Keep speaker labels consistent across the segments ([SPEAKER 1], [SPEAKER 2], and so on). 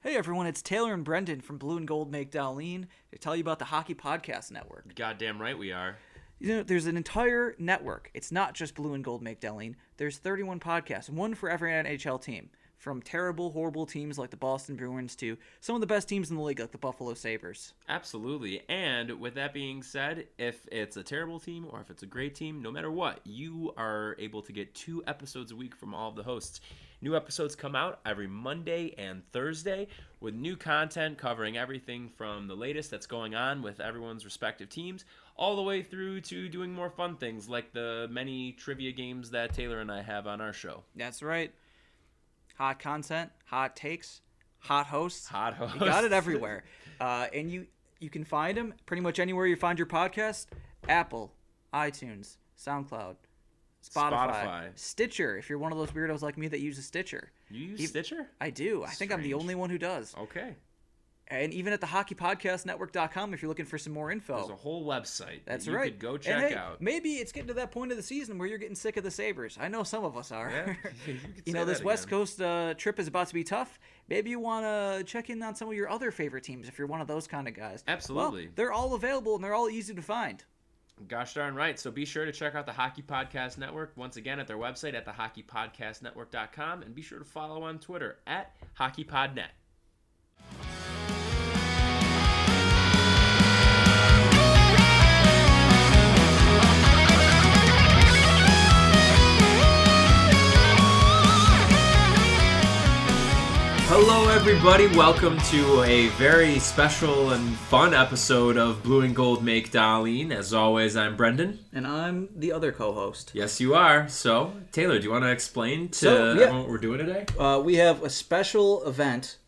[SPEAKER 1] Hey everyone, it's Taylor and Brendan from Blue and Gold Make Darlene to tell you about the Hockey Podcast Network.
[SPEAKER 2] Goddamn right we are.
[SPEAKER 1] You know, there's an entire network. It's not just Blue and Gold Make Darlene. There's 31 podcasts, one for every NHL team, from terrible, horrible teams like the Boston Bruins to some of the best teams in the league like the Buffalo Sabres.
[SPEAKER 2] Absolutely. And with that being said, if it's a terrible team or if it's a great team, no matter what, you are able to get two episodes a week from all of the hosts. New episodes come out every Monday and Thursday with new content covering everything from the latest that's going on with everyone's respective teams all the way through to doing more fun things like the many trivia games that Taylor and I have on our show.
[SPEAKER 1] That's right. Hot content, hot takes, hot hosts.
[SPEAKER 2] Hot host.
[SPEAKER 1] You got it everywhere. Uh, and you you can find them pretty much anywhere you find your podcast: Apple, iTunes, SoundCloud, Spotify,
[SPEAKER 2] Spotify.
[SPEAKER 1] Stitcher. If you're one of those weirdos like me that uses Stitcher,
[SPEAKER 2] You use
[SPEAKER 1] Ev-
[SPEAKER 2] Stitcher?
[SPEAKER 1] I do. I think I'm the
[SPEAKER 2] Strange.
[SPEAKER 1] only one who does.
[SPEAKER 2] Okay.
[SPEAKER 1] And even at the hockeypodcastnetwork.com if you're looking for some more
[SPEAKER 2] There's a
[SPEAKER 1] info.
[SPEAKER 2] whole website.
[SPEAKER 1] Oh. That's
[SPEAKER 2] that you
[SPEAKER 1] right.
[SPEAKER 2] Could go
[SPEAKER 1] And
[SPEAKER 2] check
[SPEAKER 1] hey,
[SPEAKER 2] out.
[SPEAKER 1] Maybe it's getting to that point of the season where you're getting sick of the Sabres. I know some of us are.
[SPEAKER 2] Yeah, you could
[SPEAKER 1] you
[SPEAKER 2] say
[SPEAKER 1] know, this
[SPEAKER 2] that
[SPEAKER 1] West
[SPEAKER 2] again.
[SPEAKER 1] Coast uh, trip is about to be tough. Maybe you want to check in on some of your other favorite teams if you're one of those kind of guys. Well,
[SPEAKER 2] Absolutely.
[SPEAKER 1] they're all available and they're all easy to find.
[SPEAKER 2] Gosh darn right. So be sure to check out the Hockey Podcast Network once again at their website at thehockeypodcastnetwork.com and be sure to follow on Twitter at hockeypodnet. Hello, everybody. Welcome to a very special and fun episode of Blue and Gold Make Darlene. As always, I'm Brendan.
[SPEAKER 1] And I'm the other co host.
[SPEAKER 2] Yes, you are. So, Taylor, do you want to explain to
[SPEAKER 1] So, yeah.
[SPEAKER 2] everyone what we're doing today?
[SPEAKER 1] Uh, we have a special event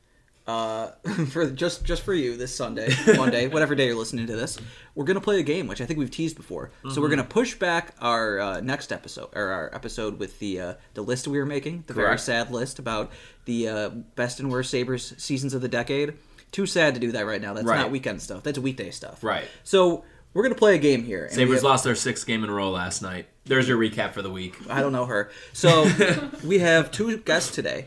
[SPEAKER 1] uh, for just just for you this Sunday, Monday, whatever day you're listening to this. We're gonna play a game, which I think we've teased before. So
[SPEAKER 2] Mm-hmm.
[SPEAKER 1] we're gonna push back our uh, next episode or our episode with the uh, the list we were making, the very
[SPEAKER 2] Correct.
[SPEAKER 1] sad list about the uh, best and worst Sabres seasons of the decade. Too sad to do that right now. That's
[SPEAKER 2] Right.
[SPEAKER 1] not weekend stuff. That's weekday stuff.
[SPEAKER 2] Right.
[SPEAKER 1] So we're gonna play a game here. and we
[SPEAKER 2] Sabres
[SPEAKER 1] have-
[SPEAKER 2] lost their sixth game in a row last night. There's your recap for the week.
[SPEAKER 1] I don't know her. So we have two guests today.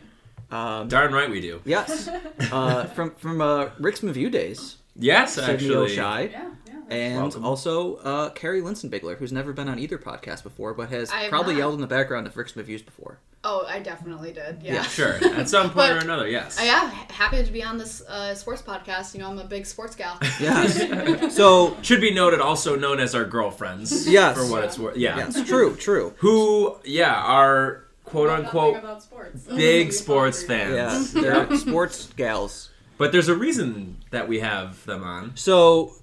[SPEAKER 2] Darn right we do.
[SPEAKER 1] Yes, uh, from from uh, Rick's Review Days,
[SPEAKER 2] Yes,
[SPEAKER 1] Sydney Oshai,
[SPEAKER 2] actually.
[SPEAKER 3] Yeah, yeah. that's-
[SPEAKER 1] and
[SPEAKER 2] Welcome.
[SPEAKER 1] also uh, Carrie Linsenbigler, who's never been on either podcast before, but has
[SPEAKER 3] I have
[SPEAKER 1] probably
[SPEAKER 3] not.
[SPEAKER 1] yelled in the background of Rick's Reviews before.
[SPEAKER 3] oh, I definitely did. Yeah.
[SPEAKER 1] Yeah.
[SPEAKER 2] Sure. At some point
[SPEAKER 3] But-
[SPEAKER 2] or another, yes.
[SPEAKER 3] Uh, yeah, h- happy to be on this uh, sports podcast. You know, I'm a big sports gal.
[SPEAKER 1] Yes. so
[SPEAKER 2] Should be noted, also known as our girlfriends.
[SPEAKER 1] Yes.
[SPEAKER 2] For what it's worth. Yeah.
[SPEAKER 1] yes, true, true.
[SPEAKER 2] Who, yeah, are quote unquote
[SPEAKER 4] about sports.
[SPEAKER 2] big sports
[SPEAKER 1] Yeah,
[SPEAKER 2] fans.
[SPEAKER 1] they're sports gals.
[SPEAKER 2] But there's a reason that we have them on.
[SPEAKER 1] So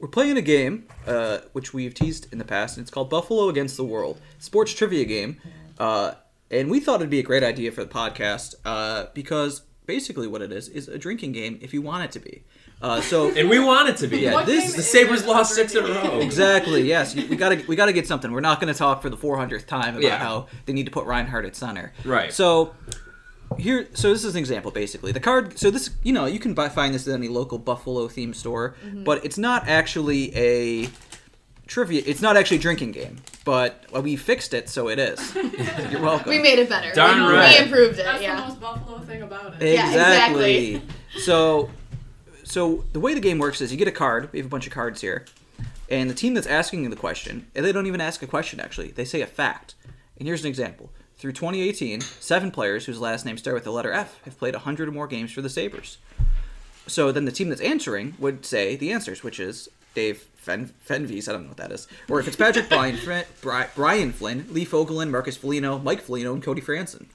[SPEAKER 1] we're playing a game uh, which we've teased in the past, and it's called Buffalo Against the World, sports trivia game. Uh, and we thought it'd be a great idea for the podcast uh, because basically what it is is a drinking game if you want it to be. Uh, so
[SPEAKER 2] And we want it to be.
[SPEAKER 1] Yeah, What this- game
[SPEAKER 2] the
[SPEAKER 4] is
[SPEAKER 2] Sabres
[SPEAKER 4] it
[SPEAKER 2] lost
[SPEAKER 4] over
[SPEAKER 2] six in a
[SPEAKER 4] the-
[SPEAKER 2] row.
[SPEAKER 1] exactly, yes, we gotta we gotta get something. We're not gonna talk for the 400th time about
[SPEAKER 2] Yeah.
[SPEAKER 1] how they need to put Reinhardt at center.
[SPEAKER 2] Right.
[SPEAKER 1] So. Here, so this is an example, basically. The card, so this, you know, you can buy, find this at any local Buffalo theme store,
[SPEAKER 3] Mm-hmm.
[SPEAKER 1] but it's not actually a trivia. It's not actually a drinking game, but we fixed it, so it is. You're welcome.
[SPEAKER 3] We made it better.
[SPEAKER 2] Darn
[SPEAKER 3] we,
[SPEAKER 2] right.
[SPEAKER 3] we improved it.
[SPEAKER 4] That's the
[SPEAKER 3] yeah.
[SPEAKER 4] most Buffalo thing about it.
[SPEAKER 3] Yeah,
[SPEAKER 1] exactly.
[SPEAKER 3] exactly.
[SPEAKER 1] so, so the way the game works is you get a card. We have a bunch of cards here, and the team that's asking the question, and they don't even ask a question actually. They say a fact. And here's an example. Through 2018, seven players whose last names start with the letter F have played 100 or more games for the Sabres. So then the team that's answering would say the answers, which is Dave Fen- Fenvies, I don't know what that is, or if it's Patrick Brian, Flynn, Bri- Brian Flynn, Lee Fogelin, Marcus Foligno, Mike Foligno, and Cody Franson.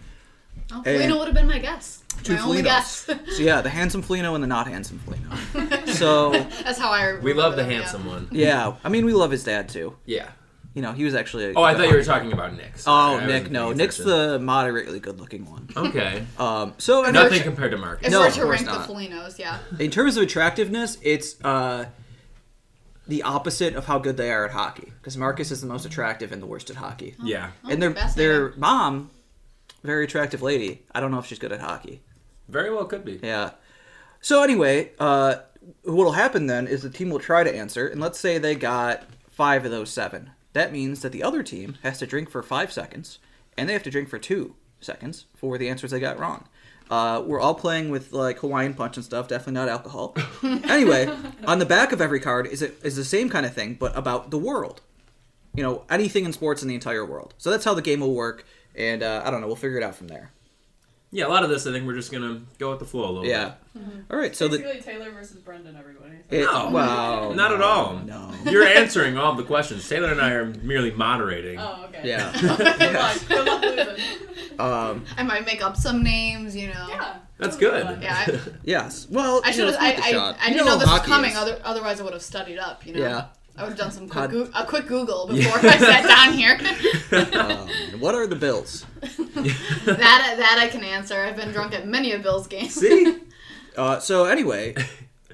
[SPEAKER 3] Oh,
[SPEAKER 1] And-
[SPEAKER 3] Felino would have been my guess.
[SPEAKER 1] Two
[SPEAKER 3] my only
[SPEAKER 1] Felinos.
[SPEAKER 3] guess.
[SPEAKER 1] So yeah, the handsome Felino and the not handsome Felino. so
[SPEAKER 3] That's how I.
[SPEAKER 2] We
[SPEAKER 3] remember
[SPEAKER 2] love the
[SPEAKER 3] them, yeah.
[SPEAKER 2] handsome one.
[SPEAKER 1] yeah, I mean we love his dad too.
[SPEAKER 2] Yeah.
[SPEAKER 1] You know he was actually. A
[SPEAKER 2] Oh, I thought you were talking about Nick. Sorry,
[SPEAKER 1] Oh
[SPEAKER 2] I
[SPEAKER 1] Nick,
[SPEAKER 2] wasn't
[SPEAKER 1] no,
[SPEAKER 2] paying
[SPEAKER 1] Nick's
[SPEAKER 2] attention.
[SPEAKER 1] the moderately good-looking one.
[SPEAKER 2] okay.
[SPEAKER 1] Um, so in,
[SPEAKER 2] Nothing compared to Marcus.
[SPEAKER 3] If
[SPEAKER 1] No,
[SPEAKER 3] we're
[SPEAKER 1] of
[SPEAKER 3] to
[SPEAKER 1] course
[SPEAKER 3] rank
[SPEAKER 1] not.
[SPEAKER 3] the Felinos, yeah.
[SPEAKER 1] in terms of attractiveness, it's uh, the opposite of how good they are at hockey. Because Marcus is the most attractive and the worst at hockey.
[SPEAKER 2] Yeah,
[SPEAKER 1] and their
[SPEAKER 3] Oh, fascinating.
[SPEAKER 1] their mom, very attractive lady. I don't know if she's good at hockey.
[SPEAKER 2] very well could be.
[SPEAKER 1] Yeah. So anyway, uh, what'll happen then is the team will try to answer, and let's say they got five of those seven. That means that the other team has to drink for five seconds, and they have to drink for two seconds for the answers they got wrong. Uh, we're all playing with like Hawaiian punch and stuff, definitely not alcohol. anyway, on the back of every card is it is the same kind of thing, but about the world. You know, anything in sports in the entire world. So that's how the game will work, and uh, I don't know, we'll figure it out from there.
[SPEAKER 2] Yeah, a lot of this, I think we're just gonna go with the flow a little
[SPEAKER 1] Yeah. All right. So the
[SPEAKER 4] Basically, Taylor versus Brendan, everybody.
[SPEAKER 1] it,
[SPEAKER 2] No.
[SPEAKER 1] wow,
[SPEAKER 2] Not
[SPEAKER 1] Oh,
[SPEAKER 2] at
[SPEAKER 1] no,
[SPEAKER 2] all.
[SPEAKER 1] No.
[SPEAKER 2] bit. You're answering all the questions. Taylor and I are merely moderating.
[SPEAKER 4] Oh, okay.
[SPEAKER 1] Yeah.
[SPEAKER 4] Good luck. Good luck losing.
[SPEAKER 1] Um,
[SPEAKER 3] I might make up some names, you know.
[SPEAKER 4] Yeah.
[SPEAKER 2] That's good.
[SPEAKER 3] Yeah, I-
[SPEAKER 1] yes. Well,
[SPEAKER 3] I
[SPEAKER 1] you
[SPEAKER 3] should have.
[SPEAKER 1] it's
[SPEAKER 3] I,
[SPEAKER 1] worth a
[SPEAKER 3] I,
[SPEAKER 1] shot.
[SPEAKER 3] I
[SPEAKER 1] You
[SPEAKER 3] didn't know,
[SPEAKER 1] how
[SPEAKER 3] this was
[SPEAKER 1] hockey
[SPEAKER 3] coming.
[SPEAKER 1] is.
[SPEAKER 3] Other, otherwise, I would have studied up. You know.
[SPEAKER 1] Yeah.
[SPEAKER 3] I would have done some
[SPEAKER 1] Hot-
[SPEAKER 3] quick goo- a quick Google
[SPEAKER 2] Yeah.
[SPEAKER 3] before I sat down here.
[SPEAKER 1] um, what are the bills? Uh,
[SPEAKER 3] that that I can answer. I've been drunk at many of Bill's games.
[SPEAKER 2] See?
[SPEAKER 1] Uh, so anyway,
[SPEAKER 2] It's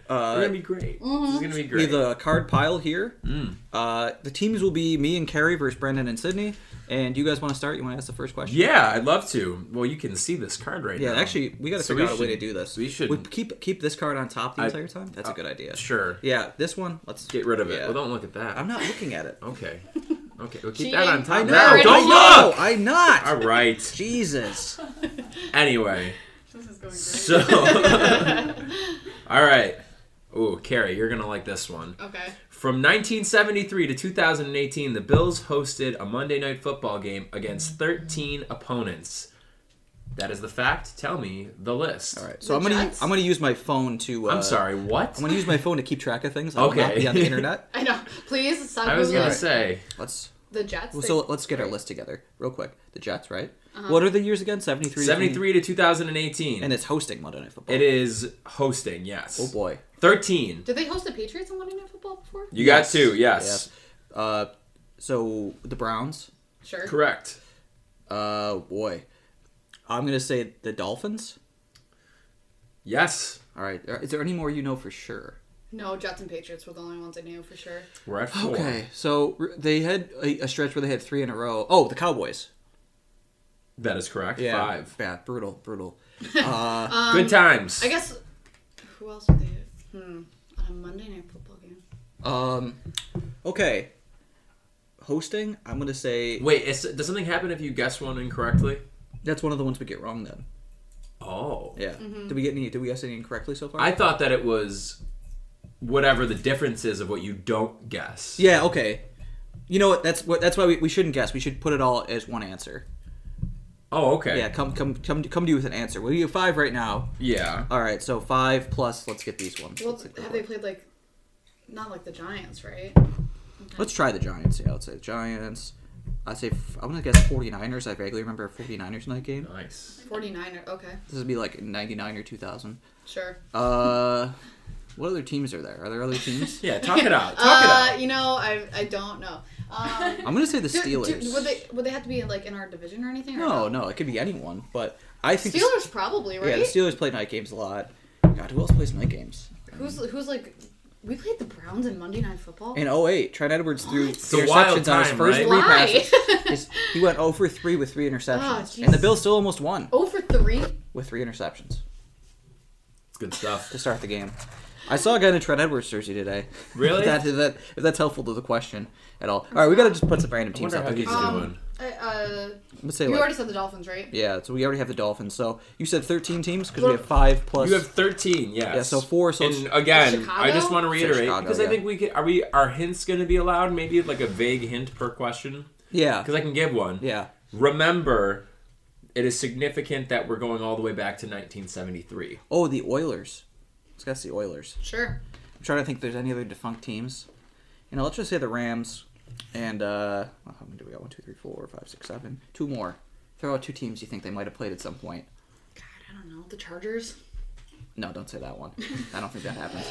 [SPEAKER 1] uh,
[SPEAKER 2] gonna be great.
[SPEAKER 3] Mm-hmm.
[SPEAKER 2] This is gonna be
[SPEAKER 1] we
[SPEAKER 2] great.
[SPEAKER 1] have a card pile here.
[SPEAKER 2] Mm.
[SPEAKER 1] Uh, the teams will be me and Carrie versus Brendan and Sydney. And you guys want to start? You want to ask the first question?
[SPEAKER 2] Yeah, I'd love to. Well, you can see this card right
[SPEAKER 1] Yeah,
[SPEAKER 2] now.
[SPEAKER 1] actually, we got to
[SPEAKER 2] So
[SPEAKER 1] figure
[SPEAKER 2] we
[SPEAKER 1] out a way to
[SPEAKER 2] should-
[SPEAKER 1] do this.
[SPEAKER 2] we should-
[SPEAKER 1] We keep keep this card on top the
[SPEAKER 2] I- uh,
[SPEAKER 1] entire time. That's a good idea.
[SPEAKER 2] Sure.
[SPEAKER 1] Yeah, this one. Let's
[SPEAKER 2] Get rid of it.
[SPEAKER 1] yeah.
[SPEAKER 2] Well, don't look at that.
[SPEAKER 1] I'm not looking at it.
[SPEAKER 2] Okay. Okay. Well, keep
[SPEAKER 3] Cheating.
[SPEAKER 2] that on top.
[SPEAKER 1] I know.
[SPEAKER 2] No,
[SPEAKER 3] Alright,
[SPEAKER 2] don't
[SPEAKER 1] I know,
[SPEAKER 2] look.
[SPEAKER 1] I'm not.
[SPEAKER 2] All right.
[SPEAKER 1] Jesus.
[SPEAKER 2] Anyway,
[SPEAKER 4] This is going great.
[SPEAKER 2] so all right. Ooh, Carrie, you're gonna like this one.
[SPEAKER 3] okay.
[SPEAKER 2] From 1973 to 2018, the Bills hosted a Monday Night Football game against 13 opponents. That is the fact. Tell me the list.
[SPEAKER 1] All right. So
[SPEAKER 3] The
[SPEAKER 1] I'm gonna
[SPEAKER 3] Jets?
[SPEAKER 1] I'm gonna use my phone to. Uh,
[SPEAKER 2] I'm sorry. What?
[SPEAKER 1] I'm gonna use my phone to keep track of things. I will not
[SPEAKER 2] Okay.
[SPEAKER 1] be on the internet.
[SPEAKER 3] I know. Please stop
[SPEAKER 2] I was
[SPEAKER 3] Googling
[SPEAKER 2] gonna
[SPEAKER 1] Alright.
[SPEAKER 2] say.
[SPEAKER 1] Let's
[SPEAKER 3] the Jets.
[SPEAKER 1] well,
[SPEAKER 3] they-
[SPEAKER 1] so let's get our list together real quick. The Jets, right? What are the years again? Seventy three.
[SPEAKER 2] 73 to 2018.
[SPEAKER 1] And it's hosting Monday Night Football.
[SPEAKER 2] It is hosting, yes.
[SPEAKER 1] Oh boy.
[SPEAKER 2] 13.
[SPEAKER 3] Did they host the Patriots on Monday Night Football before?
[SPEAKER 2] You
[SPEAKER 1] Yes.
[SPEAKER 2] got two, yes.
[SPEAKER 1] Uh, so the Browns.
[SPEAKER 3] Sure.
[SPEAKER 2] Correct.
[SPEAKER 1] Uh, boy. I'm gonna say the Dolphins.
[SPEAKER 2] Yes.
[SPEAKER 1] All right. Uh, Is there any more you know for sure?
[SPEAKER 3] No, Jets and Patriots were the only ones I knew for sure.
[SPEAKER 2] We're at four.
[SPEAKER 1] Okay. So r- they had a, a stretch where they had three in a row. Oh, the Cowboys.
[SPEAKER 2] That is correct. Five.
[SPEAKER 1] Yeah. Brutal. Brutal. Uh,
[SPEAKER 3] Um,
[SPEAKER 2] Good times.
[SPEAKER 3] I guess. Who else would they? Hmm. On a Monday Night Football game.
[SPEAKER 1] Um. Okay. Hosting. I'm gonna say
[SPEAKER 2] Wait, is, does something happen if you guess one incorrectly?
[SPEAKER 1] that's one of the ones we get wrong. Then.
[SPEAKER 2] Oh.
[SPEAKER 1] Yeah.
[SPEAKER 3] Mm-hmm.
[SPEAKER 1] Did we get any? Did we guess any incorrectly so far?
[SPEAKER 2] I thought that it was whatever the difference is of what you don't guess.
[SPEAKER 1] Yeah. Okay. You know what? That's what. That's why we, we shouldn't guess. We should put it all as one answer.
[SPEAKER 2] Oh, okay.
[SPEAKER 1] Yeah. Come. Come. Come. Come to you with an answer. We have five right now.
[SPEAKER 2] Yeah.
[SPEAKER 1] All right. So five plus. Let's get these ones.
[SPEAKER 3] Well,
[SPEAKER 1] let's, get the
[SPEAKER 3] have
[SPEAKER 1] four.
[SPEAKER 3] they played like? Not like the Giants, right?
[SPEAKER 1] let's try the Giants. Yeah. Let's say the Giants. I say f- I'm gonna guess 49ers. I vaguely remember 49ers in that game.
[SPEAKER 2] Nice.
[SPEAKER 3] 49er. er, Okay.
[SPEAKER 1] This would be like 99 or 2000.
[SPEAKER 3] Sure.
[SPEAKER 1] Uh, what other teams are there? Are there other teams?
[SPEAKER 2] Yeah, talk it out. Talk
[SPEAKER 3] uh,
[SPEAKER 2] it out.
[SPEAKER 3] you know, I I don't know. Um,
[SPEAKER 1] I'm gonna say the
[SPEAKER 3] do- do-
[SPEAKER 1] Steelers.
[SPEAKER 3] would they would they have to be like in our division or anything? or
[SPEAKER 1] No, no, it could be anyone, but I think the-
[SPEAKER 3] Steelers probably right.
[SPEAKER 1] yeah, the Steelers play night games a lot. God, who else plays night games?
[SPEAKER 3] Who's who's like? We played the Browns in Monday Night Football.
[SPEAKER 1] In 08, Trent Edwards threw
[SPEAKER 2] a
[SPEAKER 3] What?
[SPEAKER 1] interceptions
[SPEAKER 2] wild
[SPEAKER 1] on his
[SPEAKER 2] time,
[SPEAKER 1] first
[SPEAKER 2] right?
[SPEAKER 1] three
[SPEAKER 3] Why? Oh,
[SPEAKER 1] passes. His- he went 0 for 3 with three interceptions, and the
[SPEAKER 3] Jesus.
[SPEAKER 1] Bills still almost won
[SPEAKER 3] oh for three.
[SPEAKER 1] with three interceptions
[SPEAKER 2] It's good stuff.
[SPEAKER 1] to start the game. I saw a guy in a Trent Edwards jersey today.
[SPEAKER 2] Really?
[SPEAKER 1] if, that, if, that, if that's helpful to the question at all. All right, we gotta just put some random
[SPEAKER 2] I
[SPEAKER 1] teams
[SPEAKER 2] wonder
[SPEAKER 1] out there.
[SPEAKER 2] how he's
[SPEAKER 3] Um,
[SPEAKER 2] doing.
[SPEAKER 3] I, uh,
[SPEAKER 1] Let's say
[SPEAKER 3] you
[SPEAKER 1] like,
[SPEAKER 3] already said the Dolphins, right?
[SPEAKER 1] yeah. So we already have the Dolphins. So you said 13 teams because we have five plus.
[SPEAKER 2] You have 13, yes.
[SPEAKER 1] yeah, so four. So
[SPEAKER 2] And again, I just want to
[SPEAKER 1] Say
[SPEAKER 2] reiterate
[SPEAKER 1] Chicago,
[SPEAKER 2] because I
[SPEAKER 1] yeah.
[SPEAKER 2] think we could. Are we? Are hints going to be allowed? Maybe like a vague hint per question.
[SPEAKER 1] yeah,
[SPEAKER 2] Because I can give one.
[SPEAKER 1] yeah.
[SPEAKER 2] Remember, it is significant that we're going all the way back to 1973.
[SPEAKER 1] Oh, the Oilers. Let's guess the Oilers.
[SPEAKER 3] Sure.
[SPEAKER 1] I'm trying to think if there's any other defunct teams. You know, let's just say the Rams and uh well, how many do we got? One, two, three, four, five, six, seven. Two more. Throw out two teams you think they might have played at some point.
[SPEAKER 3] God, I don't know the Chargers.
[SPEAKER 1] No, don't say that one. I don't think that happens.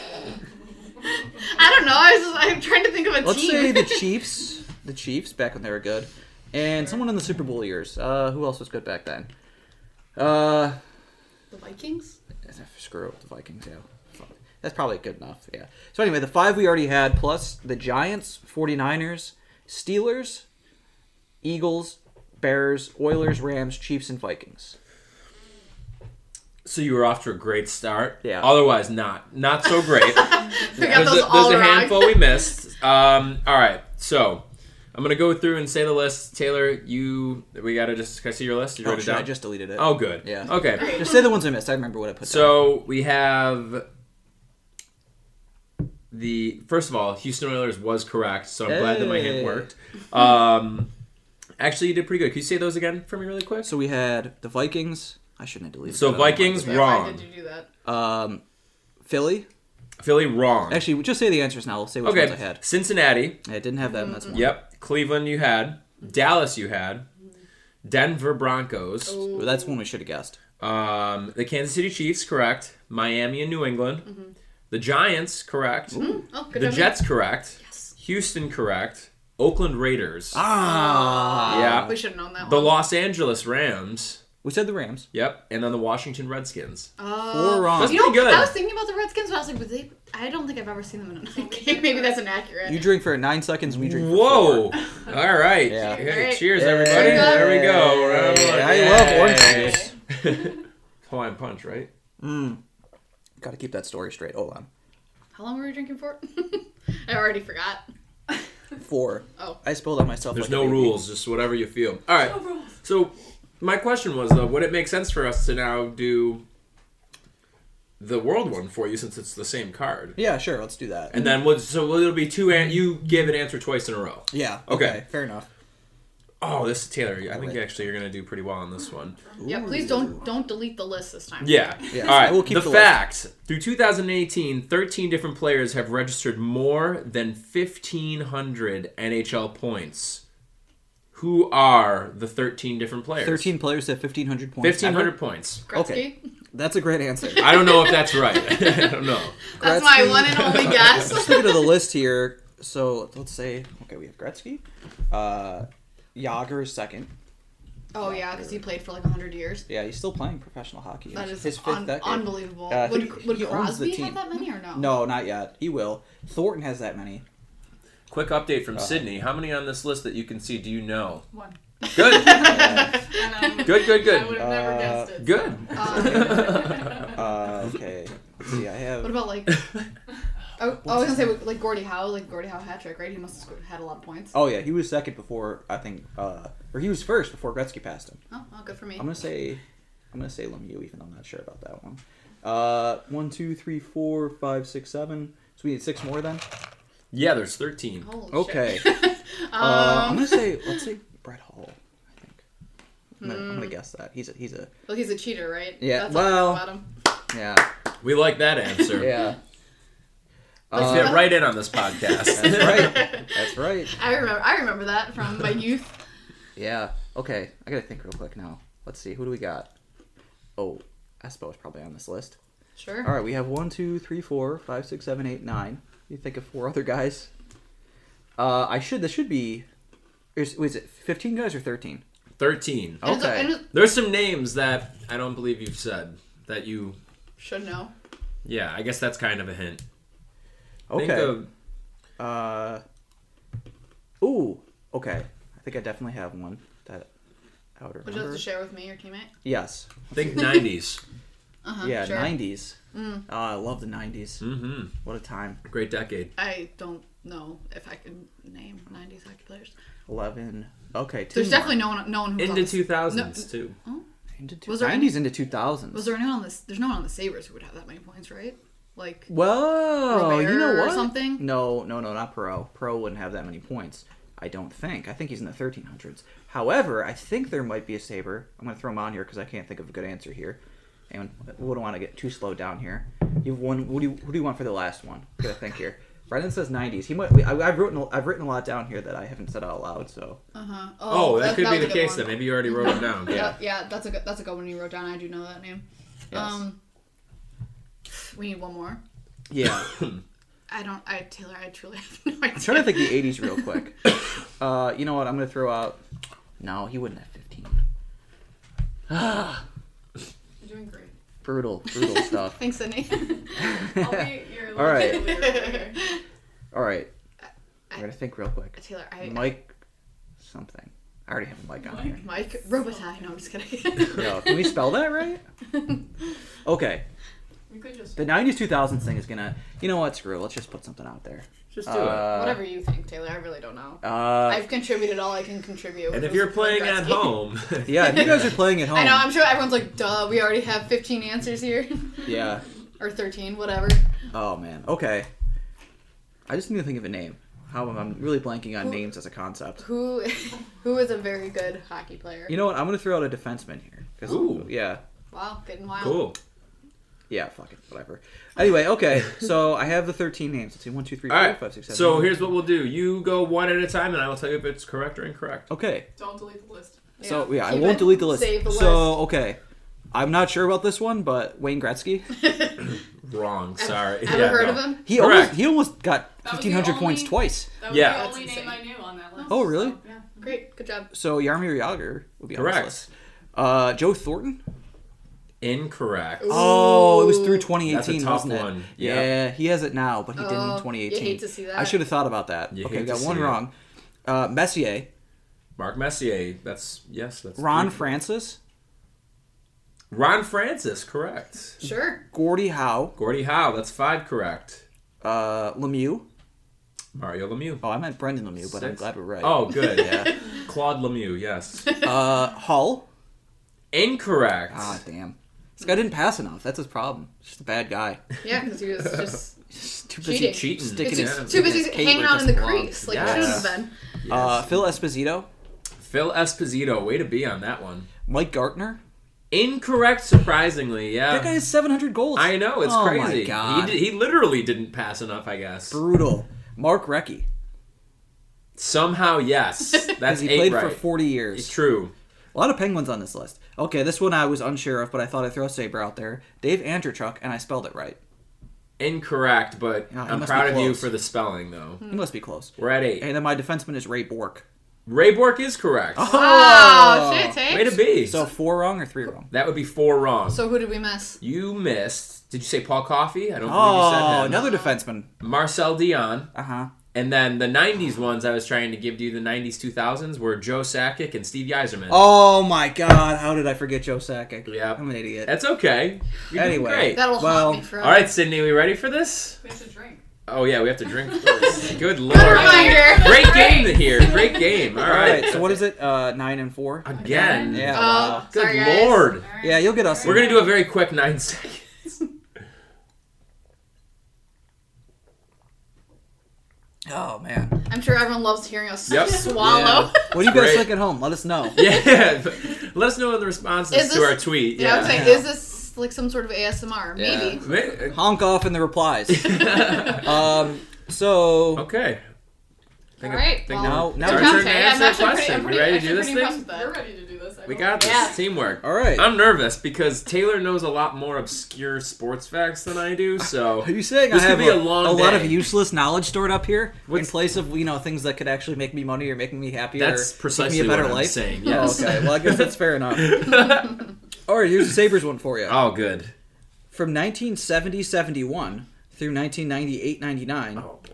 [SPEAKER 3] I don't know. I was just, I'm trying to think of a
[SPEAKER 1] Let's
[SPEAKER 3] team.
[SPEAKER 1] say the Chiefs. The Chiefs back when they were good. And someone in the Super Bowl years. Uh who else was good back then? Uh
[SPEAKER 3] the Vikings.
[SPEAKER 1] Screw it, the Vikings, yeah. Fuck. That's probably good enough, yeah. So anyway, the five we already had, plus the Giants, 49ers, Steelers, Eagles, Bears, Oilers, Rams, Chiefs, and Vikings.
[SPEAKER 2] So you were off to a great start.
[SPEAKER 1] Yeah.
[SPEAKER 2] Otherwise, not not so great.
[SPEAKER 3] We got
[SPEAKER 2] there's
[SPEAKER 3] those
[SPEAKER 2] a,
[SPEAKER 3] all
[SPEAKER 2] there's a
[SPEAKER 3] wrong.
[SPEAKER 2] handful we missed. Um, all right. So I'm gonna go through and say the list. Taylor, you we gotta just. Can I see your list? You
[SPEAKER 1] Oh,
[SPEAKER 2] wrote it
[SPEAKER 1] shit,
[SPEAKER 2] down.
[SPEAKER 1] I just deleted it.
[SPEAKER 2] oh, good.
[SPEAKER 1] Yeah.
[SPEAKER 2] Okay.
[SPEAKER 1] Just say the ones I missed. I remember what I put down.
[SPEAKER 2] So we have the first of all, Houston Oilers was correct, so I'm glad that my
[SPEAKER 1] Hey.
[SPEAKER 2] hint worked. Um, actually, you did pretty good. Can you say those again for me, really quick?
[SPEAKER 1] So we had the Vikings. I shouldn't have deleted
[SPEAKER 2] So
[SPEAKER 1] that. I don't
[SPEAKER 2] Vikings
[SPEAKER 1] like
[SPEAKER 2] wrong.
[SPEAKER 4] Why did you do that?
[SPEAKER 1] that. Um, Philly.
[SPEAKER 2] Philly wrong.
[SPEAKER 1] Actually, just say the answers now. We'll say which ones I
[SPEAKER 2] okay,
[SPEAKER 1] had.
[SPEAKER 2] Cincinnati.
[SPEAKER 1] I didn't have them. That's one.
[SPEAKER 2] Yep. Cleveland, you had. Dallas, you had. Denver Broncos.
[SPEAKER 1] Well, that's one we should have guessed.
[SPEAKER 2] Um, the Kansas City Chiefs, correct. Miami and New England. The Giants, correct.
[SPEAKER 3] Oh, good
[SPEAKER 2] The
[SPEAKER 3] job.
[SPEAKER 2] Jets, correct.
[SPEAKER 3] Yes.
[SPEAKER 2] Houston, correct. Oakland Raiders.
[SPEAKER 1] Ah.
[SPEAKER 2] Yeah.
[SPEAKER 4] We should have known that
[SPEAKER 2] The
[SPEAKER 4] one.
[SPEAKER 2] Los Angeles Rams.
[SPEAKER 1] We said the Rams.
[SPEAKER 2] Yep. And then the Washington Redskins.
[SPEAKER 3] Oh.
[SPEAKER 1] Four wrong.
[SPEAKER 2] That's
[SPEAKER 3] You know,
[SPEAKER 2] pretty good.
[SPEAKER 3] I was thinking about the Redskins, but I was like, but they, I don't think I've ever seen them in a game. Maybe that's inaccurate.
[SPEAKER 1] You drink for nine seconds. We drink. For
[SPEAKER 2] Whoa.
[SPEAKER 1] four.
[SPEAKER 2] All right.
[SPEAKER 1] Yeah.
[SPEAKER 2] Hey,
[SPEAKER 3] Great.
[SPEAKER 2] cheers, everybody.
[SPEAKER 3] Hey.
[SPEAKER 2] There we go. Round one.
[SPEAKER 1] I love orange
[SPEAKER 2] Yay.
[SPEAKER 1] juice.
[SPEAKER 2] Hawaiian Punch, right?
[SPEAKER 1] Mm. Got to keep that story straight. Hold on.
[SPEAKER 3] How long were we drinking for? I already forgot.
[SPEAKER 1] Four.
[SPEAKER 3] Oh.
[SPEAKER 1] I spelled out myself.
[SPEAKER 2] There's
[SPEAKER 1] like a
[SPEAKER 2] no
[SPEAKER 1] baby.
[SPEAKER 2] rules, just whatever you feel. All right. So my question was though, would it make sense for us to now do the world one for you since it's the same card?
[SPEAKER 1] Yeah, sure. Letlet's do that.
[SPEAKER 2] And then we'll, so it'll be two. An- you gave an answer twice in a row.
[SPEAKER 1] yeah.
[SPEAKER 2] Okay.
[SPEAKER 1] Fair enough.
[SPEAKER 2] Oh, this Taylor. I think
[SPEAKER 1] Alright.
[SPEAKER 2] actually you're gonna do pretty well on this one.
[SPEAKER 3] Yeah, please don't don't delete the list this time.
[SPEAKER 2] Yeah.
[SPEAKER 1] Yes,
[SPEAKER 2] All right.
[SPEAKER 1] I will keep
[SPEAKER 2] the,
[SPEAKER 1] the list.
[SPEAKER 2] fact through 2018, 13 different players have registered more than 1,500 NHL points. Who are the 13 different players?
[SPEAKER 1] Thirteen players have fifteen hundred points.
[SPEAKER 2] 1,500 points.
[SPEAKER 3] Gretzky.
[SPEAKER 1] Okay. That's a great answer.
[SPEAKER 2] I don't know if that's right. I don't know.
[SPEAKER 3] That's my
[SPEAKER 1] Gretzky.
[SPEAKER 3] one and only guess.
[SPEAKER 1] Let's look at the list here. So let's say okay, we have Gretzky. Uh, Yager is second.
[SPEAKER 3] oh yeah, because he played for like hundred years.
[SPEAKER 1] Yeah, he's still playing professional hockey.
[SPEAKER 3] That
[SPEAKER 1] It's
[SPEAKER 3] is
[SPEAKER 1] his fifth
[SPEAKER 3] un-
[SPEAKER 1] decade.
[SPEAKER 3] unbelievable.
[SPEAKER 1] Uh,
[SPEAKER 3] would
[SPEAKER 1] he-
[SPEAKER 3] would
[SPEAKER 1] he owns the
[SPEAKER 3] Crosby
[SPEAKER 1] team.
[SPEAKER 3] have that many or no?
[SPEAKER 1] No, not yet. He will. Thornton has that many.
[SPEAKER 2] Quick update from Sydney. How many on this list that you can see do you know?
[SPEAKER 4] One.
[SPEAKER 2] Good.
[SPEAKER 4] And, um,
[SPEAKER 2] Good, good,
[SPEAKER 4] I would
[SPEAKER 2] good.
[SPEAKER 4] have
[SPEAKER 1] Uh,
[SPEAKER 4] never guessed it.
[SPEAKER 2] Good.
[SPEAKER 4] Um,
[SPEAKER 1] Uh, okay. Let's see, I
[SPEAKER 3] What
[SPEAKER 1] have.
[SPEAKER 3] about like? Oh, I was gonna say like Gordie Howe, like Gordie Howe hat trick, right? He must have sc- had a lot of points.
[SPEAKER 1] Oh yeah, he was second before I think, uh, or he was first before Gretzky passed him.
[SPEAKER 3] Oh, well, good for me.
[SPEAKER 1] I'm gonna say, I'm gonna say Lemieux, even though I'm not sure about that one. Uh, one, two, three, four, five, six, seven. So we need six more then.
[SPEAKER 2] Yeah, there's 13.
[SPEAKER 3] Holy shit.
[SPEAKER 1] Okay.
[SPEAKER 3] um,
[SPEAKER 1] Uh, I'm gonna say let's say Brett Hall. I think. I'm gonna, I'm gonna guess that he's a he's a
[SPEAKER 3] well, he's a cheater, right?
[SPEAKER 1] Yeah,
[SPEAKER 3] That's all I know
[SPEAKER 1] well-
[SPEAKER 3] about him.
[SPEAKER 1] yeah
[SPEAKER 2] We like that answer.
[SPEAKER 1] yeah.
[SPEAKER 2] Let's
[SPEAKER 1] Uh,
[SPEAKER 2] fit right in on this podcast.
[SPEAKER 1] that's right. That's right.
[SPEAKER 3] I remember. I remember that from my youth.
[SPEAKER 1] Yeah. Okay. I gotta think real quick now. Let's see. Who do we got? Oh, Espo is probably on this list.
[SPEAKER 3] Sure.
[SPEAKER 1] All right. We have one, two, three, four, five, six, seven, eight, nine. You think of four other guys. Uh, I should. This should be. Is, was it fifteen guys or thirteen?
[SPEAKER 2] 13.
[SPEAKER 3] And it's-
[SPEAKER 1] Okay.
[SPEAKER 3] and it-
[SPEAKER 2] There's some names that I don't believe you've said that you.
[SPEAKER 3] should know.
[SPEAKER 2] Yeah, I guess that's kind of a hint.
[SPEAKER 1] Okay.
[SPEAKER 2] Think of,
[SPEAKER 1] Uh. Ooh. Okay. I think I definitely have one that I would
[SPEAKER 3] Would you like
[SPEAKER 1] remember.
[SPEAKER 3] to share with me, your teammate?
[SPEAKER 1] yes.
[SPEAKER 2] think 90s.
[SPEAKER 3] Uh huh. Mm.
[SPEAKER 1] yeah.
[SPEAKER 3] Sure.
[SPEAKER 1] Nineties. Ah, I love the nineties.
[SPEAKER 2] Mm-hmm.
[SPEAKER 1] What a time.
[SPEAKER 2] Great decade.
[SPEAKER 3] I don't know if I can name '90s hockey players.
[SPEAKER 1] Eleven. Okay. Two
[SPEAKER 3] There's
[SPEAKER 1] more.
[SPEAKER 3] definitely no one, no one who was on
[SPEAKER 2] Into
[SPEAKER 3] this-
[SPEAKER 2] 2000s,
[SPEAKER 3] No,
[SPEAKER 2] too.
[SPEAKER 1] into two,
[SPEAKER 3] Was there
[SPEAKER 1] nineties into two thousands.
[SPEAKER 3] Was there anyone on this? There's no one on the Sabres who would have that many points, right? Like,
[SPEAKER 1] Whoa, you know
[SPEAKER 3] Robert or
[SPEAKER 1] what?
[SPEAKER 3] something?
[SPEAKER 1] No, no, no, not Perot. Perot wouldn't have that many points. I don't think. I think he's in the 1300s. However, I think there might be a saber. I'm going to throw him on here because I can't think of a good answer here, and we wouldn't want to get too slow down here. You have one. What do you, who do you want for the last one? I gotta think here. Brendan says 90s. He might. I, I've written. I've written a lot down here that I haven't said out loud. So
[SPEAKER 3] uh huh.
[SPEAKER 2] Oh, that, could be the
[SPEAKER 3] was a good
[SPEAKER 2] case
[SPEAKER 3] one.
[SPEAKER 2] then. Maybe you already wrote it down.
[SPEAKER 3] Yeah, yeah, that's a good. That's a good one you wrote down. I do know that name.
[SPEAKER 1] Yes.
[SPEAKER 3] Um, we need one more.
[SPEAKER 1] yeah,
[SPEAKER 3] I don't. I Taylor. I truly have no idea.
[SPEAKER 1] I'm trying to think the 80s real quick. Uh, you know what? I'm going to throw out. No, he wouldn't have 15.
[SPEAKER 4] You're doing great.
[SPEAKER 1] Brutal, brutal stuff.
[SPEAKER 3] Thanks, Sydney.
[SPEAKER 4] I'll be your
[SPEAKER 1] All right.
[SPEAKER 4] leader later.
[SPEAKER 1] All right. I'm going to think real quick.
[SPEAKER 3] Taylor, I
[SPEAKER 1] Mike something. I already have a mic on here.
[SPEAKER 3] Mike Robitaille. No, I'm just kidding.
[SPEAKER 1] No, can we spell that right? Okay.
[SPEAKER 4] You could just.
[SPEAKER 1] The 90s 2000s thing is gonna. You know what? Screw it. Let's just put something out there.
[SPEAKER 2] Just do
[SPEAKER 1] Uh,
[SPEAKER 3] Whatever you think, Taylor. I really don't know.
[SPEAKER 1] Uh,
[SPEAKER 3] I've contributed all I can contribute.
[SPEAKER 2] it. And
[SPEAKER 3] which
[SPEAKER 2] if
[SPEAKER 3] was
[SPEAKER 2] you're playing at
[SPEAKER 3] Gretzky.
[SPEAKER 2] home,
[SPEAKER 1] yeah, if you guys are playing at home.
[SPEAKER 3] I know. I'm sure everyone's like, "Duh, we already have 15 answers here,
[SPEAKER 1] yeah.
[SPEAKER 3] or 13, whatever."
[SPEAKER 1] Oh man. Okay. I just need to think of a name. How am I'm really blanking on
[SPEAKER 3] Who-
[SPEAKER 1] names as a concept.
[SPEAKER 3] Who, who is a very good hockey player?
[SPEAKER 1] You know what? I'm gonna throw out a defenseman here. 'cause-
[SPEAKER 2] Ooh.
[SPEAKER 1] Yeah.
[SPEAKER 3] Wow, getting wild.
[SPEAKER 2] cool.
[SPEAKER 1] Yeah. Fuck it. Whatever. Anyway. Okay. So I have the 13 names. Let's see. One, two, three,
[SPEAKER 2] All
[SPEAKER 1] four,
[SPEAKER 2] right.
[SPEAKER 1] five, six, seven,
[SPEAKER 2] So
[SPEAKER 1] eight.
[SPEAKER 2] here's what we'll do. You go one at a time, and I will tell you if it's correct or incorrect.
[SPEAKER 1] Okay.
[SPEAKER 4] Don't delete the list.
[SPEAKER 1] So yeah, I
[SPEAKER 3] Keep
[SPEAKER 1] won't
[SPEAKER 3] it.
[SPEAKER 1] delete the list.
[SPEAKER 3] Save the
[SPEAKER 1] So okay. I'm not sure about this one, but Wayne Gretzky.
[SPEAKER 2] Wrong. Sorry.
[SPEAKER 3] Ever
[SPEAKER 2] Yeah,
[SPEAKER 3] heard
[SPEAKER 2] no.
[SPEAKER 3] of him?
[SPEAKER 1] He
[SPEAKER 2] Correct.
[SPEAKER 1] almost he almost got
[SPEAKER 4] That was the
[SPEAKER 1] 1500 points
[SPEAKER 4] only-
[SPEAKER 1] twice.
[SPEAKER 4] That was
[SPEAKER 2] Yeah.
[SPEAKER 4] the
[SPEAKER 3] That's
[SPEAKER 4] only
[SPEAKER 3] insane.
[SPEAKER 4] name I knew on that list.
[SPEAKER 1] Oh, really?
[SPEAKER 4] So, yeah.
[SPEAKER 3] Great, good job.
[SPEAKER 1] So Yarmir Yager would be on this
[SPEAKER 2] Correct.
[SPEAKER 1] list. Uh, Joe Thornton.
[SPEAKER 2] Incorrect.
[SPEAKER 3] Ooh.
[SPEAKER 1] Oh, it was through
[SPEAKER 3] Ooh.
[SPEAKER 1] 2018,
[SPEAKER 2] That's a tough
[SPEAKER 1] wasn't it?
[SPEAKER 2] one.
[SPEAKER 1] Yeah.
[SPEAKER 2] Yeah.
[SPEAKER 1] he has it now, but he didn't
[SPEAKER 3] Oh,
[SPEAKER 1] in
[SPEAKER 3] you
[SPEAKER 1] 2018.
[SPEAKER 3] hate to see that.
[SPEAKER 1] I should have thought about that.
[SPEAKER 2] You
[SPEAKER 1] okay,
[SPEAKER 2] hate
[SPEAKER 1] we got
[SPEAKER 2] to
[SPEAKER 1] one
[SPEAKER 2] see it.
[SPEAKER 1] wrong. Uh, Messier,
[SPEAKER 2] Mark Messier. That's yes. That's
[SPEAKER 1] Ron
[SPEAKER 2] three.
[SPEAKER 1] Francis,
[SPEAKER 2] Ron Francis. Correct.
[SPEAKER 3] Sure.
[SPEAKER 1] Gordie Howe,
[SPEAKER 2] Gordie Howe. That's five correct.
[SPEAKER 1] uh, Lemieux.
[SPEAKER 2] Mario Lemieux.
[SPEAKER 1] Oh, I meant Brendan Lemieux, but i I'm
[SPEAKER 2] Six.
[SPEAKER 1] glad we're right.
[SPEAKER 2] Oh, good.
[SPEAKER 1] Yeah.
[SPEAKER 2] Claude Lemieux. Yes.
[SPEAKER 1] Uh, Hull.
[SPEAKER 2] Incorrect.
[SPEAKER 1] Ah, damn. This guy didn't pass enough. That's his problem. He's Just a bad guy.
[SPEAKER 3] Yeah, because he was just
[SPEAKER 1] He's too busy
[SPEAKER 3] Cheating.
[SPEAKER 2] Cheating.
[SPEAKER 1] sticking
[SPEAKER 2] It's
[SPEAKER 1] his
[SPEAKER 2] just
[SPEAKER 3] too
[SPEAKER 1] sticking
[SPEAKER 3] busy
[SPEAKER 1] his cape
[SPEAKER 3] hanging
[SPEAKER 1] where it
[SPEAKER 3] out in the
[SPEAKER 1] doesn't belong.
[SPEAKER 3] crease like
[SPEAKER 2] Yes.
[SPEAKER 3] it should have been.
[SPEAKER 2] Yes.
[SPEAKER 1] Uh, Phil Esposito,
[SPEAKER 2] Phil Esposito. Way to be on that one.
[SPEAKER 1] Mike Gartner.
[SPEAKER 2] Incorrect. Surprisingly. Yeah.
[SPEAKER 1] That guy has 700 goals.
[SPEAKER 2] Um, I know it's
[SPEAKER 1] oh
[SPEAKER 2] crazy.
[SPEAKER 1] My God.
[SPEAKER 2] He, di- he literally didn't pass enough, I guess.
[SPEAKER 1] Brutal. Mark Recchi.
[SPEAKER 2] Somehow, yes. That's
[SPEAKER 1] He
[SPEAKER 2] eight
[SPEAKER 1] played
[SPEAKER 2] right.
[SPEAKER 1] for 40 years.
[SPEAKER 2] It's true.
[SPEAKER 1] A lot of penguins on this list. Okay, this one I was unsure of, but I thought I'd throw Saber out there. Dave Andrechuk, and I spelled it right.
[SPEAKER 2] Incorrect, but
[SPEAKER 1] Yeah, it
[SPEAKER 2] I'm
[SPEAKER 1] must be
[SPEAKER 2] proud of you
[SPEAKER 1] close.
[SPEAKER 2] for the spelling, though.
[SPEAKER 3] Hmm.
[SPEAKER 1] He must be close.
[SPEAKER 2] We're at eight.
[SPEAKER 1] And then my defenseman is Ray Bork.
[SPEAKER 2] Ray Bork is correct.
[SPEAKER 3] Oh, shit, hey.
[SPEAKER 2] Way to be.
[SPEAKER 1] So
[SPEAKER 2] So
[SPEAKER 1] four wrong or three wrong?
[SPEAKER 2] that would be four wrong.
[SPEAKER 3] So who did we miss?
[SPEAKER 2] you missed. Did you say Paul Coffey? I don't believe you said
[SPEAKER 1] Oh,
[SPEAKER 2] him.
[SPEAKER 1] another defenseman.
[SPEAKER 2] Marcel Dion.
[SPEAKER 1] Uh huh.
[SPEAKER 2] And then the 90s ones I was trying to give you, the 90s, 2000s, were Joe Sakic and Steve Yzerman.
[SPEAKER 1] Oh my God! How did I forget Joe Sakic?
[SPEAKER 2] Yeah.
[SPEAKER 1] I'm an idiot.
[SPEAKER 2] That's okay. You're doing
[SPEAKER 1] Anyway.
[SPEAKER 2] great.
[SPEAKER 3] That'll
[SPEAKER 1] Well,
[SPEAKER 3] haunt me forever.
[SPEAKER 2] All right, Sydney, we ready for this?
[SPEAKER 4] We have to drink.
[SPEAKER 2] Oh yeah, we have to drink first. Good
[SPEAKER 3] Good
[SPEAKER 2] lord.
[SPEAKER 3] reminder.
[SPEAKER 2] Great game here. Great game. All
[SPEAKER 1] All
[SPEAKER 2] right.
[SPEAKER 1] right. So what is it? Uh, nine and four.
[SPEAKER 2] again?
[SPEAKER 1] Yeah.
[SPEAKER 3] Oh,
[SPEAKER 1] wow.
[SPEAKER 2] Good
[SPEAKER 3] sorry guys.
[SPEAKER 2] lord.
[SPEAKER 4] All right.
[SPEAKER 1] Yeah, you'll get us.
[SPEAKER 2] We're gonna do a very quick nine seconds.
[SPEAKER 1] Oh man.
[SPEAKER 3] I'm sure everyone loves hearing us
[SPEAKER 2] Yep.
[SPEAKER 3] swallow.
[SPEAKER 1] What do you guys
[SPEAKER 2] Great.
[SPEAKER 1] think at home? Let us know.
[SPEAKER 2] yeah. but Let us know in the responses
[SPEAKER 3] Is
[SPEAKER 2] to
[SPEAKER 3] this-
[SPEAKER 2] our tweet.
[SPEAKER 3] Yeah, I
[SPEAKER 2] Yeah.
[SPEAKER 3] was like, is this like some sort of ASMR? Maybe.
[SPEAKER 2] May-
[SPEAKER 1] Honk off in the replies. um. So.
[SPEAKER 2] uh, okay. Think
[SPEAKER 3] All right.
[SPEAKER 2] think
[SPEAKER 1] well,
[SPEAKER 2] now,
[SPEAKER 1] now
[SPEAKER 2] now
[SPEAKER 1] we're
[SPEAKER 2] our
[SPEAKER 1] done.
[SPEAKER 2] turn to
[SPEAKER 3] Okay, I'm
[SPEAKER 2] answer a
[SPEAKER 3] actually pretty-
[SPEAKER 2] question.
[SPEAKER 3] I'm
[SPEAKER 2] We
[SPEAKER 3] pretty-
[SPEAKER 2] ready to
[SPEAKER 3] actually
[SPEAKER 2] do this
[SPEAKER 3] pretty impressed
[SPEAKER 2] thing?
[SPEAKER 3] with that.
[SPEAKER 4] We're ready to do this. I
[SPEAKER 2] We
[SPEAKER 4] hope.
[SPEAKER 2] got this.
[SPEAKER 3] Yeah.
[SPEAKER 2] Teamwork.
[SPEAKER 1] All right.
[SPEAKER 2] I'm nervous because Taylor knows a lot more obscure sports facts than I do, so
[SPEAKER 1] Are you saying
[SPEAKER 2] This
[SPEAKER 1] I
[SPEAKER 2] could
[SPEAKER 1] have
[SPEAKER 2] be
[SPEAKER 1] a,
[SPEAKER 2] a long
[SPEAKER 1] a lot of
[SPEAKER 2] day.
[SPEAKER 1] useless knowledge stored up here in
[SPEAKER 2] What's-
[SPEAKER 1] place of you know things that could actually make me money or making me happier?
[SPEAKER 2] that's
[SPEAKER 1] or
[SPEAKER 2] precisely
[SPEAKER 1] give me a better
[SPEAKER 2] what I'm
[SPEAKER 1] life?
[SPEAKER 2] saying.
[SPEAKER 1] Oh,
[SPEAKER 2] Yes.
[SPEAKER 1] okay. Well, I guess that's fair enough. All right. Here's the Sabers one for you.
[SPEAKER 2] oh, good.
[SPEAKER 1] From 1970-71 through 1998-99,
[SPEAKER 2] Oh boy.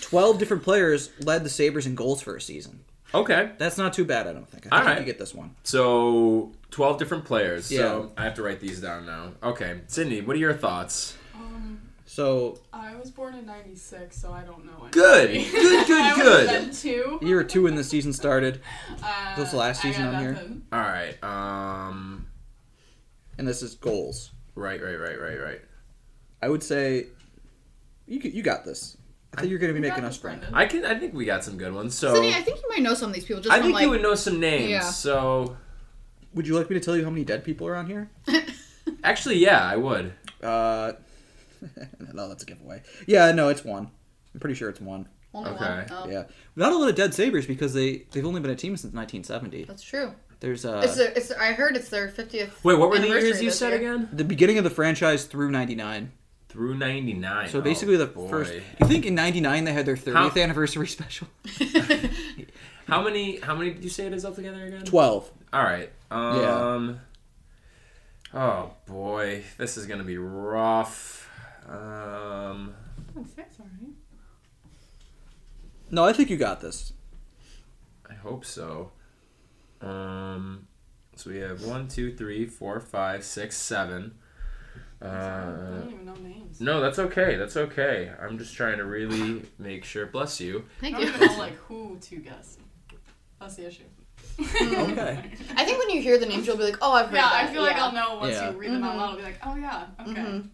[SPEAKER 1] 12 different players led the Sabers in goals for a season.
[SPEAKER 2] Okay.
[SPEAKER 1] That's not too bad, I don't think. I think
[SPEAKER 2] All
[SPEAKER 1] you
[SPEAKER 2] right.
[SPEAKER 1] could get this one.
[SPEAKER 2] So twelve different players.
[SPEAKER 1] Yeah.
[SPEAKER 2] So I have to write these down now. Okay, Sydney, what are your thoughts?
[SPEAKER 4] Um,
[SPEAKER 1] So
[SPEAKER 4] I was born in '96, so I don't know.
[SPEAKER 2] Good,
[SPEAKER 4] anything.
[SPEAKER 2] good, good,
[SPEAKER 4] I
[SPEAKER 2] good.
[SPEAKER 4] Been two.
[SPEAKER 1] year two when the season started,
[SPEAKER 4] Uh,
[SPEAKER 1] This last
[SPEAKER 4] I got
[SPEAKER 1] season on here?
[SPEAKER 4] nothing.
[SPEAKER 2] All right. Um.
[SPEAKER 1] and this is goals.
[SPEAKER 2] Right. Right. Right. Right. Right.
[SPEAKER 1] I would say you could, you got this. I think you're going to
[SPEAKER 4] We
[SPEAKER 1] be
[SPEAKER 4] got
[SPEAKER 1] making
[SPEAKER 4] this,
[SPEAKER 1] us drink.
[SPEAKER 4] Brendan.
[SPEAKER 2] I can. I think we got some good ones. So
[SPEAKER 3] Sydney, I think you might know some of these people just
[SPEAKER 2] I
[SPEAKER 3] from
[SPEAKER 2] think
[SPEAKER 3] like.
[SPEAKER 2] you would know some names.
[SPEAKER 3] Yeah.
[SPEAKER 2] So
[SPEAKER 1] Would you like me to tell you how many dead people are on here?
[SPEAKER 2] actually, yeah, I would.
[SPEAKER 1] Uh, no, that's a giveaway. Yeah, no, it's one. I'm pretty sure it's one.
[SPEAKER 3] Only
[SPEAKER 2] Okay.
[SPEAKER 3] One. Oh,
[SPEAKER 1] Yeah, not a lot of dead Sabers because they they've only been a team since 1970.
[SPEAKER 3] That's true.
[SPEAKER 1] There's uh
[SPEAKER 3] it's their, it's their, I heard it's their 50th.
[SPEAKER 2] Wait, what were the years
[SPEAKER 3] anniversary
[SPEAKER 2] you
[SPEAKER 3] this
[SPEAKER 2] said
[SPEAKER 3] year.
[SPEAKER 2] again?
[SPEAKER 1] the beginning of the franchise through 99.
[SPEAKER 2] Through Oh, ninety nine.
[SPEAKER 1] So basically the first. Do you think in 99 they had their 30th
[SPEAKER 2] How-
[SPEAKER 1] anniversary special?
[SPEAKER 2] How many? How many did you say it is altogether again?
[SPEAKER 1] 12.
[SPEAKER 2] All right. Um. Oh boy, this is gonna be rough. Um.
[SPEAKER 4] Oh, that's all right.
[SPEAKER 1] No, I think you got this.
[SPEAKER 2] I hope so. Um, so we have one, two, three, four, five, six, seven.
[SPEAKER 4] I
[SPEAKER 2] Uh,
[SPEAKER 4] don't even know names.
[SPEAKER 2] no, that's okay. That's okay. I'm just trying to really make sure. Bless you.
[SPEAKER 4] I
[SPEAKER 3] Thank
[SPEAKER 4] don't
[SPEAKER 3] you.
[SPEAKER 4] even know like who to guess. That's the issue.
[SPEAKER 1] Okay.
[SPEAKER 3] I think when you hear the names, you'll be like, oh, I've heard
[SPEAKER 4] Yeah,
[SPEAKER 3] that.
[SPEAKER 4] I feel like I'll know once
[SPEAKER 1] Yeah.
[SPEAKER 4] you read them out
[SPEAKER 3] Mhm.
[SPEAKER 4] loud. I'll be like, oh yeah, okay.
[SPEAKER 3] Mhm.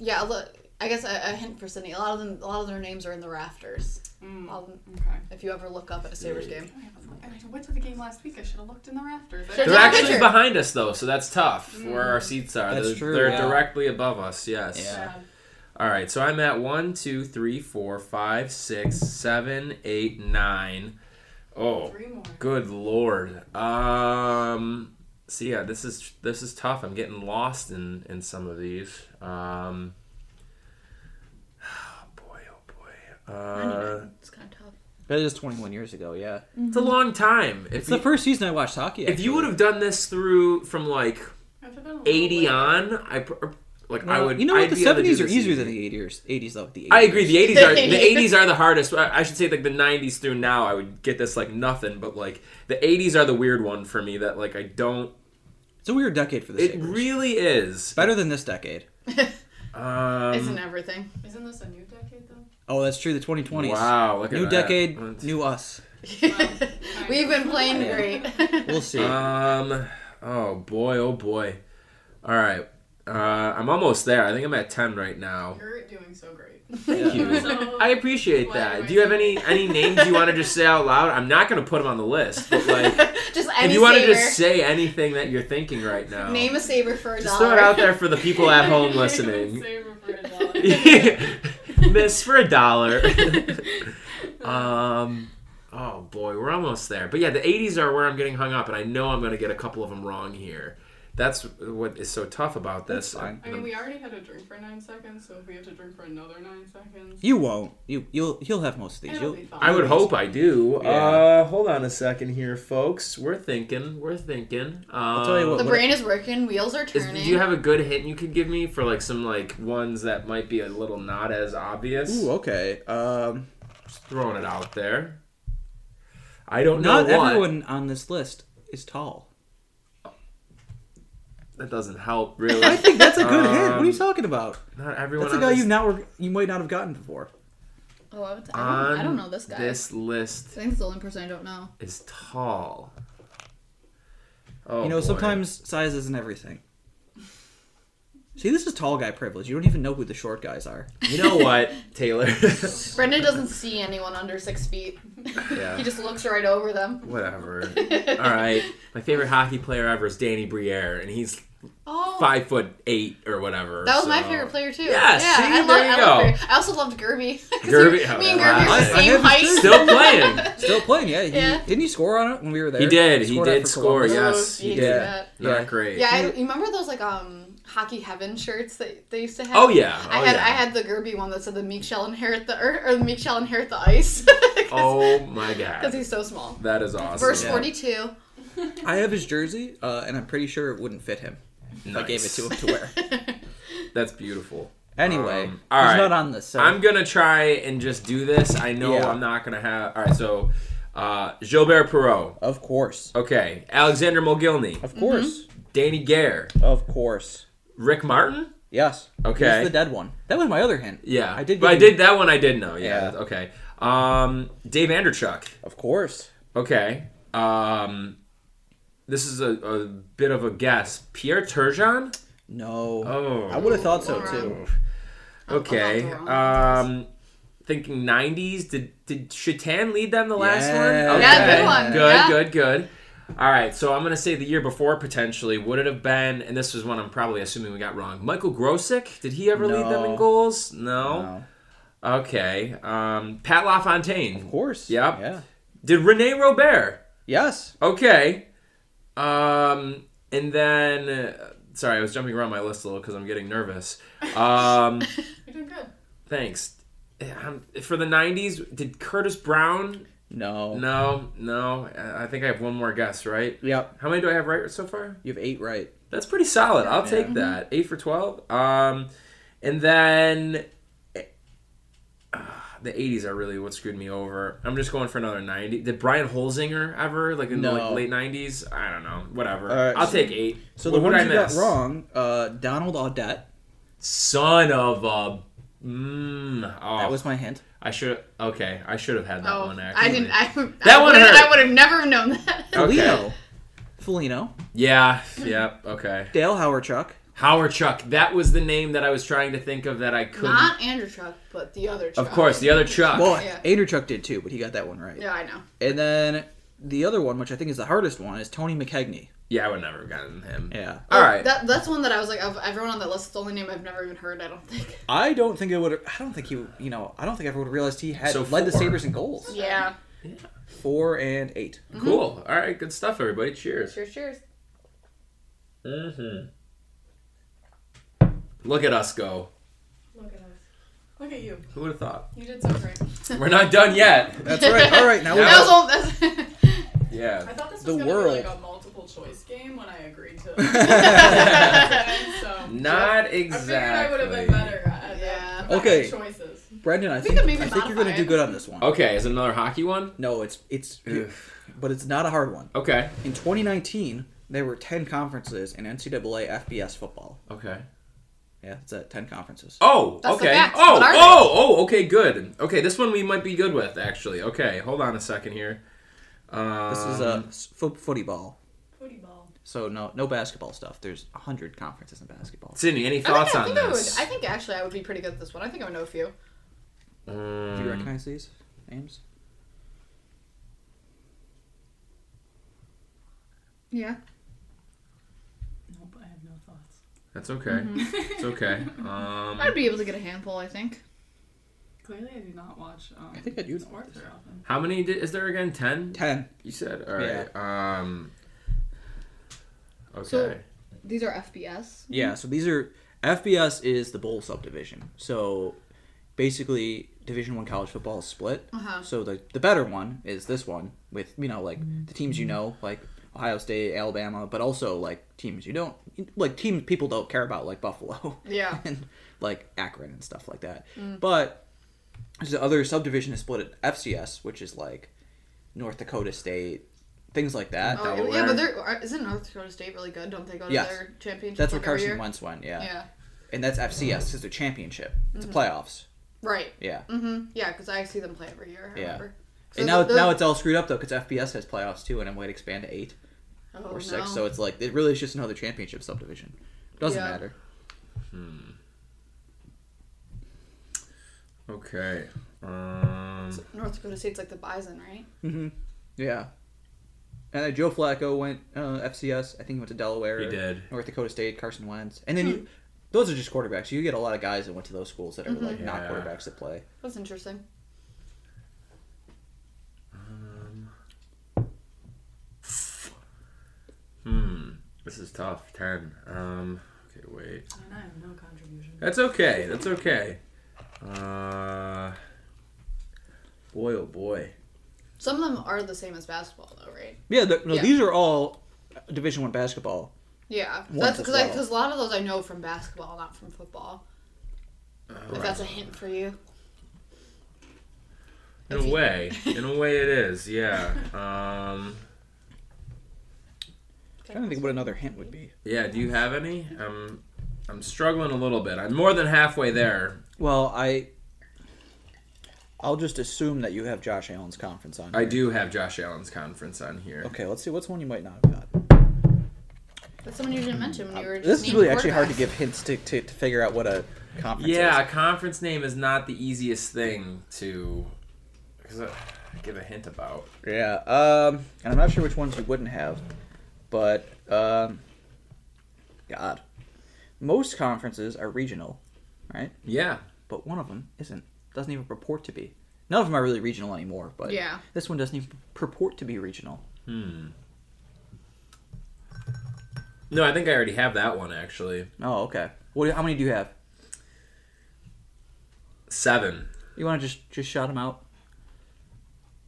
[SPEAKER 3] Yeah, a lo- I guess a, a hint for Sydney. A lot of them, a lot of their names are in the rafters.
[SPEAKER 4] Mm,
[SPEAKER 3] All of them-
[SPEAKER 4] Okay.
[SPEAKER 3] if you ever look up at a Sabres game.
[SPEAKER 4] Oh, yeah, I went to the game last week. I should have looked in the rafters. I
[SPEAKER 3] Should've
[SPEAKER 2] They're
[SPEAKER 3] There's a
[SPEAKER 2] actually
[SPEAKER 3] picture.
[SPEAKER 2] behind us though, so that's tough.
[SPEAKER 4] Mm.
[SPEAKER 2] Where our seats are,
[SPEAKER 1] That's
[SPEAKER 2] they're,
[SPEAKER 1] true,
[SPEAKER 2] they're
[SPEAKER 1] yeah.
[SPEAKER 2] directly above us. Yes.
[SPEAKER 1] Yeah.
[SPEAKER 2] All right, so I'm at one, two, three, four, five, six, seven, eight, nine. Oh,
[SPEAKER 4] Three more.
[SPEAKER 2] good lord. Um, see, yeah, this is this is tough. I'm getting lost in in some of these. Um, oh boy, oh boy. Uh,
[SPEAKER 3] it's kind of tough.
[SPEAKER 1] That is 21 years ago, yeah.
[SPEAKER 2] it's a long time. If
[SPEAKER 1] It's the
[SPEAKER 2] you,
[SPEAKER 1] first season I watched hockey.
[SPEAKER 2] if you
[SPEAKER 1] actually.
[SPEAKER 2] would have done this through from like
[SPEAKER 4] I've been a little
[SPEAKER 2] 80
[SPEAKER 4] late.
[SPEAKER 2] on, I pr- er, like I
[SPEAKER 1] Well,
[SPEAKER 2] would.
[SPEAKER 1] You know what?
[SPEAKER 2] I'd
[SPEAKER 1] The
[SPEAKER 2] be able to do
[SPEAKER 1] 70s are
[SPEAKER 2] this
[SPEAKER 1] easier
[SPEAKER 2] easy.
[SPEAKER 1] than the 80s. 80s though. The 80s.
[SPEAKER 2] I agree. The eighties are the
[SPEAKER 3] 80s.
[SPEAKER 2] eighties are the hardest. I I should say like the nineties through now, I would get this like nothing. But like the eighties are the weird one for me. That like I don't.
[SPEAKER 1] It's a weird decade for the
[SPEAKER 2] It
[SPEAKER 1] Sabres.
[SPEAKER 2] really is.
[SPEAKER 1] Better than this decade.
[SPEAKER 3] Isn't
[SPEAKER 2] Um,
[SPEAKER 3] everything?
[SPEAKER 4] Isn't this a new decade though?
[SPEAKER 1] Oh, that's true. The 2020s.
[SPEAKER 2] wow. Look at
[SPEAKER 1] New
[SPEAKER 2] that.
[SPEAKER 1] decade,
[SPEAKER 2] Let's-
[SPEAKER 1] new us.
[SPEAKER 3] We've been playing
[SPEAKER 1] Yeah.
[SPEAKER 3] great.
[SPEAKER 1] We'll see.
[SPEAKER 2] Um. Oh boy. Oh boy. All right. Uh, I'm almost there. I think I'm at ten right now.
[SPEAKER 4] You're doing so great.
[SPEAKER 1] Thank
[SPEAKER 2] Oh. you.
[SPEAKER 4] So,
[SPEAKER 2] I appreciate
[SPEAKER 4] Why do
[SPEAKER 2] that.
[SPEAKER 4] I
[SPEAKER 2] Do you have
[SPEAKER 4] say-
[SPEAKER 2] any any names you want to just say out loud? I'm not gonna put them on the list, but like, if
[SPEAKER 3] just any
[SPEAKER 2] you want to
[SPEAKER 3] saber.
[SPEAKER 2] just say anything that you're thinking right now,
[SPEAKER 3] Name a saber for a
[SPEAKER 2] Just throw
[SPEAKER 3] dollar.
[SPEAKER 2] it out there for the people at home listening.
[SPEAKER 4] Save it for a dollar.
[SPEAKER 2] Miss for a dollar. um, oh boy, we're almost there. But yeah, the 80s are where I'm getting hung up, and I know I'm going to get a couple of them wrong here. That's what is so tough about this.
[SPEAKER 1] That's fine.
[SPEAKER 4] I mean, we already had a drink for nine seconds, so if we have to drink for another nine seconds,
[SPEAKER 1] You won't. You you'll he'll have most of these.
[SPEAKER 4] it'll
[SPEAKER 1] You'll,
[SPEAKER 4] be fine.
[SPEAKER 2] I would hope I do.
[SPEAKER 1] Yeah.
[SPEAKER 2] Uh, hold on a second here, folks. We're thinking. We're thinking. Um, I'll
[SPEAKER 1] tell you what-
[SPEAKER 3] the brain is working, wheels are
[SPEAKER 2] Is,
[SPEAKER 3] turning.
[SPEAKER 2] do you have a good hint you could give me for like some like ones that might be a little not as obvious?
[SPEAKER 1] Ooh, okay. Um,
[SPEAKER 2] Just throwing it out there. I don't
[SPEAKER 1] not
[SPEAKER 2] know what.
[SPEAKER 1] everyone on this list is tall.
[SPEAKER 2] That doesn't help, really.
[SPEAKER 1] I think that's a good hint. What are you
[SPEAKER 2] Um,
[SPEAKER 1] talking about?
[SPEAKER 2] not everyone.
[SPEAKER 1] That's a
[SPEAKER 2] on
[SPEAKER 1] guy
[SPEAKER 2] this,
[SPEAKER 1] you not were, you might not have gotten before.
[SPEAKER 3] oh, I, don't,
[SPEAKER 2] on
[SPEAKER 3] I don't know this guy.
[SPEAKER 2] This
[SPEAKER 3] I
[SPEAKER 2] list
[SPEAKER 3] think it's the only person I don't know.
[SPEAKER 2] is tall. Oh,
[SPEAKER 1] you know,
[SPEAKER 2] boy.
[SPEAKER 1] sometimes size isn't everything. See, this is tall guy privilege. You don't even know who the short guys are.
[SPEAKER 2] You know what, Taylor?
[SPEAKER 3] Brendan doesn't see anyone under six feet.
[SPEAKER 2] Yeah.
[SPEAKER 3] he just looks right over them.
[SPEAKER 2] Whatever. All right. My favorite hockey player ever is Danny Briere, and he's
[SPEAKER 3] Oh,
[SPEAKER 2] five foot eight or whatever.
[SPEAKER 3] that was my
[SPEAKER 2] so-
[SPEAKER 3] favorite player too.
[SPEAKER 2] Yeah, see,
[SPEAKER 3] I,
[SPEAKER 2] there you
[SPEAKER 3] I loved
[SPEAKER 2] go.
[SPEAKER 3] Gerby. I also loved Gerby. 'Cause we-
[SPEAKER 2] Gerby- oh,
[SPEAKER 3] me and
[SPEAKER 2] yeah.
[SPEAKER 3] Gerby were
[SPEAKER 1] I-
[SPEAKER 3] the
[SPEAKER 1] I have
[SPEAKER 3] same
[SPEAKER 1] his
[SPEAKER 3] height.
[SPEAKER 1] too.
[SPEAKER 2] Still playing.
[SPEAKER 1] Still playing, yeah. He,
[SPEAKER 3] Yeah.
[SPEAKER 1] Didn't he score on it when we were there?
[SPEAKER 2] He did. He
[SPEAKER 1] scored out
[SPEAKER 2] did
[SPEAKER 1] for
[SPEAKER 2] score,
[SPEAKER 1] Columbus.
[SPEAKER 2] yeah.
[SPEAKER 3] Gross,
[SPEAKER 2] yes, you
[SPEAKER 3] you
[SPEAKER 1] did.
[SPEAKER 3] that.
[SPEAKER 2] Not
[SPEAKER 1] Yeah.
[SPEAKER 2] great.
[SPEAKER 3] Yeah, I, you remember those like um hockey heaven shirts that they used to have?
[SPEAKER 2] Oh yeah.
[SPEAKER 3] I
[SPEAKER 2] Oh,
[SPEAKER 3] had
[SPEAKER 2] yeah.
[SPEAKER 3] I had the Gerby one that said the Meek shall inherit the earth, or the Meek shall inherit the ice.
[SPEAKER 2] Oh my
[SPEAKER 3] because
[SPEAKER 2] god.
[SPEAKER 3] he's so small.
[SPEAKER 2] That is awesome.
[SPEAKER 3] Verse
[SPEAKER 1] Yeah.
[SPEAKER 3] forty two.
[SPEAKER 1] I have his jersey, uh, and I'm pretty sure it wouldn't fit him. if I gave it
[SPEAKER 2] Nice.
[SPEAKER 1] to him to wear.
[SPEAKER 2] That's beautiful.
[SPEAKER 1] Anyway,
[SPEAKER 2] Um, all
[SPEAKER 1] he's
[SPEAKER 2] right.
[SPEAKER 1] not on this. So.
[SPEAKER 2] I'm gonna try and just do this. I know
[SPEAKER 1] Yeah.
[SPEAKER 2] I'm not gonna have. All right, so uh, Gilbert Perot.
[SPEAKER 1] Of course.
[SPEAKER 2] Okay, Alexander Mulgilny,
[SPEAKER 1] Of course.
[SPEAKER 2] Danny Gare,
[SPEAKER 1] Of course.
[SPEAKER 2] Rick Martin.
[SPEAKER 1] Yes.
[SPEAKER 2] Okay.
[SPEAKER 1] He's the dead one. That was my other hint.
[SPEAKER 2] Yeah,
[SPEAKER 1] I did
[SPEAKER 2] But
[SPEAKER 1] give
[SPEAKER 2] I
[SPEAKER 1] you-
[SPEAKER 2] did that one. I did know. Yeah.
[SPEAKER 1] Yeah.
[SPEAKER 2] Okay. Um, Dave Anderchuk.
[SPEAKER 1] Of course.
[SPEAKER 2] Okay. Um, this is a, a bit of a guess. Pierre Turgeon.
[SPEAKER 1] No.
[SPEAKER 2] Oh.
[SPEAKER 1] I would have thought so too.
[SPEAKER 3] Wrong.
[SPEAKER 2] Okay.
[SPEAKER 3] I'm not the
[SPEAKER 2] Um, thinking '90s. Did did Shatan lead them the last
[SPEAKER 1] Yeah.
[SPEAKER 2] one?
[SPEAKER 3] Yeah,
[SPEAKER 2] Okay.
[SPEAKER 3] good one.
[SPEAKER 2] Good,
[SPEAKER 3] Yeah.
[SPEAKER 2] good, good. All right. So I'm gonna say the year before potentially. Would it have been? And this was one I'm probably assuming we got wrong. Michael Grosick. Did he ever lead them
[SPEAKER 1] No.
[SPEAKER 2] in goals? No.
[SPEAKER 1] No.
[SPEAKER 2] Okay. Um, Pat
[SPEAKER 1] Of
[SPEAKER 2] LaFontaine.
[SPEAKER 1] course.
[SPEAKER 2] Yep.
[SPEAKER 1] Yeah.
[SPEAKER 2] Did Rene Robert?
[SPEAKER 1] Yes.
[SPEAKER 2] Okay. Um, and then. uh, Sorry, I was jumping around my list a little because I'm getting nervous. Um,
[SPEAKER 4] You're doing good.
[SPEAKER 2] Thanks. Um, for the '90s, did Curtis Brown?
[SPEAKER 1] No.
[SPEAKER 2] No, no. I I think I have one more guess, right?
[SPEAKER 1] Yep.
[SPEAKER 2] How many do I have right so far?
[SPEAKER 1] You have eight right.
[SPEAKER 2] That's pretty solid. I'll
[SPEAKER 1] Yeah.
[SPEAKER 2] take that. Eight for twelve. Um, and then eh, Ah, the '80s are really what screwed me over. I'm just going for another '90. Did Brian Holzinger ever like in the like,
[SPEAKER 1] No.
[SPEAKER 2] late '90s? I don't know. Whatever.
[SPEAKER 1] All right,
[SPEAKER 2] I'll
[SPEAKER 1] so-
[SPEAKER 2] take eight.
[SPEAKER 1] So
[SPEAKER 2] What
[SPEAKER 1] the
[SPEAKER 2] would
[SPEAKER 1] ones you
[SPEAKER 2] I
[SPEAKER 1] got
[SPEAKER 2] miss?
[SPEAKER 1] wrong, uh, Donald Audette,
[SPEAKER 2] Son of a. Mm, oh,
[SPEAKER 1] That was my hint.
[SPEAKER 2] I should. Okay, I should have had that
[SPEAKER 3] Oh,
[SPEAKER 2] one. Actually,
[SPEAKER 3] I didn't. I,
[SPEAKER 2] That
[SPEAKER 3] I
[SPEAKER 2] one
[SPEAKER 3] would've-
[SPEAKER 2] hurt.
[SPEAKER 3] I would have never known that.
[SPEAKER 2] Okay.
[SPEAKER 1] Felino. Felino.
[SPEAKER 2] Yeah. Yep. Okay.
[SPEAKER 1] Dale Howard Chuck.
[SPEAKER 2] Howard Chuck. That was the name that I was trying to think of that I couldn't.
[SPEAKER 3] Not Andrew Chuck, but the other Chuck.
[SPEAKER 2] of course, the other Chuck.
[SPEAKER 1] Well,
[SPEAKER 3] Yeah.
[SPEAKER 1] Andrew Chuck did too, but he got that one right.
[SPEAKER 3] Yeah, I know.
[SPEAKER 1] And then the other one, which I think is the hardest one, is Tony McKegney.
[SPEAKER 2] yeah, I would never have gotten him.
[SPEAKER 1] Yeah.
[SPEAKER 2] All right.
[SPEAKER 3] Oh, That, that's one that I was like, of everyone on that list, it's the only name I've never even heard, I don't think.
[SPEAKER 1] I don't think I would. I don't think he. You know, I don't think everyone realized he had
[SPEAKER 2] So
[SPEAKER 1] led the
[SPEAKER 2] four.
[SPEAKER 1] Sabers in goals.
[SPEAKER 3] Yeah.
[SPEAKER 1] Four and eight.
[SPEAKER 3] mm-hmm.
[SPEAKER 2] Cool. All right. Good stuff, everybody. Cheers.
[SPEAKER 3] Cheers, cheers.
[SPEAKER 2] hmm Look at us go.
[SPEAKER 4] Look at us. Look at you.
[SPEAKER 2] Who would have thought?
[SPEAKER 4] You did so great.
[SPEAKER 2] We're not done yet.
[SPEAKER 1] That's right. All right. Now
[SPEAKER 2] Yeah.
[SPEAKER 1] we're.
[SPEAKER 3] That was all. That's,
[SPEAKER 2] Yeah.
[SPEAKER 4] I thought this was
[SPEAKER 1] The
[SPEAKER 4] gonna
[SPEAKER 1] world.
[SPEAKER 4] be like a multiple choice game when I agreed to. so
[SPEAKER 2] Not
[SPEAKER 4] I figured I would have
[SPEAKER 2] exactly.
[SPEAKER 4] been better. At
[SPEAKER 3] Yeah.
[SPEAKER 4] At
[SPEAKER 1] Okay.
[SPEAKER 4] Choices.
[SPEAKER 1] Brendan, I
[SPEAKER 3] We
[SPEAKER 1] think
[SPEAKER 3] could maybe
[SPEAKER 1] I think you're
[SPEAKER 3] modify
[SPEAKER 1] gonna do
[SPEAKER 3] it.
[SPEAKER 1] good on this one.
[SPEAKER 2] Okay, is it another hockey one?
[SPEAKER 1] No, it's it's,
[SPEAKER 2] Ugh.
[SPEAKER 1] but it's not a hard one.
[SPEAKER 2] Okay.
[SPEAKER 1] In 2019, there were 10 conferences in NCAA FBS football.
[SPEAKER 2] Okay.
[SPEAKER 1] Yeah, it's at 10 conferences.
[SPEAKER 2] Oh,
[SPEAKER 3] That's the
[SPEAKER 2] okay.
[SPEAKER 3] facts,
[SPEAKER 2] oh,
[SPEAKER 3] but are
[SPEAKER 2] oh, oh, okay, good. Okay, this one we might be good with, actually. Okay, hold on a second here. Um,
[SPEAKER 1] This is uh, a s- fo- footy ball.
[SPEAKER 4] Booty ball.
[SPEAKER 1] So no no basketball stuff. There's 100 conferences in basketball.
[SPEAKER 2] Sydney, any
[SPEAKER 3] I
[SPEAKER 2] thoughts
[SPEAKER 3] think, I, think
[SPEAKER 2] on
[SPEAKER 3] I, would,
[SPEAKER 2] this?
[SPEAKER 3] I think actually I would be pretty good at this one. I think I would know a few.
[SPEAKER 1] Do you
[SPEAKER 2] Um,
[SPEAKER 1] recognize these names?
[SPEAKER 3] Yeah.
[SPEAKER 4] Nope, I have no thoughts.
[SPEAKER 2] that's okay. It's okay. Um,
[SPEAKER 3] I'd Mm-hmm. be able to get a handful, I think.
[SPEAKER 4] Clearly, I do not watch. Um,
[SPEAKER 1] I think I do know
[SPEAKER 4] sports very often.
[SPEAKER 2] how many di- is there again? Ten?
[SPEAKER 1] 10.
[SPEAKER 2] You said? All right. Um, okay.
[SPEAKER 3] So- These are FBS.
[SPEAKER 1] Yeah, so these are FBS is the bowl subdivision. So basically Division 1 college football is split.
[SPEAKER 3] Uh-huh.
[SPEAKER 1] So the the better one is this one with, you know, like the teams you know, like Ohio State, Alabama, but also like teams you don't like teams people don't care about like Buffalo.
[SPEAKER 3] Yeah.
[SPEAKER 1] and like Akron and stuff like that.
[SPEAKER 3] Mm.
[SPEAKER 1] But there's the other subdivision is split at FCS, which is like North Dakota State, things like that.
[SPEAKER 3] Oh,
[SPEAKER 2] Delaware.
[SPEAKER 3] yeah, but they're, are- isn't North Dakota State really good? Don't they go to
[SPEAKER 1] Yes.
[SPEAKER 3] their championship?
[SPEAKER 1] That's where
[SPEAKER 3] like, every
[SPEAKER 1] Carson
[SPEAKER 3] year?
[SPEAKER 1] Wentz went, yeah.
[SPEAKER 3] Yeah. Mm-hmm.
[SPEAKER 1] And that's FCS because they're championship. It's the playoffs,
[SPEAKER 3] Right.
[SPEAKER 1] yeah.
[SPEAKER 3] Mm-hmm. Yeah, because I see them play every year. I
[SPEAKER 1] Yeah.
[SPEAKER 3] remember. So
[SPEAKER 1] and now
[SPEAKER 3] the-
[SPEAKER 1] now it's all screwed up though because FBS has playoffs too, and it might expand to eight
[SPEAKER 3] oh,
[SPEAKER 1] or six.
[SPEAKER 3] no.
[SPEAKER 1] So it's like it really is just another championship subdivision. Doesn't
[SPEAKER 3] Yeah.
[SPEAKER 1] matter.
[SPEAKER 2] hmm. okay. Um,
[SPEAKER 3] North Dakota State's like the Bison, right?
[SPEAKER 1] hmm Yeah. And then Joe Flacco went uh, FCS. I think he went to Delaware.
[SPEAKER 2] he did.
[SPEAKER 1] North Dakota State, Carson Wentz, and then
[SPEAKER 3] Hmm.
[SPEAKER 1] you, those are just quarterbacks. You get a lot of guys that went to those schools that are
[SPEAKER 3] Mm-hmm.
[SPEAKER 1] like not
[SPEAKER 2] Yeah.
[SPEAKER 1] quarterbacks that play.
[SPEAKER 3] That's interesting.
[SPEAKER 2] Hmm. This is tough. Ten. Um, okay, wait.
[SPEAKER 4] And I have no contribution.
[SPEAKER 2] That's okay. That's okay. Uh, boy, oh boy.
[SPEAKER 3] Some of them are the same as basketball, though, right?
[SPEAKER 1] Yeah, the, no,
[SPEAKER 3] Yeah.
[SPEAKER 1] these are all Division One basketball.
[SPEAKER 3] Yeah,
[SPEAKER 1] Once
[SPEAKER 3] that's
[SPEAKER 1] as
[SPEAKER 3] because
[SPEAKER 1] well.
[SPEAKER 3] because a lot of those I know from basketball, not from football. If that's a hint for you,
[SPEAKER 2] In a way, in a way, it is. Yeah. Um,
[SPEAKER 1] I'm trying to think what another hint would be.
[SPEAKER 2] yeah. Do you have any? Um, I'm struggling a little bit. I'm more than halfway there.
[SPEAKER 1] Well, I, I'll just assume that you have Josh Allen's conference on.
[SPEAKER 2] I
[SPEAKER 1] here.
[SPEAKER 2] do have Josh Allen's conference on here.
[SPEAKER 1] Okay, let's see. What's one you might not have got?
[SPEAKER 3] that's someone you didn't mention when you were. Just
[SPEAKER 1] Uh, This is
[SPEAKER 3] naming
[SPEAKER 1] really actually hard to
[SPEAKER 3] quarterbacks.
[SPEAKER 1] give hints to, to, to figure out what a conference
[SPEAKER 2] Yeah,
[SPEAKER 1] is.
[SPEAKER 2] a conference name is not the easiest thing to 'cause I- give a hint about.
[SPEAKER 1] Yeah. Um, and I'm not sure which ones you wouldn't have, but um, God, most conferences are regional, right?
[SPEAKER 2] Yeah.
[SPEAKER 1] but one of them isn't. Doesn't even purport to be. None of them are really regional anymore, but
[SPEAKER 3] Yeah.
[SPEAKER 1] this one doesn't even purport to be regional.
[SPEAKER 2] Hmm. No, I think I already have that one actually.
[SPEAKER 1] Oh, okay. What? How many do you have?
[SPEAKER 2] Seven.
[SPEAKER 1] You want to just just shout them out?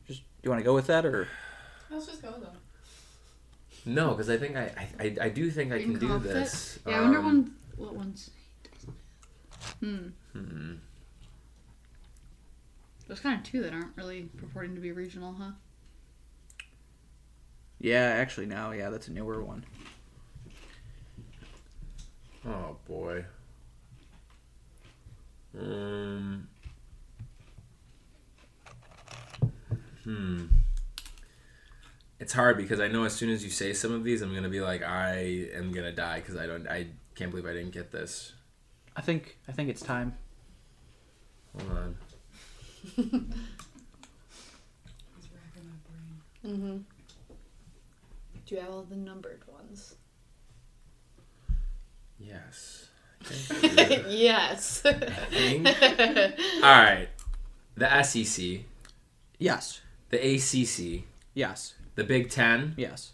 [SPEAKER 1] Just do you want to go with that or?
[SPEAKER 4] Let's just go though.
[SPEAKER 2] No, because I think I, I I- I do think I
[SPEAKER 3] You
[SPEAKER 2] can
[SPEAKER 3] can
[SPEAKER 2] do
[SPEAKER 3] come up with
[SPEAKER 2] this.
[SPEAKER 3] Yeah, I wonder
[SPEAKER 2] Um,
[SPEAKER 3] one, what ones. Hmm.
[SPEAKER 2] hmm.
[SPEAKER 3] There's kind of two that aren't really purporting to be regional, huh?
[SPEAKER 1] Yeah, actually, no. Yeah, that's a newer one.
[SPEAKER 2] hmm, Oh boy. Um, hmm. It's hard because I know as soon as you say some of these, I'm gonna be like, I am gonna die because I don't. I can't believe I didn't get this.
[SPEAKER 1] I think I think it's time.
[SPEAKER 2] Hold on.
[SPEAKER 4] He's racking my brain.
[SPEAKER 3] Mm-hmm. Do you have all the numbered ones?
[SPEAKER 2] Yes.
[SPEAKER 3] yes.
[SPEAKER 2] I think. All right. The SEC,
[SPEAKER 1] Yes.
[SPEAKER 2] the ACC,
[SPEAKER 1] Yes.
[SPEAKER 2] the Big Ten,
[SPEAKER 1] Yes.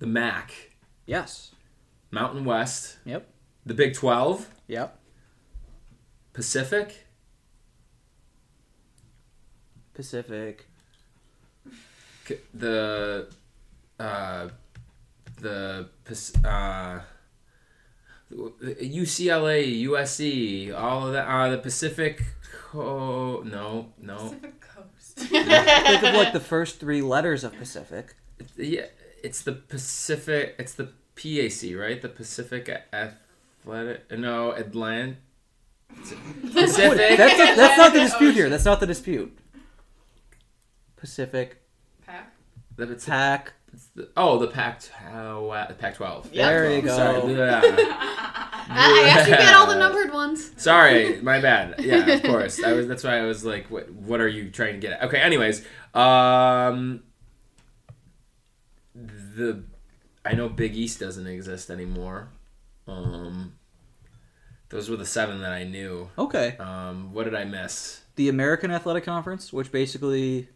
[SPEAKER 2] the MAC,
[SPEAKER 1] Yes.
[SPEAKER 2] Mountain West,
[SPEAKER 1] Yep.
[SPEAKER 2] the Big Twelve,
[SPEAKER 1] Yep.
[SPEAKER 2] Pacific,
[SPEAKER 1] Pacific.
[SPEAKER 2] c- the uh, the Pac- uh, UCLA, USC, all of that. Uh, the Pacific. Oh no, no.
[SPEAKER 4] Pacific Coast.
[SPEAKER 1] Think of like the first three letters of Pacific.
[SPEAKER 2] Yeah, it's the Pacific. It's the PAC, right? The Pacific Athletic. No, Atlant. Pacific.
[SPEAKER 1] That's, that's not the dispute here. That's not the dispute. Pacific.
[SPEAKER 4] Pack.
[SPEAKER 2] The, Paci-
[SPEAKER 1] Pac.
[SPEAKER 2] oh, the Pac. Oh, uh, the Pac-12.
[SPEAKER 3] Yep.
[SPEAKER 1] There you go.
[SPEAKER 2] Sorry. yeah.
[SPEAKER 3] I, I asked you get all the numbered ones.
[SPEAKER 2] Sorry, my bad. Yeah, of course. I was. That's why I was like, "What? What are you trying to get?" at? Okay. Anyways, um, the I know Big East doesn't exist anymore. Um, those were the seven that I knew.
[SPEAKER 1] Okay.
[SPEAKER 2] Um, what did I miss?
[SPEAKER 1] The American Athletic Conference, which basically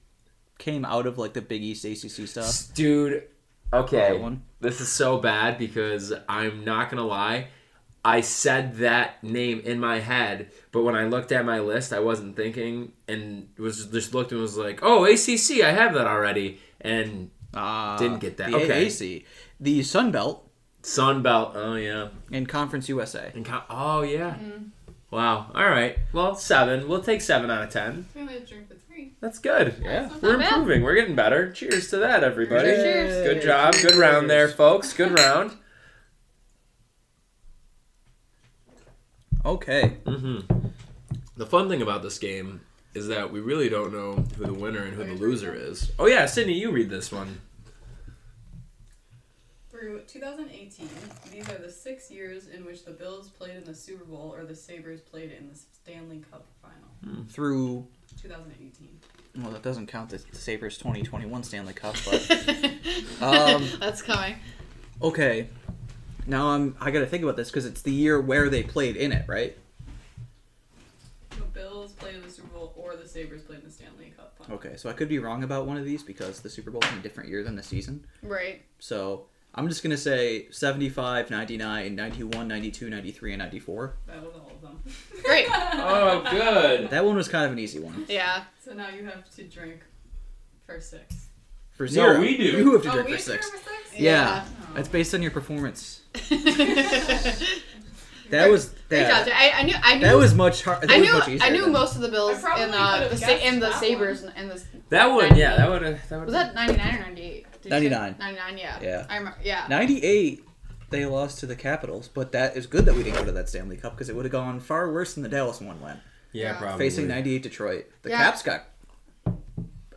[SPEAKER 1] came out of like the Big East ACC stuff.
[SPEAKER 2] S- Dude, okay.
[SPEAKER 1] That one.
[SPEAKER 2] This is so bad because I'm not going to lie. I said that name in my head, but when I looked at my list, I wasn't thinking and was just looked and was like, "Oh, ACC, I have that already." And
[SPEAKER 1] Ah,
[SPEAKER 2] Didn't get that.
[SPEAKER 1] The
[SPEAKER 2] Okay.
[SPEAKER 1] AAC, the Sun Belt,
[SPEAKER 2] Sun Belt. Oh yeah.
[SPEAKER 1] and Conference USA.
[SPEAKER 2] And co- oh yeah.
[SPEAKER 4] Mm-hmm.
[SPEAKER 2] Wow. All right. Well, 7. We'll take 7 out of 10.
[SPEAKER 4] We only had to drink for three.
[SPEAKER 2] That's good.
[SPEAKER 1] Yeah.
[SPEAKER 2] We're
[SPEAKER 3] Not bad.
[SPEAKER 2] improving. We're getting better. Cheers to that, everybody.
[SPEAKER 3] Cheers.
[SPEAKER 2] Good job. Good round there, folks. Good round.
[SPEAKER 1] Okay.
[SPEAKER 2] hmm The fun thing about this game is that we really don't know who the winner and who the loser is. Oh yeah, Sydney, you read this one.
[SPEAKER 4] Through 2018, these are the six years in which the Bills played in the Super Bowl or the Sabres played in the Stanley Cup final.
[SPEAKER 1] Through
[SPEAKER 4] 2018.
[SPEAKER 1] well, that doesn't count the Sabres 2021 Stanley Cup, but um,
[SPEAKER 3] That's coming.
[SPEAKER 1] okay. Now I'm I got to think about this because it's the year where they played in it, right?
[SPEAKER 4] The Bills played in the Super Bowl or the Sabres played in the Stanley Cup final.
[SPEAKER 1] Okay, so I could be wrong about one of these because the Super Bowl's in a different year than the season.
[SPEAKER 3] Right.
[SPEAKER 1] So I'm just gonna say 75, 99, 91, 92, 93, and 94.
[SPEAKER 4] That was all of them.
[SPEAKER 3] Great.
[SPEAKER 2] Oh, good.
[SPEAKER 1] That one was kind of an easy one.
[SPEAKER 3] Yeah.
[SPEAKER 4] So now you have to drink for six.
[SPEAKER 1] For
[SPEAKER 2] No,
[SPEAKER 1] zero,
[SPEAKER 2] we do.
[SPEAKER 1] You have to
[SPEAKER 4] Oh,
[SPEAKER 1] drink
[SPEAKER 4] we
[SPEAKER 1] for
[SPEAKER 4] have to
[SPEAKER 1] six.
[SPEAKER 4] drink for six?
[SPEAKER 1] Yeah.
[SPEAKER 4] Oh.
[SPEAKER 1] That's based on your performance. That
[SPEAKER 3] Great-
[SPEAKER 1] was
[SPEAKER 3] Great
[SPEAKER 1] that.
[SPEAKER 3] job. Jay. I, I knew. I knew.
[SPEAKER 1] That was much hard. That
[SPEAKER 3] I
[SPEAKER 1] was much
[SPEAKER 3] knew.
[SPEAKER 1] easier.
[SPEAKER 3] I knew
[SPEAKER 1] than-
[SPEAKER 3] most of the
[SPEAKER 4] I
[SPEAKER 3] Bills
[SPEAKER 4] probably
[SPEAKER 3] and uh,
[SPEAKER 4] could've
[SPEAKER 3] the sa-
[SPEAKER 4] guessed
[SPEAKER 3] and the
[SPEAKER 4] that
[SPEAKER 3] Sabers and the
[SPEAKER 2] That one, yeah, that would have. That would.
[SPEAKER 3] was that ninety nine or ninety eight?
[SPEAKER 1] 99.
[SPEAKER 3] Ninety nine. Yeah.
[SPEAKER 1] Yeah.
[SPEAKER 3] I remember. Yeah.
[SPEAKER 1] 98. They lost to the Capitals, but that is good that we didn't go to that Stanley Cup because it would have gone far worse than the Dallas one went.
[SPEAKER 2] Yeah,
[SPEAKER 3] Yeah.
[SPEAKER 2] probably.
[SPEAKER 1] Facing 98 Detroit, the
[SPEAKER 3] Yeah.
[SPEAKER 1] Caps got.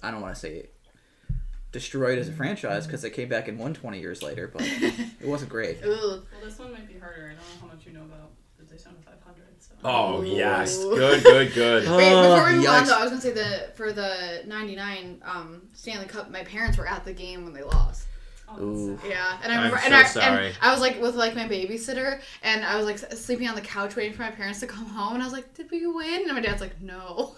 [SPEAKER 1] I don't want to say destroyed as a franchise because they came back and won 20 years later, but it wasn't great.
[SPEAKER 3] Ooh.
[SPEAKER 4] Well, this one might be harder. I don't know how much you know about the Daytona 500. So.
[SPEAKER 2] Oh yes,
[SPEAKER 3] Ooh.
[SPEAKER 2] good, good, good.
[SPEAKER 3] Wait, before we
[SPEAKER 1] Ugh,
[SPEAKER 3] move on
[SPEAKER 1] yikes.
[SPEAKER 3] though, I was gonna say the for the '99 um, Stanley Cup, my parents were at the game when they lost.
[SPEAKER 4] Oh,
[SPEAKER 1] Ooh.
[SPEAKER 3] Yeah, and I
[SPEAKER 2] I'm
[SPEAKER 3] remember,
[SPEAKER 2] so
[SPEAKER 3] and, I,
[SPEAKER 2] sorry.
[SPEAKER 3] and I was like with like my babysitter, and I was like s- sleeping on the couch waiting for my parents to come home, and I was like, "Did we win?" And my dad's like, "No."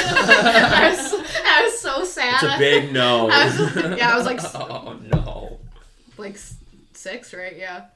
[SPEAKER 3] I, was, I was so sad.
[SPEAKER 2] It's a big no.
[SPEAKER 3] I was- yeah, I was like-
[SPEAKER 2] oh no.
[SPEAKER 3] like s- six, right? Yeah,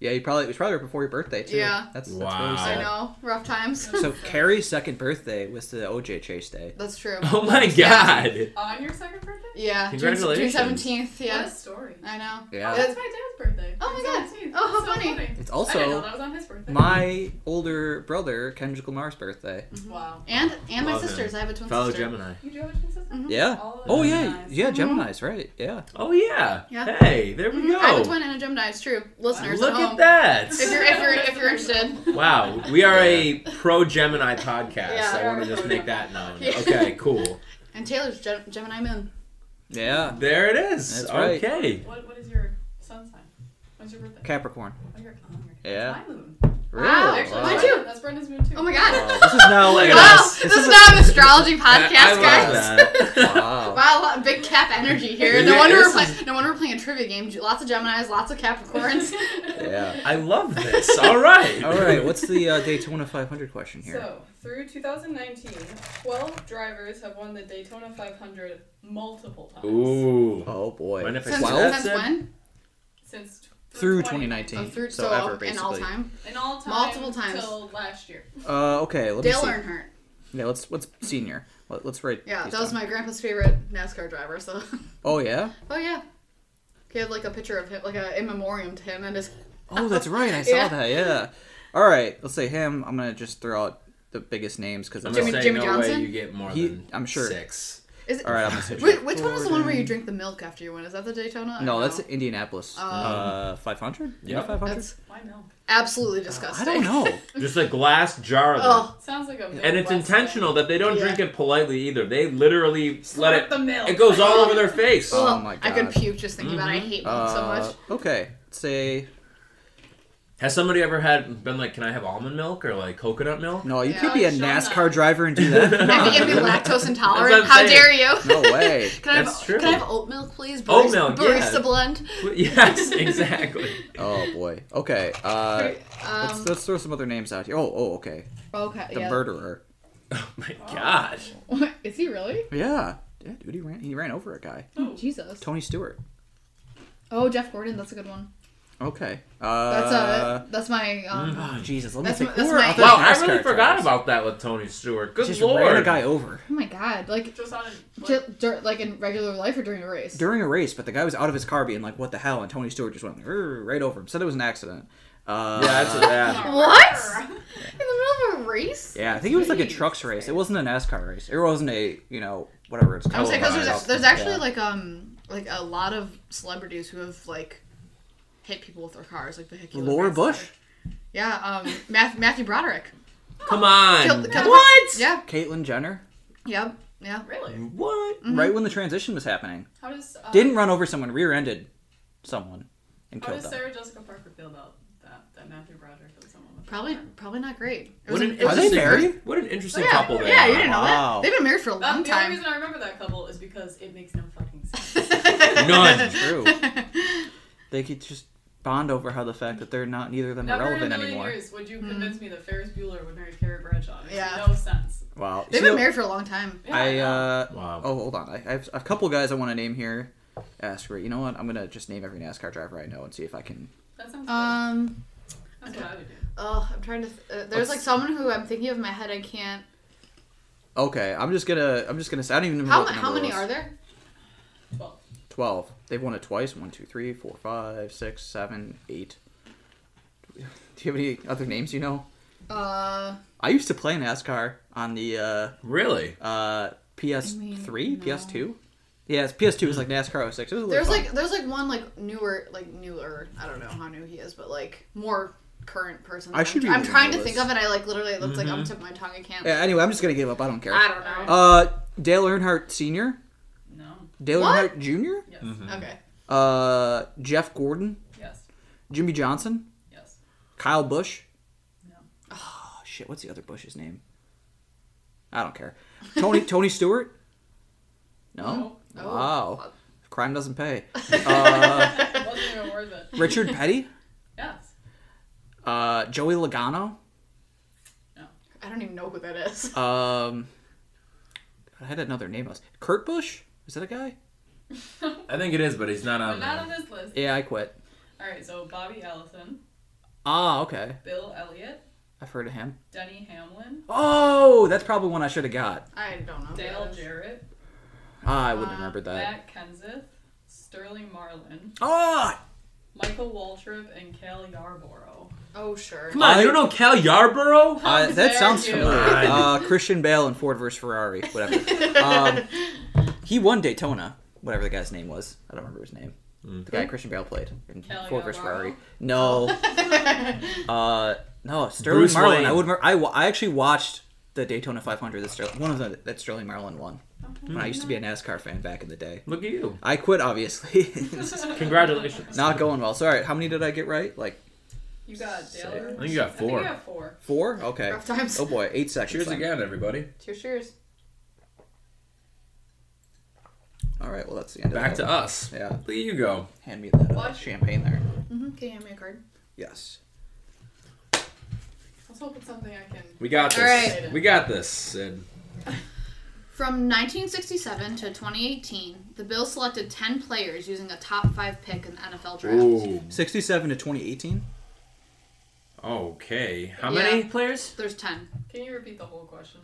[SPEAKER 1] Yeah, you probably it was probably before your birthday too.
[SPEAKER 3] Yeah.
[SPEAKER 1] that's, that's
[SPEAKER 2] Wow.
[SPEAKER 1] really
[SPEAKER 3] I
[SPEAKER 1] sad.
[SPEAKER 3] know, rough times.
[SPEAKER 1] So Carrie's second birthday was the OJ Chase Day.
[SPEAKER 3] That's true.
[SPEAKER 2] Oh my god.
[SPEAKER 4] On your second birthday?
[SPEAKER 3] Yeah, June- June
[SPEAKER 2] Congratulations.
[SPEAKER 3] seventeenth.
[SPEAKER 4] What a
[SPEAKER 3] Yeah,
[SPEAKER 4] story.
[SPEAKER 3] I know.
[SPEAKER 4] Oh,
[SPEAKER 1] Yeah,
[SPEAKER 4] that's my dad's birthday.
[SPEAKER 3] Oh my God.
[SPEAKER 4] 17th.
[SPEAKER 3] Oh, how
[SPEAKER 4] That's so
[SPEAKER 3] funny.
[SPEAKER 1] it's
[SPEAKER 4] I didn't know
[SPEAKER 1] also
[SPEAKER 4] that was on his birthday.
[SPEAKER 1] my older brother Kendrick Lamar's birthday.
[SPEAKER 4] Wow.
[SPEAKER 3] Mm-hmm. And and my
[SPEAKER 2] Love him.
[SPEAKER 3] sisters. I have a twin
[SPEAKER 2] Fellow
[SPEAKER 3] sister.
[SPEAKER 2] Gemini.
[SPEAKER 4] You do have a twin sister?
[SPEAKER 3] Mhm.
[SPEAKER 1] Yeah.
[SPEAKER 4] All of
[SPEAKER 1] Oh
[SPEAKER 4] them
[SPEAKER 1] yeah,
[SPEAKER 4] nice.
[SPEAKER 1] yeah. Gemini's right. Yeah.
[SPEAKER 2] Oh yeah.
[SPEAKER 3] Yeah.
[SPEAKER 2] Hey, there we
[SPEAKER 3] Mm-hmm. I have a
[SPEAKER 2] go.
[SPEAKER 3] twin and a Gemini. It's true. Listeners
[SPEAKER 2] Look
[SPEAKER 3] at home.
[SPEAKER 2] at that.
[SPEAKER 3] If you're if you're if you're interested.
[SPEAKER 2] Wow, we are a pro Gemini podcast.
[SPEAKER 3] Yeah.
[SPEAKER 2] I want to just make that known.
[SPEAKER 3] Yeah.
[SPEAKER 2] Okay, cool.
[SPEAKER 3] And Taylor's Gem- Gemini Moon.
[SPEAKER 1] Yeah.
[SPEAKER 2] There it is.
[SPEAKER 1] That's right.
[SPEAKER 2] Okay.
[SPEAKER 4] What What is your sun sign? When's your birthday?
[SPEAKER 1] Capricorn.
[SPEAKER 4] Oh, you're, oh, you're-
[SPEAKER 1] Yeah.
[SPEAKER 4] My moon.
[SPEAKER 1] Really?
[SPEAKER 3] Wow.
[SPEAKER 4] Actually,
[SPEAKER 3] Mine
[SPEAKER 4] that's
[SPEAKER 3] too.
[SPEAKER 4] Brendan- That's Brendan's moon too.
[SPEAKER 3] Oh my god.
[SPEAKER 1] Wow, This is now like a-
[SPEAKER 3] Wow,
[SPEAKER 1] this
[SPEAKER 3] this is
[SPEAKER 1] is a-
[SPEAKER 3] not an astrology
[SPEAKER 2] I- I
[SPEAKER 3] podcast, guys.
[SPEAKER 2] love that.
[SPEAKER 1] Wow.
[SPEAKER 3] Wow, a lot- big cap energy here. No
[SPEAKER 2] Yeah,
[SPEAKER 3] wonder
[SPEAKER 2] this
[SPEAKER 3] we're playing. No wonder we're playing a trivia game. Lots of Gemini's, lots of Capricorns.
[SPEAKER 1] Yeah.
[SPEAKER 2] I love this. All right.
[SPEAKER 1] All right. What's the uh, Daytona 500 question here?
[SPEAKER 4] So, through 2019, 12 drivers have won the Daytona 500 multiple times.
[SPEAKER 2] Ooll
[SPEAKER 1] oh boy.
[SPEAKER 2] When if I
[SPEAKER 3] Since,
[SPEAKER 1] Wow.
[SPEAKER 3] since when?
[SPEAKER 4] Since t-
[SPEAKER 1] Through
[SPEAKER 4] 2019.
[SPEAKER 1] 2019.
[SPEAKER 3] Oh, through,
[SPEAKER 1] so
[SPEAKER 3] so,
[SPEAKER 1] ever,
[SPEAKER 3] in all
[SPEAKER 1] basically.
[SPEAKER 3] time.
[SPEAKER 4] And all time
[SPEAKER 3] Multiple times.
[SPEAKER 4] Till last year.
[SPEAKER 1] Uh, okay. Let me
[SPEAKER 3] Dale
[SPEAKER 1] see.
[SPEAKER 3] Earnhardt.
[SPEAKER 1] Yeah. Let's. What's senior? Let, us write.
[SPEAKER 3] Yeah,
[SPEAKER 1] these
[SPEAKER 3] that was
[SPEAKER 1] down.
[SPEAKER 3] my grandpa's favorite NASCAR driver. So,
[SPEAKER 1] Oh yeah.
[SPEAKER 3] oh yeah, he had like a picture of him, like a in memoriam to him, and his.
[SPEAKER 1] Oh, that's right. I saw
[SPEAKER 3] Yeah.
[SPEAKER 1] that. Yeah. All right. Let's say him. I'm gonna just throw out the biggest names because
[SPEAKER 2] I'm
[SPEAKER 1] I'm.
[SPEAKER 2] gonna
[SPEAKER 3] Jimmy-
[SPEAKER 2] say
[SPEAKER 3] Jimmy
[SPEAKER 2] no
[SPEAKER 3] Johnson?
[SPEAKER 2] way you get more
[SPEAKER 1] He-
[SPEAKER 2] than
[SPEAKER 1] I'm sure.
[SPEAKER 2] six.
[SPEAKER 3] Is it?
[SPEAKER 1] All right. I'm gonna say.
[SPEAKER 3] Whi- which one was the one where you drink the milk after you win? Is that the Daytona? I
[SPEAKER 1] No,
[SPEAKER 3] don't
[SPEAKER 1] that's
[SPEAKER 3] know.
[SPEAKER 1] Indianapolis.
[SPEAKER 3] Oh.
[SPEAKER 1] Uh, 500.
[SPEAKER 2] Yep.
[SPEAKER 1] 500.
[SPEAKER 3] That's
[SPEAKER 4] Why milk?
[SPEAKER 3] absolutely
[SPEAKER 1] I
[SPEAKER 3] disgusting.
[SPEAKER 1] don't know.
[SPEAKER 2] Just a glass jar of it.
[SPEAKER 3] Oh,
[SPEAKER 4] Sounds like a Midwest
[SPEAKER 2] And it's intentional that they don't
[SPEAKER 3] Yeah.
[SPEAKER 2] drink it politely either. They literally
[SPEAKER 4] thing.
[SPEAKER 2] let
[SPEAKER 4] Slurp
[SPEAKER 2] it.
[SPEAKER 4] the milk.
[SPEAKER 2] It goes all over their face.
[SPEAKER 1] Oh.
[SPEAKER 3] Ugh,
[SPEAKER 1] my
[SPEAKER 3] I could
[SPEAKER 1] God.
[SPEAKER 3] puke just thinking about. it. I hate milk
[SPEAKER 1] Uh,
[SPEAKER 3] so much.
[SPEAKER 1] Okay. Let's say
[SPEAKER 2] Has somebody ever had been like, "Can I have almond milk or like coconut milk?"
[SPEAKER 1] no. You
[SPEAKER 3] Yeah,
[SPEAKER 1] could be a
[SPEAKER 4] Sean
[SPEAKER 1] NASCAR
[SPEAKER 4] Knight.
[SPEAKER 1] driver and do that.
[SPEAKER 3] I'd be, I'd be lactose intolerant. How
[SPEAKER 2] saying.
[SPEAKER 3] dare you?
[SPEAKER 1] no way.
[SPEAKER 3] Can I, have,
[SPEAKER 2] That's true.
[SPEAKER 3] can I have oat milk, please?
[SPEAKER 2] Oat
[SPEAKER 3] Barista-
[SPEAKER 2] milk, yeah.
[SPEAKER 3] barista blend.
[SPEAKER 2] yes, exactly.
[SPEAKER 1] Oh boy. Okay. Uh, let's,
[SPEAKER 3] Um,
[SPEAKER 1] let's throw some other names out here. Oh. Oh. Okay.
[SPEAKER 3] okay.
[SPEAKER 1] The
[SPEAKER 3] yeah.
[SPEAKER 1] murderer.
[SPEAKER 2] Oh my gosh.
[SPEAKER 3] Is he really?
[SPEAKER 1] Yeah. Yeah, dude. He ran. He ran over a guy.
[SPEAKER 3] Oh, Jesus.
[SPEAKER 1] Tony Stewart.
[SPEAKER 3] Oh, Jeff Gordon. That's a good one.
[SPEAKER 1] Okay. Uh,
[SPEAKER 3] That's uh, that's my. Um,
[SPEAKER 2] mm.
[SPEAKER 1] Oh Jesus. Let me
[SPEAKER 3] That's
[SPEAKER 1] think.
[SPEAKER 3] my- that's
[SPEAKER 1] Who are
[SPEAKER 3] my-
[SPEAKER 1] other
[SPEAKER 2] Wow, I
[SPEAKER 1] NASCAR
[SPEAKER 2] really forgot
[SPEAKER 1] drivers?
[SPEAKER 2] about that with Tony Stewart. Good
[SPEAKER 1] Just ran a
[SPEAKER 2] lord.
[SPEAKER 1] guy over
[SPEAKER 3] Oh my God! Like,
[SPEAKER 4] Just on a,
[SPEAKER 3] j- dur- like in regular life or during a race.
[SPEAKER 1] during a race, but the guy was out of his car being like, "What the hell?" And Tony Stewart just went "Rrr," right over him. Said it was an accident. Uh,
[SPEAKER 2] Yeah, that's a bad.
[SPEAKER 3] what? In the middle of a race?
[SPEAKER 1] Yeah, I think it was like a
[SPEAKER 3] Jeez.
[SPEAKER 1] trucks race. It wasn't a NASCAR race. It wasn't a you know whatever it's
[SPEAKER 3] I would
[SPEAKER 1] called.
[SPEAKER 3] say because there's,
[SPEAKER 2] Televised.
[SPEAKER 3] there's actually
[SPEAKER 1] Yeah.
[SPEAKER 3] like um like a lot of celebrities who have like hit people with their cars like vehicular.
[SPEAKER 1] Laura
[SPEAKER 3] accidents.
[SPEAKER 1] Bush,
[SPEAKER 3] Yeah. Um. Matthew, Matthew Broderick.
[SPEAKER 2] Come on.
[SPEAKER 3] Killed- killed-
[SPEAKER 2] what?
[SPEAKER 3] Yeah.
[SPEAKER 1] Caitlyn Jenner,
[SPEAKER 3] Yep. Yeah.
[SPEAKER 4] Really?
[SPEAKER 2] What?
[SPEAKER 3] Mm-hmm.
[SPEAKER 1] right when the transition was happening,
[SPEAKER 4] How does
[SPEAKER 3] Oh.
[SPEAKER 4] uh,
[SPEAKER 1] Mm. didn't run over someone, rear-ended someone, and
[SPEAKER 4] How
[SPEAKER 1] killed
[SPEAKER 4] does
[SPEAKER 1] them.
[SPEAKER 4] Sarah Jessica Parker feel about that? That Matthew Broderick killed someone. with a
[SPEAKER 3] Probably.
[SPEAKER 4] car?
[SPEAKER 3] Probably not great. It
[SPEAKER 2] What
[SPEAKER 3] was
[SPEAKER 2] an
[SPEAKER 3] an- it was
[SPEAKER 1] Are they
[SPEAKER 3] a-
[SPEAKER 2] interesting-
[SPEAKER 1] married?
[SPEAKER 2] What an interesting
[SPEAKER 3] yeah,
[SPEAKER 2] couple they
[SPEAKER 3] yeah,
[SPEAKER 2] are.
[SPEAKER 3] you didn't know
[SPEAKER 1] Wow.
[SPEAKER 3] that. They've been married for a
[SPEAKER 4] Um,
[SPEAKER 3] long
[SPEAKER 4] the only
[SPEAKER 3] time.
[SPEAKER 4] reason I remember that couple is because it makes no fucking sense.
[SPEAKER 2] None.
[SPEAKER 1] True. They could just bond over how the fact that they're not neither of them are
[SPEAKER 4] Never in a
[SPEAKER 1] relevant
[SPEAKER 4] million
[SPEAKER 1] anymore.
[SPEAKER 4] years would you convince me that Ferris Bueller would marry Carrie Bradshaw. It makes
[SPEAKER 3] Mm. Yeah.
[SPEAKER 4] no sense.
[SPEAKER 1] Wow.
[SPEAKER 3] They've
[SPEAKER 1] You
[SPEAKER 3] been
[SPEAKER 1] know,
[SPEAKER 3] married for a long time.
[SPEAKER 4] Yeah,
[SPEAKER 1] I
[SPEAKER 4] know.
[SPEAKER 1] uh.
[SPEAKER 2] Wow.
[SPEAKER 1] Oh, hold on. I, I have a couple guys I want to name here. Ask for it. You know what? I'm gonna just name every NASCAR driver I know and see if I can.
[SPEAKER 4] that sounds good.
[SPEAKER 3] Um.
[SPEAKER 4] That's what I would do.
[SPEAKER 3] Oh, I'm trying to. Th- uh, there's
[SPEAKER 1] Let's-
[SPEAKER 3] like someone who I'm thinking of in my head. I can't.
[SPEAKER 1] Okay, I'm just gonna. I'm just gonna. say- I don't even remember.
[SPEAKER 3] How
[SPEAKER 1] what
[SPEAKER 3] mu-
[SPEAKER 1] the number
[SPEAKER 3] how many
[SPEAKER 1] was.
[SPEAKER 3] are there?
[SPEAKER 4] Well,
[SPEAKER 1] 12. They've won it twice. One, two, three, four, five, six, seven, eight. Do you have any other names you know?
[SPEAKER 3] Uh.
[SPEAKER 1] I used to play NASCAR on the uh,
[SPEAKER 2] Really?
[SPEAKER 1] uh, PS3,
[SPEAKER 3] I mean, no.
[SPEAKER 1] PS2. Yes, PS2 was like NASCAR 06. It was a little
[SPEAKER 3] There's
[SPEAKER 1] fun.
[SPEAKER 3] like there's like one like newer like newer. I don't know how new he is, but like more current person.
[SPEAKER 1] I should be
[SPEAKER 3] I'm
[SPEAKER 1] reading
[SPEAKER 3] trying
[SPEAKER 1] the
[SPEAKER 3] to think
[SPEAKER 1] list. Mm-hmm.
[SPEAKER 3] of it. I like literally it's like on the tip of my tongue. I can't.
[SPEAKER 1] Yeah, anyway, I'm just gonna give up. I don't care.
[SPEAKER 3] I don't know.
[SPEAKER 1] Uh, Dale Earnhardt Sr.,
[SPEAKER 4] no.
[SPEAKER 1] Dale
[SPEAKER 3] What?
[SPEAKER 1] Earnhardt Jr.,
[SPEAKER 4] Yes.
[SPEAKER 3] Okay.
[SPEAKER 1] uh, Jeff Gordon,
[SPEAKER 4] Yes.
[SPEAKER 1] Jimmy Johnson,
[SPEAKER 4] Yes.
[SPEAKER 1] Kyle Busch.
[SPEAKER 4] No.
[SPEAKER 1] Oh shit! What's the other Bush's name? I don't care. Tony Tony Stewart. No.
[SPEAKER 3] No. Oh.
[SPEAKER 1] Wow. Crime doesn't pay. Uh,
[SPEAKER 4] It wasn't even worth it.
[SPEAKER 1] Richard Petty.
[SPEAKER 4] Yes.
[SPEAKER 1] Uh, Joey Logano.
[SPEAKER 3] I don't even know who that is.
[SPEAKER 1] Um, I had another name. I Was Kurt Busch? Is that a guy?
[SPEAKER 2] I think it is, but he's not
[SPEAKER 4] But
[SPEAKER 2] on.
[SPEAKER 4] not on
[SPEAKER 2] there.
[SPEAKER 4] this list.
[SPEAKER 1] Yeah, I quit.
[SPEAKER 4] All right. So Bobby Allison,
[SPEAKER 1] Ah, okay.
[SPEAKER 4] Bill Elliott,
[SPEAKER 1] I've heard of him.
[SPEAKER 4] Denny Hamlin,
[SPEAKER 1] Oh, that's probably one I should have got.
[SPEAKER 3] I don't know.
[SPEAKER 4] Dale
[SPEAKER 3] Who that is.
[SPEAKER 4] Jarrett,
[SPEAKER 1] Ah, I wouldn't
[SPEAKER 3] Uh,
[SPEAKER 1] remember that.
[SPEAKER 4] Matt Kenseth, Sterling Marlin,
[SPEAKER 1] Oh,
[SPEAKER 4] Michael Waltrip, and Cal Yarborough.
[SPEAKER 3] Oh sure.
[SPEAKER 2] Come on,
[SPEAKER 1] I-
[SPEAKER 2] you don't know Cal Yarborough?
[SPEAKER 1] uh,
[SPEAKER 4] dare
[SPEAKER 1] that sounds
[SPEAKER 4] you.
[SPEAKER 1] familiar. Uh, Christian Bale and Ford versus Ferrari. Whatever. um, he won Daytona, whatever the guy's name was. I don't remember his name.
[SPEAKER 2] Mm.
[SPEAKER 1] The guy Christian Bale played in
[SPEAKER 4] Kelly
[SPEAKER 1] Ford vs
[SPEAKER 4] O'Reilly?
[SPEAKER 1] Ferrari. No, uh, no, Sterling
[SPEAKER 2] Bruce
[SPEAKER 1] Marlin.
[SPEAKER 2] Wayne.
[SPEAKER 1] I would. mer- I, wa- I actually watched the Daytona 500. That Sterling, one of the that Sterling Marlin won.
[SPEAKER 4] Okay. Mm-hmm.
[SPEAKER 1] when I used to be a NASCAR fan back in the day.
[SPEAKER 2] Look at you.
[SPEAKER 1] I quit, obviously. It's
[SPEAKER 5] Congratulations.
[SPEAKER 1] Not going well. So, all right, how many did I get right? Like
[SPEAKER 4] You got Dale.
[SPEAKER 2] I think you got four.
[SPEAKER 4] you got four.
[SPEAKER 1] four? Okay.
[SPEAKER 3] Rough times.
[SPEAKER 1] Oh boy, eight seconds.
[SPEAKER 2] Cheers
[SPEAKER 1] left.
[SPEAKER 2] again, everybody.
[SPEAKER 3] Cheers, cheers.
[SPEAKER 1] All right, well that's the end.
[SPEAKER 2] Back
[SPEAKER 1] of
[SPEAKER 2] to
[SPEAKER 1] that.
[SPEAKER 2] us.
[SPEAKER 1] Yeah,
[SPEAKER 2] Look at you go.
[SPEAKER 1] hand me that uh,
[SPEAKER 4] What?
[SPEAKER 1] champagne there.
[SPEAKER 3] Mm-hmm. Can you hand me a card?
[SPEAKER 1] Yes.
[SPEAKER 4] Let's hope it's something I can.
[SPEAKER 2] We got this.
[SPEAKER 3] All right.
[SPEAKER 2] We got this, Sid.
[SPEAKER 3] From 1967 to 2018, the Bills selected 10 players using a top five pick in the NFL draft.
[SPEAKER 1] Sixty-seven to twenty eighteen.
[SPEAKER 2] Okay. How
[SPEAKER 3] Yeah.
[SPEAKER 2] many players?
[SPEAKER 3] There's 10.
[SPEAKER 4] Can you repeat the whole question?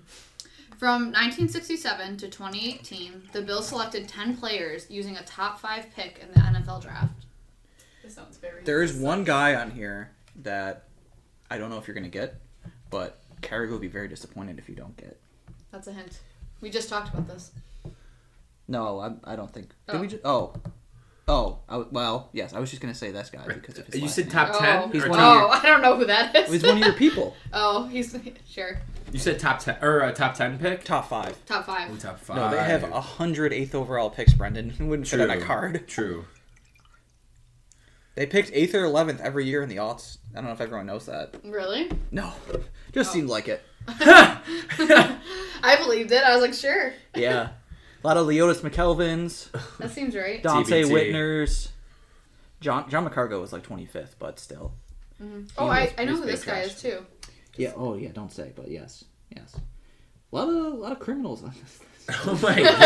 [SPEAKER 3] From 1967 to 2018, the Bills selected 10 players using a top five pick in the NFL draft.
[SPEAKER 4] This sounds very.
[SPEAKER 1] There is one guy on here that I don't know if you're gonna get, but Carrie will be very disappointed if you don't get.
[SPEAKER 3] That's a hint. We just talked about this.
[SPEAKER 1] No, I, I don't think. Did
[SPEAKER 3] Oh.
[SPEAKER 1] we just? Oh, oh. I, w- well, yes. I was just gonna say this guy because of his.
[SPEAKER 2] You
[SPEAKER 1] last
[SPEAKER 2] said
[SPEAKER 1] name.
[SPEAKER 2] top ten.
[SPEAKER 3] Oh,
[SPEAKER 1] He's
[SPEAKER 2] or
[SPEAKER 1] one
[SPEAKER 2] top-
[SPEAKER 1] of
[SPEAKER 3] oh I don't know who that is.
[SPEAKER 1] He's one of your people.
[SPEAKER 3] oh, he's sure.
[SPEAKER 2] You said top ten or uh, top ten pick.
[SPEAKER 1] Top five.
[SPEAKER 3] Top five.
[SPEAKER 2] Ooh, top five.
[SPEAKER 1] No, they have a hundred eighth overall picks. Brendan It wouldn't fit on a card.
[SPEAKER 2] True.
[SPEAKER 1] They picked eighth or eleventh every year in the aughts. I don't know if everyone knows that.
[SPEAKER 3] Really?
[SPEAKER 1] No, just
[SPEAKER 3] Oh.
[SPEAKER 1] seemed like it.
[SPEAKER 2] Oh
[SPEAKER 3] I believed it. I was like, sure.
[SPEAKER 1] Yeah, a lot of Leotis McKelvins,
[SPEAKER 3] That seems right.
[SPEAKER 1] Dante
[SPEAKER 2] TBT.
[SPEAKER 1] Whitners. John John McCargo was like twenty fifth, but still.
[SPEAKER 3] Oh,
[SPEAKER 1] He
[SPEAKER 3] I,
[SPEAKER 1] was-
[SPEAKER 3] I know
[SPEAKER 2] he's
[SPEAKER 3] who
[SPEAKER 2] big
[SPEAKER 3] this guy
[SPEAKER 2] trash.
[SPEAKER 3] is too.
[SPEAKER 1] Yeah. Oh yeah. Don't say, but yes, yes. A lot of a lot of criminals on this.
[SPEAKER 2] Oh my god.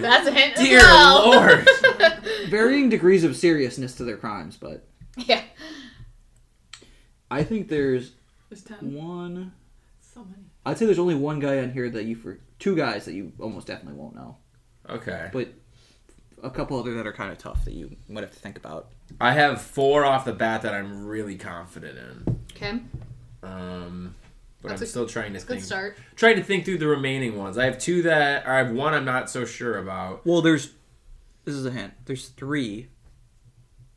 [SPEAKER 3] That's a hint. as
[SPEAKER 2] Dear
[SPEAKER 3] well.
[SPEAKER 2] lord.
[SPEAKER 1] Varying degrees of seriousness to their crimes, but
[SPEAKER 3] Yeah.
[SPEAKER 1] I think there's
[SPEAKER 4] There's ten.
[SPEAKER 1] one.
[SPEAKER 4] So many.
[SPEAKER 1] I'd say there's only one guy on here that you for two guys that you almost definitely won't know,
[SPEAKER 2] Okay.
[SPEAKER 1] but a couple other that are kind of tough that you might have to think about.
[SPEAKER 2] I have four off the bat that I'm really confident in.
[SPEAKER 3] Okay.
[SPEAKER 2] Um, but
[SPEAKER 3] That's
[SPEAKER 2] I'm
[SPEAKER 3] a-
[SPEAKER 2] still trying to
[SPEAKER 3] Good
[SPEAKER 2] think.
[SPEAKER 3] start.
[SPEAKER 2] Trying to think through the remaining ones. I have two that, or I have one I'm not so sure about.
[SPEAKER 1] Well, there's this is a hint. There's three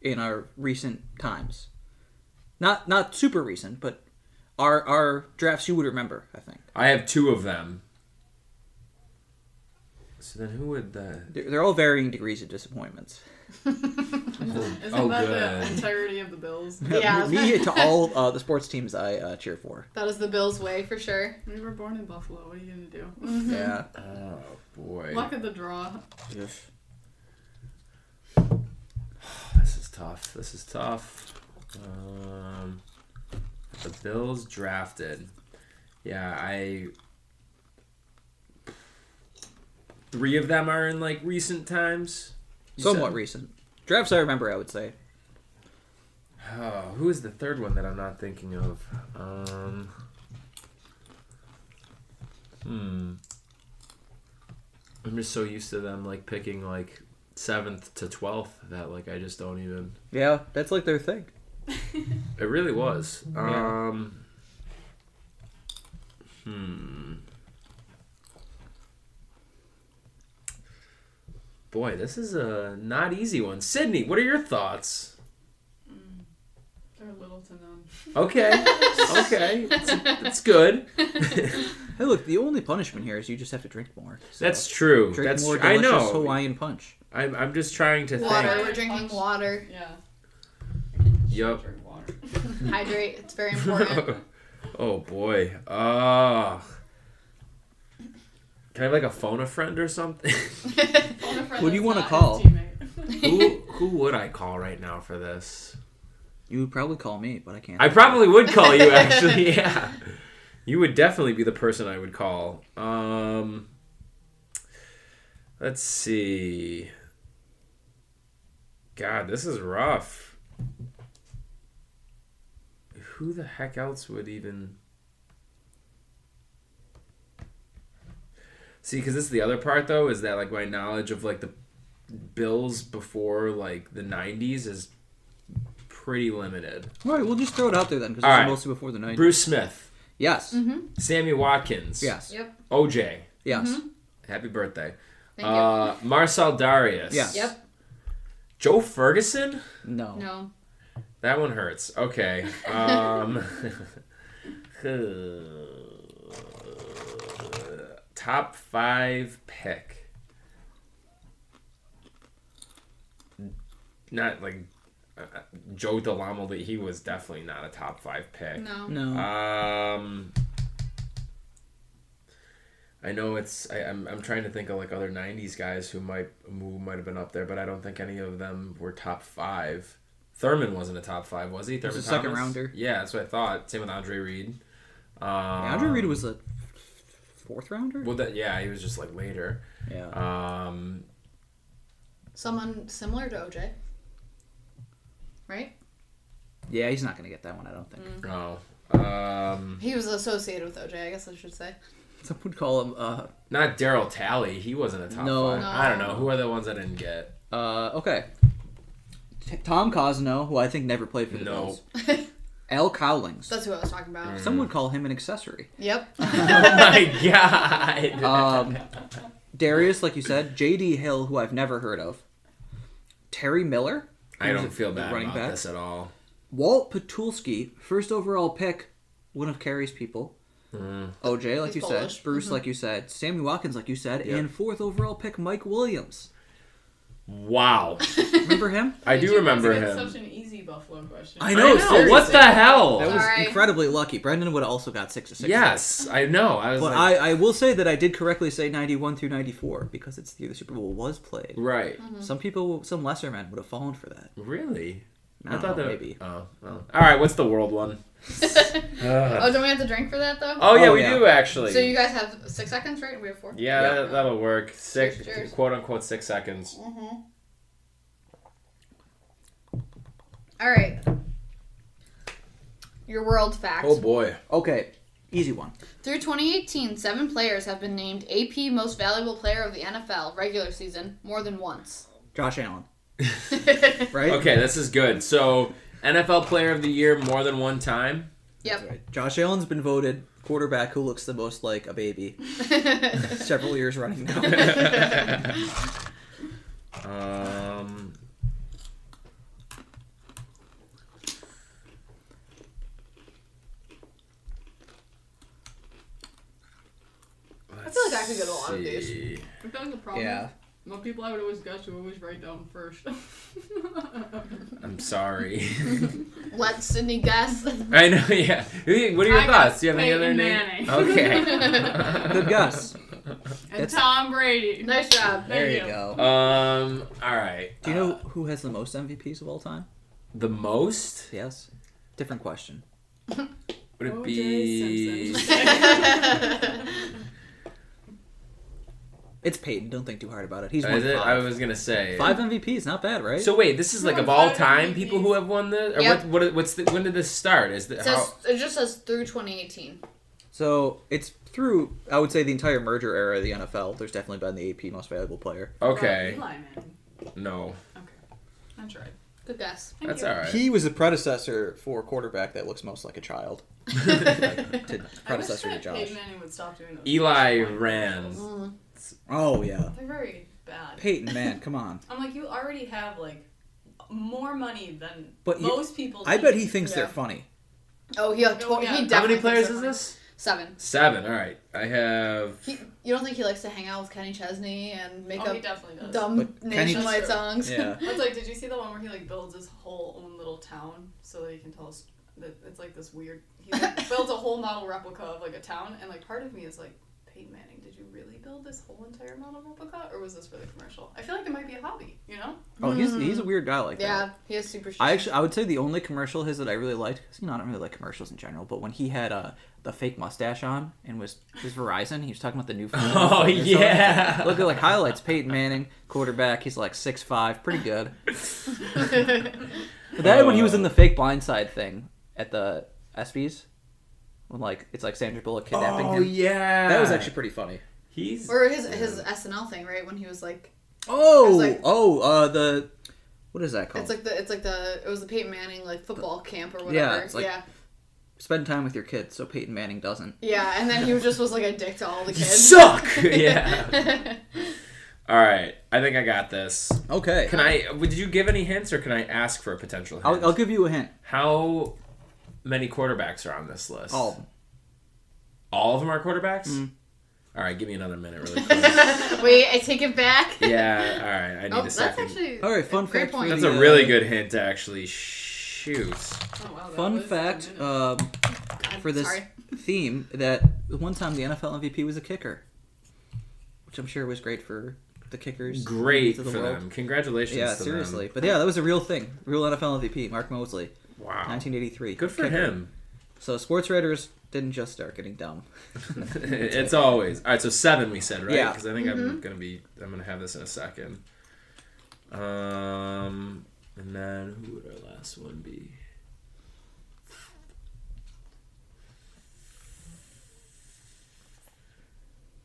[SPEAKER 1] in our recent times. Not not super recent, but our our drafts you would remember, I think.
[SPEAKER 2] I have two of them. So then, who would the?
[SPEAKER 1] They're, they're all varying degrees of disappointments.
[SPEAKER 4] Isn't
[SPEAKER 2] Oh,
[SPEAKER 4] that
[SPEAKER 2] good.
[SPEAKER 4] the entirety of the Bills?
[SPEAKER 3] Yeah.
[SPEAKER 1] Me to all uh, the sports teams I uh, cheer for.
[SPEAKER 3] That is the Bills' way for sure.
[SPEAKER 4] We were born in Buffalo. What are you gonna do?
[SPEAKER 1] Yeah.
[SPEAKER 2] Oh boy,
[SPEAKER 4] Luck of the draw.
[SPEAKER 2] this is tough. This is tough. Um, the Bills drafted. Yeah, I. Three of them are in like recent times. You
[SPEAKER 1] Somewhat
[SPEAKER 2] said-
[SPEAKER 1] recent. Drafts I remember, I would say.
[SPEAKER 2] Oh, who is the third one that I'm not thinking of? Um, hmm. I'm just so used to them like picking like seventh to twelfth that like I just don't even.
[SPEAKER 1] Yeah, that's like their thing.
[SPEAKER 2] It really was.
[SPEAKER 1] Yeah.
[SPEAKER 2] Um, hmm. Boy, this is a not easy one. Sydney, what are your thoughts?
[SPEAKER 4] They're little to none.
[SPEAKER 2] Okay, okay, that's, that's good.
[SPEAKER 1] Hey, look, the only punishment here is you just have to drink more. So
[SPEAKER 2] That's true.
[SPEAKER 1] Drink
[SPEAKER 2] That's
[SPEAKER 1] more
[SPEAKER 2] tr- I
[SPEAKER 1] delicious
[SPEAKER 2] know.
[SPEAKER 1] Hawaiian punch.
[SPEAKER 2] I'm, I'm just trying to
[SPEAKER 3] Water.
[SPEAKER 2] think.
[SPEAKER 3] We're drinking water.
[SPEAKER 4] Yeah.
[SPEAKER 2] Yup.
[SPEAKER 4] Drink water.
[SPEAKER 3] Hydrate. It's very important.
[SPEAKER 2] oh boy. Ah. can I have like a phone a friend or something?
[SPEAKER 4] Phone a friend
[SPEAKER 1] Who do you wanna
[SPEAKER 4] that's not his
[SPEAKER 1] call?
[SPEAKER 4] teammate.
[SPEAKER 2] who who would I call right now for this?
[SPEAKER 1] You would probably call me, but I can't.
[SPEAKER 2] I probably would call you actually. Yeah. You would definitely be the person I would call. Um Let's see. God, this is rough. Who the heck else would even See, because this is the other part though, is that like my knowledge of like the Bills before like the '90s is pretty limited.
[SPEAKER 1] All right, we'll just throw it out there then, because
[SPEAKER 2] All
[SPEAKER 1] it's
[SPEAKER 2] right.
[SPEAKER 1] mostly before the night.
[SPEAKER 2] Bruce Smith,
[SPEAKER 1] Yes.
[SPEAKER 2] Sammy Watkins,
[SPEAKER 1] Yes.
[SPEAKER 3] Mm-hmm. Yep. Mm-hmm.
[SPEAKER 2] OJ,
[SPEAKER 1] Yes.
[SPEAKER 2] happy birthday,
[SPEAKER 3] Thank
[SPEAKER 2] uh, Marcel Darius,
[SPEAKER 1] Yes.
[SPEAKER 3] you. Yep.
[SPEAKER 2] Joe Ferguson.
[SPEAKER 1] No.
[SPEAKER 3] No.
[SPEAKER 2] That one hurts. Okay. Um, top five pick. Not like uh, uh, Joe DeLamo, that he was definitely not a top five pick.
[SPEAKER 3] No.
[SPEAKER 1] No.
[SPEAKER 2] Um, I know it's. I, I'm, I'm trying to think of like other '90s guys who might who might have been up there, but I don't think any of them were top five. Thurman wasn't a top five, was he?
[SPEAKER 1] was
[SPEAKER 2] Thurman
[SPEAKER 1] a second
[SPEAKER 2] Thomas?
[SPEAKER 1] rounder.
[SPEAKER 2] Yeah, that's what I thought. Same with Andre Reed. Um,
[SPEAKER 1] Andrew Reed was a fourth rounder.
[SPEAKER 2] Well, that yeah, he was just like later.
[SPEAKER 1] Yeah.
[SPEAKER 2] Um,
[SPEAKER 3] Someone similar to OJ. Right?
[SPEAKER 1] yeah, he's not going to get that one, I don't think.
[SPEAKER 3] Mm.
[SPEAKER 2] no. Um,
[SPEAKER 3] He was associated with OJ, I guess I should say.
[SPEAKER 1] Some would call him uh
[SPEAKER 2] not Daryl Tally. He wasn't a top
[SPEAKER 1] No.
[SPEAKER 2] five.
[SPEAKER 3] No.
[SPEAKER 2] I don't know. Who are the ones I didn't get?
[SPEAKER 1] Uh, okay. T- Tom Cosno, who I think never played for the
[SPEAKER 2] No.
[SPEAKER 1] Bills.
[SPEAKER 3] That's
[SPEAKER 1] Al Cowlings.
[SPEAKER 3] who I was talking about.
[SPEAKER 1] Some would call him an accessory.
[SPEAKER 3] Yep.
[SPEAKER 2] oh my god.
[SPEAKER 1] Um, Darius, like you said, J.D. Hill, who I've never heard of. Terry Miller,
[SPEAKER 2] I
[SPEAKER 1] was
[SPEAKER 2] don't
[SPEAKER 1] a
[SPEAKER 2] feel bad
[SPEAKER 1] running
[SPEAKER 2] about
[SPEAKER 1] back.
[SPEAKER 2] this at all.
[SPEAKER 1] Walt Patulski, first overall pick, one of Carey's people. Uh. OJ, like
[SPEAKER 3] He's
[SPEAKER 1] you
[SPEAKER 3] Polish. Mm-hmm.
[SPEAKER 1] said, Bruce, like you said, Sammy Watkins, like you said,
[SPEAKER 2] Yep.
[SPEAKER 1] and fourth overall pick, Mike Williams.
[SPEAKER 2] Wow.
[SPEAKER 1] Remember him?
[SPEAKER 2] I do remember
[SPEAKER 4] It's
[SPEAKER 2] him.
[SPEAKER 4] Such an easy Buffalo question.
[SPEAKER 1] I
[SPEAKER 2] I
[SPEAKER 1] know,
[SPEAKER 2] know. what
[SPEAKER 1] seriously.
[SPEAKER 2] the hell?
[SPEAKER 1] That was
[SPEAKER 3] Sorry.
[SPEAKER 1] incredibly lucky. Brendan would have also got six or six.
[SPEAKER 2] yes, I know. I was
[SPEAKER 1] But
[SPEAKER 2] like,
[SPEAKER 1] I, I will say that I did correctly say 91 through 94 because it's the year the Super Bowl was played.
[SPEAKER 2] right.
[SPEAKER 3] Mm-hmm.
[SPEAKER 1] Some people, some lesser men would have fallen for that.
[SPEAKER 2] Really?
[SPEAKER 1] I, thought that maybe.
[SPEAKER 2] Oh, well. all right. What's the world one? Ugh.
[SPEAKER 3] oh, don't we have to drink for that, though?
[SPEAKER 2] oh yeah,
[SPEAKER 1] Oh,
[SPEAKER 2] we
[SPEAKER 1] yeah.
[SPEAKER 2] do actually.
[SPEAKER 3] So you guys have six seconds, right? We have four.
[SPEAKER 2] yeah,
[SPEAKER 1] Yeah.
[SPEAKER 2] That, that'll work. Six,
[SPEAKER 3] Cheers, cheers.
[SPEAKER 2] quote unquote, six seconds.
[SPEAKER 3] All right. Your world fact.
[SPEAKER 2] Oh boy.
[SPEAKER 1] Okay, easy one.
[SPEAKER 3] Through 2018, seven players have been named AP Most Valuable Player of the NFL regular season more than once.
[SPEAKER 1] Josh Allen, right?
[SPEAKER 2] Okay, this is good. So NFL Player of the Year more than one time.
[SPEAKER 1] That's
[SPEAKER 3] yep.
[SPEAKER 1] right. Josh Allen's been voted quarterback who looks the most like a baby several years running now.
[SPEAKER 2] Um. I
[SPEAKER 3] feel like I could go to a lot of these.
[SPEAKER 4] I feel like the problem
[SPEAKER 1] yeah.
[SPEAKER 4] is the people I would always guess would always write down first.
[SPEAKER 2] I'm sorry.
[SPEAKER 3] Let Sydney guess.
[SPEAKER 2] I know. Yeah. Who you- What are your
[SPEAKER 4] I got
[SPEAKER 2] thoughts? Do you have any
[SPEAKER 4] Peyton
[SPEAKER 2] other name?
[SPEAKER 4] Manning.
[SPEAKER 2] Okay.
[SPEAKER 1] Good guess.
[SPEAKER 4] and
[SPEAKER 1] That's-
[SPEAKER 4] Tom Brady.
[SPEAKER 3] nice job.
[SPEAKER 4] There
[SPEAKER 1] There you
[SPEAKER 4] you
[SPEAKER 1] go.
[SPEAKER 2] um. All right.
[SPEAKER 1] Do you know
[SPEAKER 2] Uh,
[SPEAKER 1] who has the most MVPs of all time?
[SPEAKER 2] the most?
[SPEAKER 1] Yes. Different question.
[SPEAKER 2] Would it be?
[SPEAKER 4] O.J.
[SPEAKER 1] It's Peyton. Don't think too hard about it. He's won
[SPEAKER 2] Is it? I
[SPEAKER 1] five.
[SPEAKER 2] was gonna say
[SPEAKER 1] five MVPs. Not bad, right?
[SPEAKER 2] So wait, this is like
[SPEAKER 4] No,
[SPEAKER 2] of all
[SPEAKER 4] five
[SPEAKER 2] time
[SPEAKER 4] MVPs.
[SPEAKER 2] people who have won this. Or
[SPEAKER 3] Yep.
[SPEAKER 2] what, what? What's the? When did this start? Is the?
[SPEAKER 3] It,
[SPEAKER 2] How,
[SPEAKER 3] says, it just says through 2018.
[SPEAKER 1] So it's through, I would say, the entire merger era of the NFL. There's definitely been the AP most valuable player.
[SPEAKER 2] okay.
[SPEAKER 4] Eli Manning.
[SPEAKER 2] No.
[SPEAKER 4] I tried.
[SPEAKER 3] Good guess.
[SPEAKER 4] Thank
[SPEAKER 2] That's
[SPEAKER 4] you.
[SPEAKER 2] all right.
[SPEAKER 1] He was the predecessor for a quarterback that looks most like a child. To
[SPEAKER 4] I wish
[SPEAKER 1] predecessor to
[SPEAKER 4] that
[SPEAKER 1] Josh.
[SPEAKER 4] Peyton Manning would stop doing those.
[SPEAKER 2] Eli
[SPEAKER 4] things.
[SPEAKER 2] ran.
[SPEAKER 3] Mm.
[SPEAKER 1] Oh yeah,
[SPEAKER 4] They're very bad.
[SPEAKER 1] Peyton, man, come on.
[SPEAKER 4] I'm like, you already have like more money than
[SPEAKER 1] But you-
[SPEAKER 4] most people.
[SPEAKER 1] I
[SPEAKER 4] do.
[SPEAKER 1] bet he thinks
[SPEAKER 3] Yeah.
[SPEAKER 1] they're funny.
[SPEAKER 3] Oh, he, to-
[SPEAKER 4] Oh, yeah.
[SPEAKER 3] he definitely.
[SPEAKER 2] How many
[SPEAKER 3] thinks
[SPEAKER 2] players
[SPEAKER 3] they're
[SPEAKER 2] is
[SPEAKER 3] funny.
[SPEAKER 2] this?
[SPEAKER 3] Seven.
[SPEAKER 2] Seven. All right. I have.
[SPEAKER 3] He, you don't think he likes to hang out with Kenny Chesney and make
[SPEAKER 4] Oh, he
[SPEAKER 3] up
[SPEAKER 4] definitely does.
[SPEAKER 3] dumb
[SPEAKER 1] But Kenny-
[SPEAKER 3] nationwide songs?
[SPEAKER 1] Yeah.
[SPEAKER 4] That's like, did you see the one where he like builds his whole own little town so that he can tell us that it's like this weird? He like, builds a whole model replica of like a town, and like part of me is like, Peyton Manning, did you really build this whole entire model replica, or was this for the commercial? I feel like it might be a hobby, you know?
[SPEAKER 1] Oh, he's he's a weird guy like
[SPEAKER 3] yeah,
[SPEAKER 1] that.
[SPEAKER 3] he has super. shit.
[SPEAKER 1] I actually, I would say the only commercial his that I really liked. 'cause, you know, I don't really like commercials in general, but when he had uh, the fake mustache on and was was Verizon, he was talking about the new. phone.
[SPEAKER 2] Oh yeah.
[SPEAKER 1] Look at like highlights. Peyton Manning, quarterback. He's like six five, pretty good. But that when
[SPEAKER 2] Oh.
[SPEAKER 1] he was in the fake blindside thing at the ESPYS, when like it's like Sandra Bullock kidnapping
[SPEAKER 2] Oh
[SPEAKER 1] him.
[SPEAKER 2] yeah.
[SPEAKER 1] That was actually pretty funny.
[SPEAKER 2] He's.
[SPEAKER 3] Or his his SNL thing, right? When he was like,
[SPEAKER 1] Oh,
[SPEAKER 3] like-
[SPEAKER 1] oh, uh, the what is that called?
[SPEAKER 3] it's like the it's like the it was the Peyton Manning like football camp or
[SPEAKER 1] Yeah,
[SPEAKER 3] whatever. Yeah,
[SPEAKER 1] it's like-
[SPEAKER 3] yeah,
[SPEAKER 1] Spend time with your kids, so Peyton Manning doesn't.
[SPEAKER 3] And then he was just was like a dick to all the
[SPEAKER 2] You
[SPEAKER 3] kids.
[SPEAKER 2] suck. yeah. All right. I think I got this.
[SPEAKER 1] Okay,
[SPEAKER 2] Can I? Would you give any hints, or can I ask for a potential hint?
[SPEAKER 1] I'll, I'll give you a hint.
[SPEAKER 2] How
[SPEAKER 1] Oh,
[SPEAKER 2] many quarterbacks are on this list?
[SPEAKER 1] All of them. Mm.
[SPEAKER 2] All of them are quarterbacks. All right, give me another minute, really quick.
[SPEAKER 3] Wait, I take it back.
[SPEAKER 2] yeah. All right, I need
[SPEAKER 3] Oh,
[SPEAKER 2] a
[SPEAKER 3] that's
[SPEAKER 2] second.
[SPEAKER 3] actually
[SPEAKER 1] All right, fun
[SPEAKER 3] a great
[SPEAKER 1] fact for
[SPEAKER 3] point.
[SPEAKER 2] That's
[SPEAKER 1] the- uh,
[SPEAKER 2] a really good hint, actually. Shoot.
[SPEAKER 4] Oh, wow, that
[SPEAKER 1] Fun
[SPEAKER 4] was a
[SPEAKER 1] fact
[SPEAKER 4] minute.
[SPEAKER 1] um,
[SPEAKER 3] God,
[SPEAKER 1] for this
[SPEAKER 3] Sorry.
[SPEAKER 1] theme that one time the NFL MVP was a kicker, which I'm sure was great for the kickers.
[SPEAKER 2] Great
[SPEAKER 1] to
[SPEAKER 2] for
[SPEAKER 1] the world.
[SPEAKER 2] them. Congratulations.
[SPEAKER 1] Yeah,
[SPEAKER 2] to them.
[SPEAKER 1] seriously. But yeah, that was a real thing. Real NFL MVP, Mark Mosley,
[SPEAKER 2] Wow.
[SPEAKER 1] 1983.
[SPEAKER 2] Good for
[SPEAKER 1] kicker.
[SPEAKER 2] him.
[SPEAKER 1] So sports writers didn't just start getting dumb.
[SPEAKER 2] it's always all right. So seven, we said, right?
[SPEAKER 1] Yeah.
[SPEAKER 2] Because I think I'm gonna be. I'm gonna have this in a second. Um, and then who would our last one be?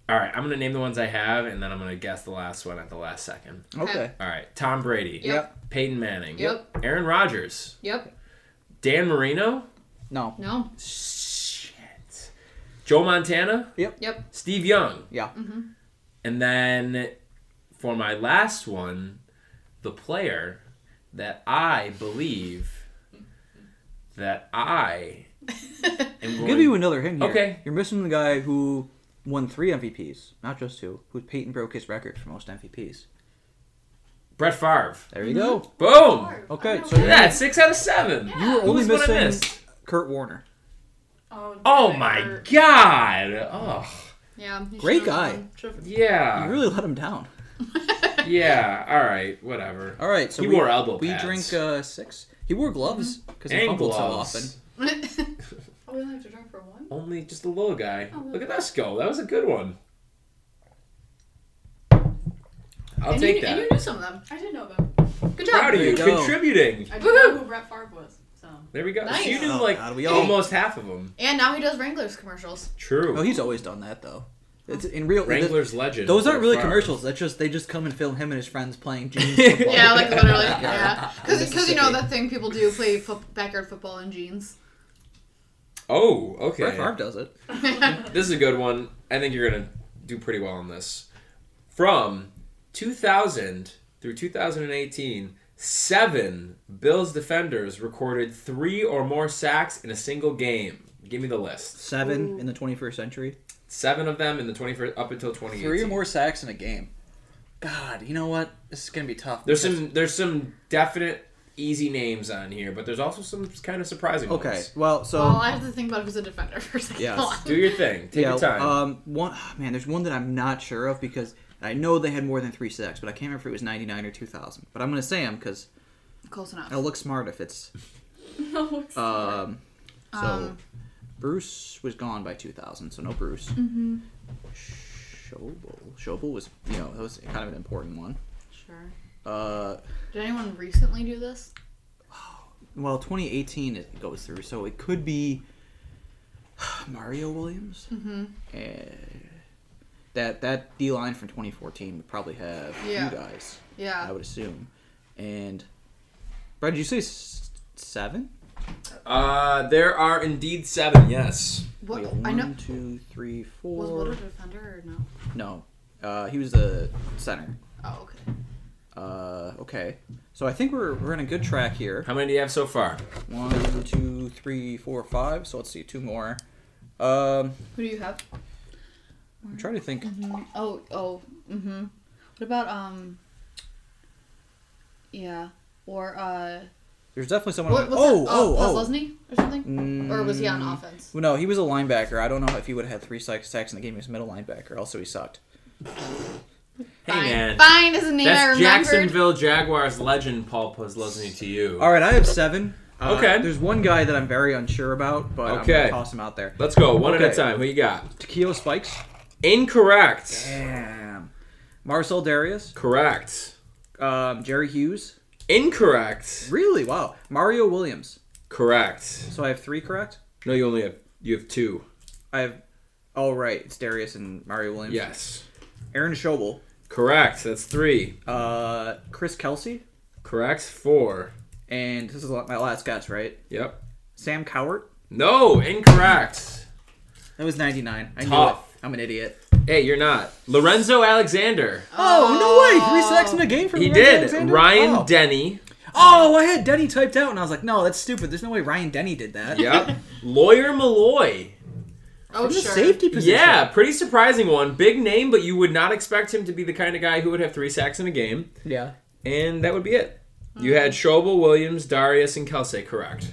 [SPEAKER 2] All right, I'm gonna name the ones I have, and then I'm gonna guess the last one at the last second.
[SPEAKER 1] Okay.
[SPEAKER 2] All right, Tom Brady.
[SPEAKER 3] Yep.
[SPEAKER 2] Peyton Manning.
[SPEAKER 3] Yep.
[SPEAKER 2] Aaron Rodgers.
[SPEAKER 3] Yep.
[SPEAKER 2] Dan Marino.
[SPEAKER 1] No.
[SPEAKER 3] No.
[SPEAKER 2] Shit. Joe Montana.
[SPEAKER 3] Yep.
[SPEAKER 2] Steve Young.
[SPEAKER 1] Yeah.
[SPEAKER 2] And then for my last one, the player that I believe that I am
[SPEAKER 1] I'll
[SPEAKER 2] going
[SPEAKER 1] give you another hint here.
[SPEAKER 2] Okay.
[SPEAKER 1] You're missing the guy who won three MVPs, not just two. Who Peyton broke his record for most MVPs.
[SPEAKER 2] Brett Favre.
[SPEAKER 1] There you go.
[SPEAKER 3] Mm-hmm.
[SPEAKER 2] Boom.
[SPEAKER 1] Okay,
[SPEAKER 4] I
[SPEAKER 1] so
[SPEAKER 2] Look at
[SPEAKER 4] know.
[SPEAKER 2] that, six out of seven.
[SPEAKER 4] Yeah.
[SPEAKER 1] You were
[SPEAKER 2] Who
[SPEAKER 1] only
[SPEAKER 2] was the one I
[SPEAKER 1] missing
[SPEAKER 2] missed?
[SPEAKER 1] Kurt Warner.
[SPEAKER 4] Oh,
[SPEAKER 2] Oh
[SPEAKER 4] that
[SPEAKER 2] my
[SPEAKER 4] hurt.
[SPEAKER 2] god. Oh
[SPEAKER 3] Yeah. you
[SPEAKER 1] Great
[SPEAKER 3] should've
[SPEAKER 1] guy.
[SPEAKER 3] won. Should've-
[SPEAKER 1] You
[SPEAKER 2] yeah.
[SPEAKER 1] really let him down.
[SPEAKER 2] Yeah. All right. Whatever.
[SPEAKER 1] All right, so
[SPEAKER 2] He
[SPEAKER 1] we,
[SPEAKER 2] wore elbow
[SPEAKER 1] we
[SPEAKER 2] pads.
[SPEAKER 1] drink uh, six. He wore gloves
[SPEAKER 3] Mm-hmm.
[SPEAKER 1] because he
[SPEAKER 2] And
[SPEAKER 1] fumbled so
[SPEAKER 2] gloves.
[SPEAKER 1] often.
[SPEAKER 4] Oh, we only have to drink for one?
[SPEAKER 2] Only just a little guy.
[SPEAKER 4] Oh,
[SPEAKER 2] Look at that skull. That was a good one. I'll
[SPEAKER 3] and
[SPEAKER 2] take
[SPEAKER 3] you,
[SPEAKER 2] that.
[SPEAKER 3] And you knew some of them.
[SPEAKER 4] I didn't know them.
[SPEAKER 3] Good job.
[SPEAKER 2] proud of
[SPEAKER 1] There you
[SPEAKER 2] you
[SPEAKER 1] go.
[SPEAKER 2] contributing.
[SPEAKER 4] I didn't know who Brett Favre was. So.
[SPEAKER 2] There we go.
[SPEAKER 3] Nice.
[SPEAKER 2] So you knew
[SPEAKER 1] Oh,
[SPEAKER 2] like
[SPEAKER 1] God, we all-
[SPEAKER 2] almost half of them.
[SPEAKER 3] And now he does Wranglers commercials.
[SPEAKER 2] True.
[SPEAKER 1] Oh, he's always done that though. It's in real.
[SPEAKER 2] Wrangler's legend.
[SPEAKER 1] Those aren't really
[SPEAKER 2] Favre.
[SPEAKER 1] commercials. That's just they just come and film him and his friends playing jeans. football.
[SPEAKER 3] Yeah, like literally. Yeah. Because you know
[SPEAKER 1] Mississippi.
[SPEAKER 3] that thing people do play fo- backyard football in jeans.
[SPEAKER 2] Oh,
[SPEAKER 1] Brett Favre
[SPEAKER 2] okay.
[SPEAKER 1] does it.
[SPEAKER 2] This is a good one. I think you're gonna do pretty well on this. From 2000 through 2018, seven Bills defenders recorded three or more sacks in a single game. Give me the list.
[SPEAKER 1] Seven in the 21st century.
[SPEAKER 2] Seven of them in the 21st up until 2018.
[SPEAKER 1] Three or more sacks in a game. God, you know what? This is gonna be tough.
[SPEAKER 2] There's
[SPEAKER 1] because-
[SPEAKER 2] some there's some definite easy names on here, but there's also some kind of surprising
[SPEAKER 1] Okay,
[SPEAKER 2] ones.
[SPEAKER 1] well, so
[SPEAKER 3] well, I have to think about who's a defender for a second.
[SPEAKER 1] Yes.
[SPEAKER 3] Hold on.
[SPEAKER 2] Do your thing. Take
[SPEAKER 1] yeah,
[SPEAKER 2] your time.
[SPEAKER 1] um, one ah, man. There's one that I'm not sure of because I know they had more than three sacks, but I can't remember if it was 99 or 2000. But I'm gonna say them because
[SPEAKER 3] Close enough.
[SPEAKER 1] I'll look smart if it's
[SPEAKER 4] No, it's
[SPEAKER 1] Um, so
[SPEAKER 3] Um,
[SPEAKER 1] Bruce was gone by 2000, so no Bruce.
[SPEAKER 3] Mm-hmm.
[SPEAKER 1] Schobel. Schobel was, you know, that was kind of an important one.
[SPEAKER 3] Sure.
[SPEAKER 1] Uh,
[SPEAKER 3] Did anyone recently do this?
[SPEAKER 1] well, 2018 it goes through, so it could be Mario Williams.
[SPEAKER 3] Mm-hmm.
[SPEAKER 1] And that that D line from 2014 would probably have
[SPEAKER 3] Yeah.
[SPEAKER 1] you guys, I
[SPEAKER 3] Yeah.
[SPEAKER 1] would assume. And Brad, did you say s- seven?
[SPEAKER 2] Uh, there are indeed seven. Yes.
[SPEAKER 3] What
[SPEAKER 1] Wait,
[SPEAKER 3] I know
[SPEAKER 1] one, two, three,
[SPEAKER 3] was
[SPEAKER 1] four.
[SPEAKER 3] Wood a defender or no?
[SPEAKER 1] No, uh, he was the center.
[SPEAKER 3] Oh, okay.
[SPEAKER 1] Uh, okay. So I think we're we're in a good track here.
[SPEAKER 2] How many do you have so far?
[SPEAKER 1] One, two, three, four, five. So let's see, two more. Um,
[SPEAKER 3] Who do you have?
[SPEAKER 1] I'm trying to think.
[SPEAKER 3] Mm, Oh, oh, mm-hmm. What about um? Yeah, or uh,
[SPEAKER 1] There's definitely someone.
[SPEAKER 3] what, what's
[SPEAKER 1] oh,
[SPEAKER 3] that?
[SPEAKER 1] oh,
[SPEAKER 3] Buzz
[SPEAKER 1] oh.
[SPEAKER 3] Lesney or something?
[SPEAKER 1] Mm,
[SPEAKER 3] Or was he on offense?
[SPEAKER 1] well, No, he was a linebacker. I don't know if he would have had three sack- sacks in the game. He was a middle linebacker. Also, he sucked.
[SPEAKER 2] Hey
[SPEAKER 3] Fine.
[SPEAKER 2] man,
[SPEAKER 3] Fine is a name I
[SPEAKER 2] that's
[SPEAKER 3] remembered.
[SPEAKER 2] Jacksonville Jaguars legend Paul Posluszny to you.
[SPEAKER 1] All right, I have seven. Uh,
[SPEAKER 2] Okay.
[SPEAKER 1] There's one guy that I'm very unsure about, but I'm
[SPEAKER 2] Okay.
[SPEAKER 1] gonna toss him out there.
[SPEAKER 2] Let's go one at
[SPEAKER 1] Okay.
[SPEAKER 2] a time. Who you got?
[SPEAKER 1] Takio Spikes.
[SPEAKER 2] Incorrect.
[SPEAKER 1] Damn. Marcel Darius.
[SPEAKER 2] Correct.
[SPEAKER 1] Um, Jerry Hughes.
[SPEAKER 2] Incorrect.
[SPEAKER 1] Really? Wow. Mario Williams.
[SPEAKER 2] Correct.
[SPEAKER 1] So I have three correct?
[SPEAKER 2] No, you only have you have two.
[SPEAKER 1] I have. Oh, right. It's Darius and Mario Williams.
[SPEAKER 2] Yes.
[SPEAKER 1] Aaron Schobel.
[SPEAKER 2] Correct. That's three.
[SPEAKER 1] Uh, Chris Kelsey.
[SPEAKER 2] Correct. Four.
[SPEAKER 1] And this is my last guess, right?
[SPEAKER 2] Yep.
[SPEAKER 1] Sam Cowart.
[SPEAKER 2] No. Incorrect.
[SPEAKER 1] That was 99. I knew it.
[SPEAKER 2] Tough.
[SPEAKER 1] I'm an idiot.
[SPEAKER 2] Hey, you're not. Lorenzo Alexander.
[SPEAKER 1] Oh, no way. Three sacks in a game for
[SPEAKER 2] He
[SPEAKER 1] Lorenzo
[SPEAKER 2] did.
[SPEAKER 1] Alexander?
[SPEAKER 2] Ryan
[SPEAKER 1] Oh.
[SPEAKER 2] Denny.
[SPEAKER 1] oh, I had Denny typed out, and I was like, no, that's stupid. There's no way Ryan Denny did that.
[SPEAKER 2] Yep. Lawyer Malloy.
[SPEAKER 3] Oh,
[SPEAKER 1] From the
[SPEAKER 3] sure.
[SPEAKER 1] safety position.
[SPEAKER 2] Yeah, pretty surprising one. Big name, but you would not expect him to be the kind of guy who would have three sacks in a game.
[SPEAKER 1] Yeah.
[SPEAKER 2] And that would be it. You
[SPEAKER 1] Hmm.
[SPEAKER 2] had Schobel, Williams, Darius, and Kelsey, correct.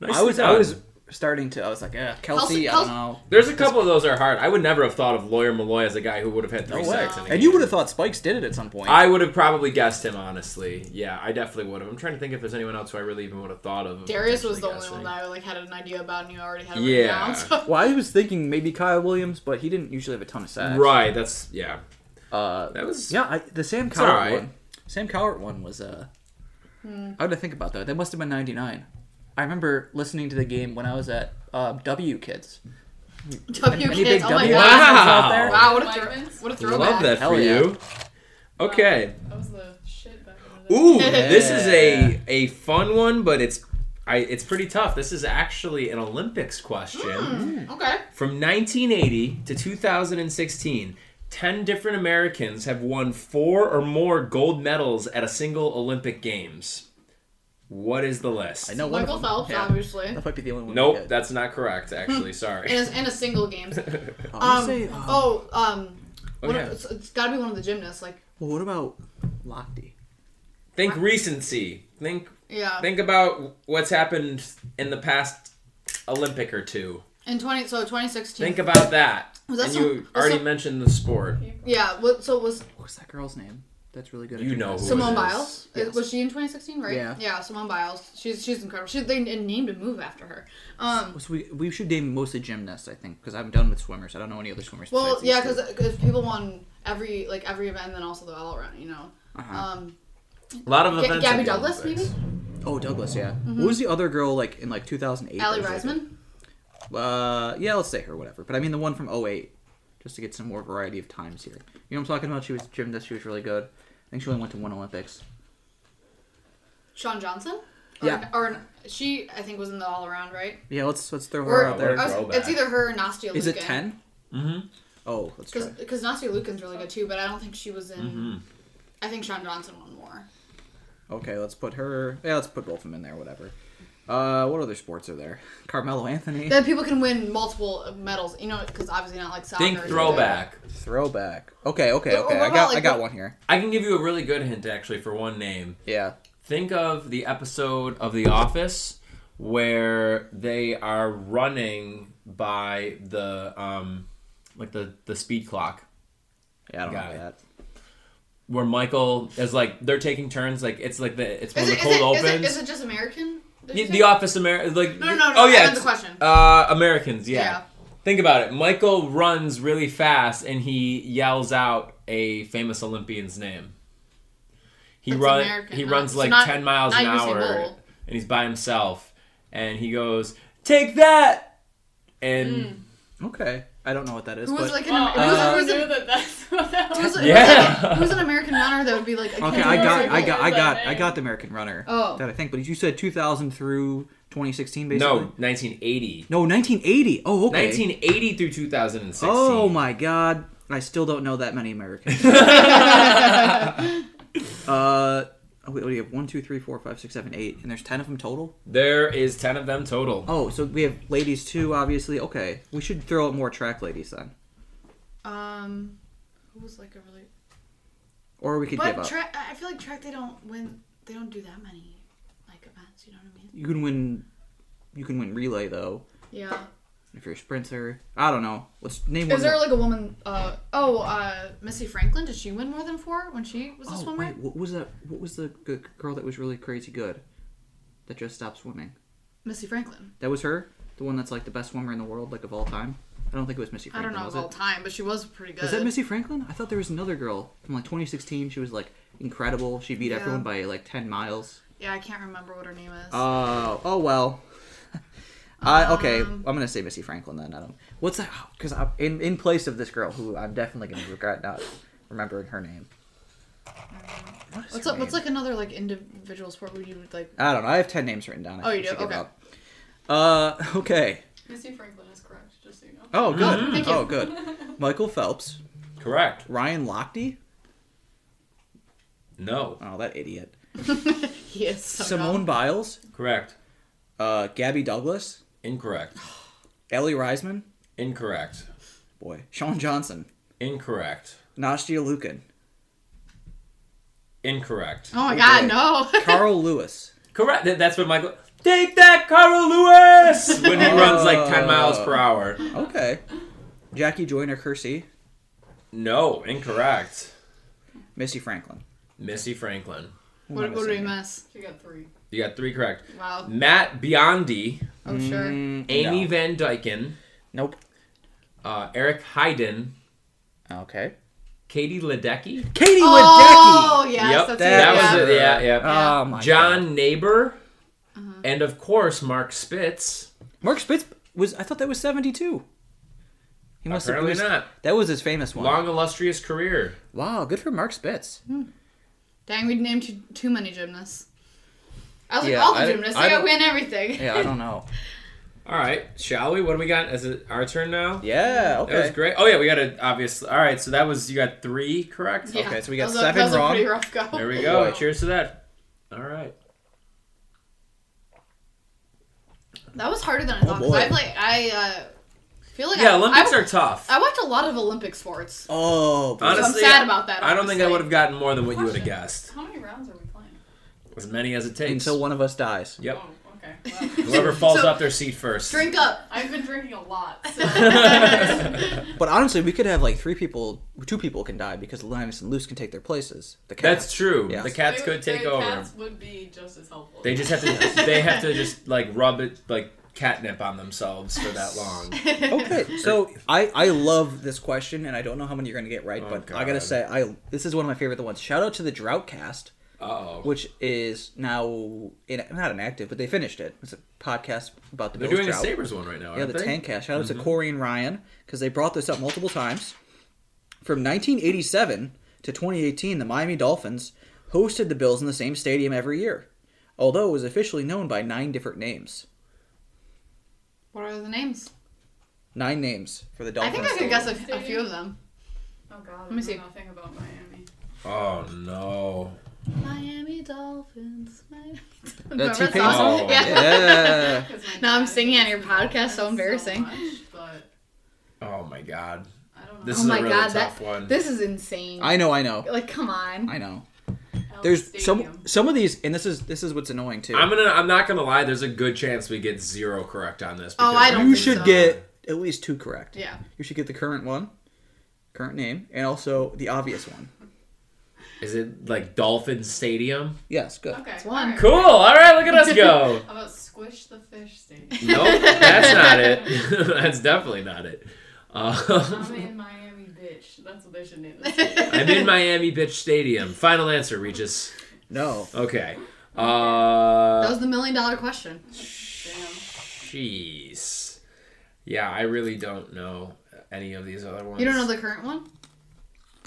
[SPEAKER 1] I
[SPEAKER 2] Nicely
[SPEAKER 1] was
[SPEAKER 2] done.
[SPEAKER 1] I was starting to I was like, eh, Kelsey,
[SPEAKER 3] Kelsey-
[SPEAKER 1] I don't know.
[SPEAKER 2] There's a couple of those that are hard. I would never have thought of Lawyer Malloy as a guy who would have had three
[SPEAKER 1] No way.
[SPEAKER 2] sacks in a game.
[SPEAKER 1] And you would have thought Spikes did it at some point.
[SPEAKER 2] I would have probably guessed him, honestly. Yeah, I definitely would have. I'm trying to think if there's anyone else who I really even would have thought of.
[SPEAKER 3] Darius was the
[SPEAKER 2] potentially
[SPEAKER 3] only one
[SPEAKER 2] guessing.
[SPEAKER 3] that I like had an idea about, and you already had it
[SPEAKER 2] Yeah.
[SPEAKER 3] written down. So.
[SPEAKER 1] well, I was thinking maybe Kyle Williams, but he didn't usually have a ton of sacks.
[SPEAKER 2] Right, that's yeah.
[SPEAKER 1] Uh,
[SPEAKER 2] That was
[SPEAKER 1] yeah, I, the Sam Cowart
[SPEAKER 2] alright.
[SPEAKER 1] one. Sam Cowart one was. Uh,
[SPEAKER 3] Hmm.
[SPEAKER 1] I would think about that. That must have been '99. I remember listening to the game when I was at uh, W Kids.
[SPEAKER 3] W
[SPEAKER 1] Any big
[SPEAKER 3] kids, oh my
[SPEAKER 1] W
[SPEAKER 3] god.
[SPEAKER 1] fans out there?
[SPEAKER 3] Wow, what a, throw-
[SPEAKER 4] Wyverns?
[SPEAKER 3] what a throwback.
[SPEAKER 2] love that
[SPEAKER 1] Hell
[SPEAKER 2] for
[SPEAKER 1] yeah.
[SPEAKER 2] you. Okay.
[SPEAKER 4] That was the shit back in the day.
[SPEAKER 2] Ooh, this is
[SPEAKER 1] Yeah.
[SPEAKER 2] a a fun one, but it's I it's pretty tough. This is actually an Olympics question
[SPEAKER 3] Okay.
[SPEAKER 2] from 1980 to 2016. 10 different Americans have won four or more gold medals at a single Olympic Games. What is the list?
[SPEAKER 1] I know one
[SPEAKER 3] Michael
[SPEAKER 1] of them.
[SPEAKER 3] Phelps,
[SPEAKER 1] Yeah.
[SPEAKER 3] obviously.
[SPEAKER 1] That might be the only one. we
[SPEAKER 2] Nope,
[SPEAKER 1] get.
[SPEAKER 2] that's not correct actually. Sorry.
[SPEAKER 3] Hmm. And, and a single games. Um,
[SPEAKER 1] I would say, uh,
[SPEAKER 3] oh, um,
[SPEAKER 2] Oh,
[SPEAKER 3] one
[SPEAKER 2] yeah.
[SPEAKER 3] of- it's, it's got to be one of the gymnasts. Like,
[SPEAKER 1] Well, what about Lochte?
[SPEAKER 2] Think recency. Think
[SPEAKER 3] yeah.
[SPEAKER 2] think about what's happened in the past Olympic or two.
[SPEAKER 3] In twenty, so twenty sixteen.
[SPEAKER 2] Think about that.
[SPEAKER 3] Was that
[SPEAKER 2] and
[SPEAKER 3] some-
[SPEAKER 2] you
[SPEAKER 3] was
[SPEAKER 2] already
[SPEAKER 3] some-
[SPEAKER 2] mentioned the sport.
[SPEAKER 3] yeah. What? So was
[SPEAKER 1] What was that girl's name? That's really good. at
[SPEAKER 2] You know
[SPEAKER 1] gymnastics.
[SPEAKER 2] who
[SPEAKER 3] Simone
[SPEAKER 2] it is.
[SPEAKER 3] Biles?
[SPEAKER 1] Yes.
[SPEAKER 3] Was she in twenty sixteen? Right.
[SPEAKER 1] Yeah.
[SPEAKER 3] Yeah. Simone Biles. She's she's incredible. She they named a move after her. Um.
[SPEAKER 1] So we, we should name mostly gymnasts, I think, because I'm done with swimmers. I don't know any other swimmers.
[SPEAKER 3] Well,
[SPEAKER 1] besides these
[SPEAKER 3] yeah,
[SPEAKER 1] two.
[SPEAKER 3] because people won every like every event, and then also the all around, you know.
[SPEAKER 1] Uh-huh.
[SPEAKER 3] Um,
[SPEAKER 2] A lot of
[SPEAKER 3] Ga-
[SPEAKER 2] events.
[SPEAKER 3] Gabby
[SPEAKER 2] at the
[SPEAKER 3] Douglas,
[SPEAKER 2] Olympics.
[SPEAKER 3] maybe?
[SPEAKER 1] oh Douglas, yeah. What was the other girl like in like 2008?
[SPEAKER 3] Mm-hmm. Allie
[SPEAKER 1] that was, like,
[SPEAKER 3] Reisman.
[SPEAKER 1] Uh, yeah, let's say her, whatever. But I mean the one from 08, just to get some more variety of times here. You know what I'm talking about? She was a gymnast. She was really good. I think she only went to one Olympics.
[SPEAKER 3] Sean Johnson. Or,
[SPEAKER 1] Yeah.
[SPEAKER 3] Or she, I think, was in the all around, right?
[SPEAKER 1] Yeah, let's let's throw her
[SPEAKER 3] Or,
[SPEAKER 1] out there.
[SPEAKER 3] I was-
[SPEAKER 2] Throwback.
[SPEAKER 3] it's either her or Nastia.
[SPEAKER 1] Is it 10?
[SPEAKER 2] Mhm.
[SPEAKER 1] Oh, let's try.
[SPEAKER 3] Because Nastia Lukin's really good too, but I don't think she was in.
[SPEAKER 1] Mm-hmm.
[SPEAKER 2] Mm-hmm.
[SPEAKER 3] I think Sean Johnson won more.
[SPEAKER 1] Okay, let's put her. Yeah, let's put both of them in there. Whatever. Uh, what other sports are there? Carmelo Anthony.
[SPEAKER 3] That people can win multiple medals, you know, because obviously not like soccer.
[SPEAKER 2] Think
[SPEAKER 3] or
[SPEAKER 2] throwback.
[SPEAKER 1] Throwback. Okay, okay,
[SPEAKER 3] Or- or
[SPEAKER 1] okay.
[SPEAKER 3] what
[SPEAKER 1] I
[SPEAKER 3] about,
[SPEAKER 1] got I
[SPEAKER 3] like,
[SPEAKER 1] got
[SPEAKER 3] the-
[SPEAKER 1] one here.
[SPEAKER 2] I can give you a really good hint actually for one name.
[SPEAKER 1] Yeah.
[SPEAKER 2] Think of the episode of The Office where they are running by the um like the the speed clock
[SPEAKER 1] Yeah, I don't
[SPEAKER 2] Got
[SPEAKER 1] know
[SPEAKER 2] it.
[SPEAKER 1] that.
[SPEAKER 2] where Michael is like they're taking turns like it's like the it's when
[SPEAKER 3] Is
[SPEAKER 2] the
[SPEAKER 3] it, is,
[SPEAKER 2] cold
[SPEAKER 3] it, is,
[SPEAKER 2] opens.
[SPEAKER 3] it, is it just American? Did you
[SPEAKER 2] the,
[SPEAKER 3] say?
[SPEAKER 2] the Office America like
[SPEAKER 3] No, no, no.
[SPEAKER 2] oh
[SPEAKER 3] I
[SPEAKER 2] yeah
[SPEAKER 3] meant the question.
[SPEAKER 2] uh Americans yeah.
[SPEAKER 3] Yeah.
[SPEAKER 2] think about it Michael runs really fast and he yells out a famous Olympian's name he
[SPEAKER 3] That's
[SPEAKER 2] run
[SPEAKER 3] American,
[SPEAKER 2] he
[SPEAKER 3] not-
[SPEAKER 2] runs
[SPEAKER 3] so
[SPEAKER 2] like
[SPEAKER 3] not-
[SPEAKER 2] 10 miles
[SPEAKER 3] not
[SPEAKER 2] an
[SPEAKER 3] Usain
[SPEAKER 2] hour
[SPEAKER 3] Bolt.
[SPEAKER 2] and he's by himself and he goes take that and
[SPEAKER 1] Okay. I don't know what that is.
[SPEAKER 3] Who was
[SPEAKER 1] but...
[SPEAKER 3] like an
[SPEAKER 4] Wow,
[SPEAKER 3] Amer-
[SPEAKER 4] I
[SPEAKER 3] who's-
[SPEAKER 1] Uh,
[SPEAKER 3] who's
[SPEAKER 4] never
[SPEAKER 3] an
[SPEAKER 4] knew that that's what that
[SPEAKER 3] Who's,
[SPEAKER 4] was.
[SPEAKER 3] who's
[SPEAKER 2] Yeah.
[SPEAKER 3] like- who's an American runner that would be like?
[SPEAKER 1] Okay,
[SPEAKER 3] can't
[SPEAKER 1] I
[SPEAKER 3] do
[SPEAKER 1] got,
[SPEAKER 3] it?
[SPEAKER 1] I got, I
[SPEAKER 4] What is
[SPEAKER 1] got,
[SPEAKER 4] that
[SPEAKER 1] I got
[SPEAKER 4] name?
[SPEAKER 1] the American Runner.
[SPEAKER 3] Oh.
[SPEAKER 1] that I think. But you said 2000 through 2016,
[SPEAKER 2] no
[SPEAKER 3] Hmm.
[SPEAKER 1] basically.
[SPEAKER 2] 1980
[SPEAKER 1] no, 1980. Oh, okay.
[SPEAKER 2] 1980 through 2016
[SPEAKER 1] Oh my God, I still don't know that many Americans. uh, oh, wait, what do you have? One, two, three, four, five, six, seven, eight, and there's ten of them total.
[SPEAKER 2] there is 10 of them total
[SPEAKER 1] Oh, so we have ladies too, obviously. Okay, we should throw out more track ladies then,
[SPEAKER 3] Um, who was like a really?
[SPEAKER 1] or we could give
[SPEAKER 3] But
[SPEAKER 1] up.
[SPEAKER 3] track, I feel like track they don't win. They don't do that many like events. You know what I mean?
[SPEAKER 1] you can win. You can win relay though
[SPEAKER 3] Yeah.
[SPEAKER 1] if you're a sprinter. I don't know. Let's name one.
[SPEAKER 3] Is there
[SPEAKER 1] more.
[SPEAKER 3] like a woman? Uh oh, uh Missy Franklin. Did she win more than four when she was a
[SPEAKER 1] Oh
[SPEAKER 3] swimmer?
[SPEAKER 1] wait, what was that? What was the g- girl that was really crazy good that just stopped swimming?
[SPEAKER 3] Missy Franklin.
[SPEAKER 1] That was her, the one that's like the best swimmer in the world, like of all time. I don't think it was Missy
[SPEAKER 3] I don't
[SPEAKER 1] Franklin.
[SPEAKER 3] know
[SPEAKER 1] was
[SPEAKER 3] of all
[SPEAKER 1] it?
[SPEAKER 3] time, but she was pretty good.
[SPEAKER 1] Was that Missy Franklin? I thought there was another girl from like 2016. She was like incredible. She beat
[SPEAKER 3] Yeah.
[SPEAKER 1] everyone by like 10 miles.
[SPEAKER 3] yeah, I can't remember what her name is.
[SPEAKER 1] Oh, oh well. I okay, I'm
[SPEAKER 3] Um.
[SPEAKER 1] gonna say Missy Franklin then. I don't. What's that? Because I'm in in place of this girl who I'm definitely gonna regret not remembering her name. What is
[SPEAKER 3] what's
[SPEAKER 1] her
[SPEAKER 3] up? What's
[SPEAKER 1] name?
[SPEAKER 3] like another like individual sport where you would like?
[SPEAKER 1] I don't know. I have ten names written down. I
[SPEAKER 3] Oh,
[SPEAKER 1] think
[SPEAKER 3] you
[SPEAKER 1] we
[SPEAKER 3] do?
[SPEAKER 1] should give
[SPEAKER 3] Okay.
[SPEAKER 1] up. Uh, okay.
[SPEAKER 4] Missy Franklin is correct, just so you know.
[SPEAKER 1] Oh, good.
[SPEAKER 3] Mm-hmm. Thank you.
[SPEAKER 1] Oh, good. Michael Phelps,
[SPEAKER 2] correct
[SPEAKER 1] Ryan Lochte.
[SPEAKER 2] no
[SPEAKER 1] Oh, that idiot.
[SPEAKER 3] He is so
[SPEAKER 1] Simone
[SPEAKER 3] dumb.
[SPEAKER 1] Biles,
[SPEAKER 2] correct
[SPEAKER 1] uh, Gabby Douglas,
[SPEAKER 2] incorrect
[SPEAKER 1] Ellie Reisman.
[SPEAKER 2] Incorrect.
[SPEAKER 1] Boy, Sean Johnson,
[SPEAKER 2] Incorrect.
[SPEAKER 1] Nastia Lukin,
[SPEAKER 2] Incorrect.
[SPEAKER 3] Oh my
[SPEAKER 1] Oh,
[SPEAKER 3] god,
[SPEAKER 1] boy.
[SPEAKER 3] no.
[SPEAKER 1] Carl Lewis.
[SPEAKER 2] Correct. Th- That's what Michael. Take that, Carl Lewis! When he runs like 10 miles per hour.
[SPEAKER 1] Okay. Jackie Joyner Kersey,
[SPEAKER 2] No, incorrect.
[SPEAKER 1] Missy Franklin.
[SPEAKER 2] Missy Franklin.
[SPEAKER 1] Who am I
[SPEAKER 3] what what do we
[SPEAKER 1] missing?
[SPEAKER 3] miss?
[SPEAKER 4] She got three.
[SPEAKER 2] You got three correct.
[SPEAKER 3] Wow.
[SPEAKER 2] Matt Biondi,
[SPEAKER 3] Oh, sure.
[SPEAKER 1] Mm,
[SPEAKER 2] Amy
[SPEAKER 1] no.
[SPEAKER 2] Van Dyken,
[SPEAKER 1] Nope.
[SPEAKER 2] uh, Eric Hyden,
[SPEAKER 1] Okay.
[SPEAKER 2] Katie Ledecky.
[SPEAKER 1] Katie
[SPEAKER 3] Oh, yes.
[SPEAKER 2] Yep,
[SPEAKER 3] that's
[SPEAKER 2] that
[SPEAKER 3] it,
[SPEAKER 2] was
[SPEAKER 3] yeah.
[SPEAKER 2] it. Yeah, yeah.
[SPEAKER 1] Oh my
[SPEAKER 2] John
[SPEAKER 1] God.
[SPEAKER 2] Neighbor, and of course Mark Spitz.
[SPEAKER 1] Mark Spitz was. I thought that was seventy-two. He must
[SPEAKER 2] Apparently
[SPEAKER 1] have. it was-
[SPEAKER 2] not.
[SPEAKER 1] That was his famous one.
[SPEAKER 2] Long illustrious career.
[SPEAKER 1] Wow, good for Mark Spitz.
[SPEAKER 3] Dang, we named too, too many gymnasts. I was
[SPEAKER 1] Yeah,
[SPEAKER 3] like, all
[SPEAKER 1] I
[SPEAKER 3] the
[SPEAKER 1] don't-
[SPEAKER 3] gymnasts.
[SPEAKER 1] I
[SPEAKER 3] I,
[SPEAKER 1] don't-
[SPEAKER 3] gotta win everything.
[SPEAKER 1] Yeah, I don't know.
[SPEAKER 2] All right, shall we? What do we got? Is it our turn now?
[SPEAKER 1] Yeah.
[SPEAKER 2] That was
[SPEAKER 1] Okay.
[SPEAKER 2] great. Oh yeah, we got a obviously. All right, so that was you got three correct.
[SPEAKER 3] Yeah,
[SPEAKER 1] Okay, so we got
[SPEAKER 3] that was a-
[SPEAKER 1] seven
[SPEAKER 3] that was a
[SPEAKER 1] wrong.
[SPEAKER 3] pretty rough go.
[SPEAKER 2] There we go.
[SPEAKER 1] Oh, Boy.
[SPEAKER 2] Cheers to that. All right.
[SPEAKER 3] That was harder than I
[SPEAKER 1] Oh,
[SPEAKER 3] thought. 'cause
[SPEAKER 1] boy.
[SPEAKER 3] I like I uh, feel like
[SPEAKER 2] Yeah,
[SPEAKER 3] I,
[SPEAKER 2] Olympics
[SPEAKER 3] I,
[SPEAKER 2] are tough.
[SPEAKER 3] I watch a lot of Olympic sports.
[SPEAKER 1] Oh, boy.
[SPEAKER 2] Honest-
[SPEAKER 3] so I'm
[SPEAKER 2] Honestly,
[SPEAKER 3] sad about that.
[SPEAKER 2] I don't think I
[SPEAKER 3] honestly.
[SPEAKER 2] would have gotten more than what you would have guessed.
[SPEAKER 4] How many rounds are we playing?
[SPEAKER 2] As many as it takes.
[SPEAKER 1] until one of us dies.
[SPEAKER 2] Yep.
[SPEAKER 4] Oh, okay. Wow.
[SPEAKER 2] Whoever falls
[SPEAKER 3] So-
[SPEAKER 2] off their seat first.
[SPEAKER 3] Drink up.
[SPEAKER 4] I've been drinking a lot. So.
[SPEAKER 1] But honestly, we could have like three people, two people can die because Linus and Luce can take their places. The cats.
[SPEAKER 2] That's true.
[SPEAKER 1] Yeah.
[SPEAKER 2] The cats could
[SPEAKER 4] They-
[SPEAKER 2] take
[SPEAKER 4] the
[SPEAKER 2] over.
[SPEAKER 4] Cats would be just as helpful.
[SPEAKER 2] They just have to. they have to just like rub it like catnip on themselves for that long.
[SPEAKER 1] Okay, so I I love this question, and I don't know how many you're gonna get right,
[SPEAKER 2] Oh,
[SPEAKER 1] but I
[SPEAKER 2] God.
[SPEAKER 1] gotta say I this is one of my favorite ones. Shout out to the Droughtcast,
[SPEAKER 2] Oh,
[SPEAKER 1] which is now in, not inactive, but they finished it. It's a podcast about the
[SPEAKER 2] they're
[SPEAKER 1] Bills
[SPEAKER 2] doing a
[SPEAKER 1] drought.
[SPEAKER 2] Sabers one right now.
[SPEAKER 1] yeah,
[SPEAKER 2] aren't
[SPEAKER 1] the
[SPEAKER 2] they?
[SPEAKER 1] tank cast. Shout out to Corey and Ryan because they brought this up multiple times. From 1987 to 2018, the Miami Dolphins hosted the Bills in the same stadium every year, although it was officially known by nine different names.
[SPEAKER 3] What are the names?
[SPEAKER 1] Nine names for the
[SPEAKER 3] I
[SPEAKER 1] Dolphins.
[SPEAKER 3] think I could
[SPEAKER 1] stadium.
[SPEAKER 3] guess a, a few of them.
[SPEAKER 4] Oh god.
[SPEAKER 3] me
[SPEAKER 4] I know
[SPEAKER 3] see.
[SPEAKER 4] Nothing about Miami.
[SPEAKER 2] Oh no.
[SPEAKER 3] Miami Dolphins. Miami Dolphins.
[SPEAKER 1] That's
[SPEAKER 3] Remember
[SPEAKER 1] T-Pain
[SPEAKER 3] that song?
[SPEAKER 2] song.
[SPEAKER 3] Yeah.
[SPEAKER 1] Oh, Yeah.
[SPEAKER 4] 'Cause my
[SPEAKER 3] Now I'm
[SPEAKER 4] dad
[SPEAKER 3] singing on your
[SPEAKER 4] hates the
[SPEAKER 3] podcast, so
[SPEAKER 4] Dolphins
[SPEAKER 3] embarrassing.
[SPEAKER 4] much, but
[SPEAKER 2] Oh my god.
[SPEAKER 4] I don't know.
[SPEAKER 2] This
[SPEAKER 3] Oh
[SPEAKER 2] is a
[SPEAKER 3] my
[SPEAKER 2] really
[SPEAKER 3] God,
[SPEAKER 2] tough one.
[SPEAKER 3] This is insane.
[SPEAKER 1] I know, I know,
[SPEAKER 3] like, come on.
[SPEAKER 1] I know.
[SPEAKER 4] Ellis
[SPEAKER 1] There's some
[SPEAKER 4] Stadium.
[SPEAKER 1] some of these, and this is this is what's annoying too.
[SPEAKER 2] I'm gonna. I'm not gonna lie. There's a good chance we get zero correct on this.
[SPEAKER 3] Oh,
[SPEAKER 2] because
[SPEAKER 3] I don't
[SPEAKER 1] you
[SPEAKER 3] think
[SPEAKER 1] should
[SPEAKER 3] so.
[SPEAKER 1] get at least two correct.
[SPEAKER 3] yeah.
[SPEAKER 1] You should get the current one, current name, and also the obvious one.
[SPEAKER 2] Is it like Dolphin Stadium?
[SPEAKER 1] Yes, good.
[SPEAKER 4] Okay.
[SPEAKER 3] It's one.
[SPEAKER 4] alright.
[SPEAKER 2] Cool. All right, look at us go.
[SPEAKER 4] How about Squish the Fish Stadium?
[SPEAKER 2] nope, that's not it. that's definitely not it. Um,
[SPEAKER 4] I'm in Miami, bitch. That's what they should name this.
[SPEAKER 2] I'm in Miami Bitch Stadium. Final answer, Regis.
[SPEAKER 1] No.
[SPEAKER 2] Okay.
[SPEAKER 3] That
[SPEAKER 2] Uh,
[SPEAKER 3] was the million dollar question.
[SPEAKER 2] jeez. Yeah, I really don't know any of these other ones.
[SPEAKER 3] You don't know the current one?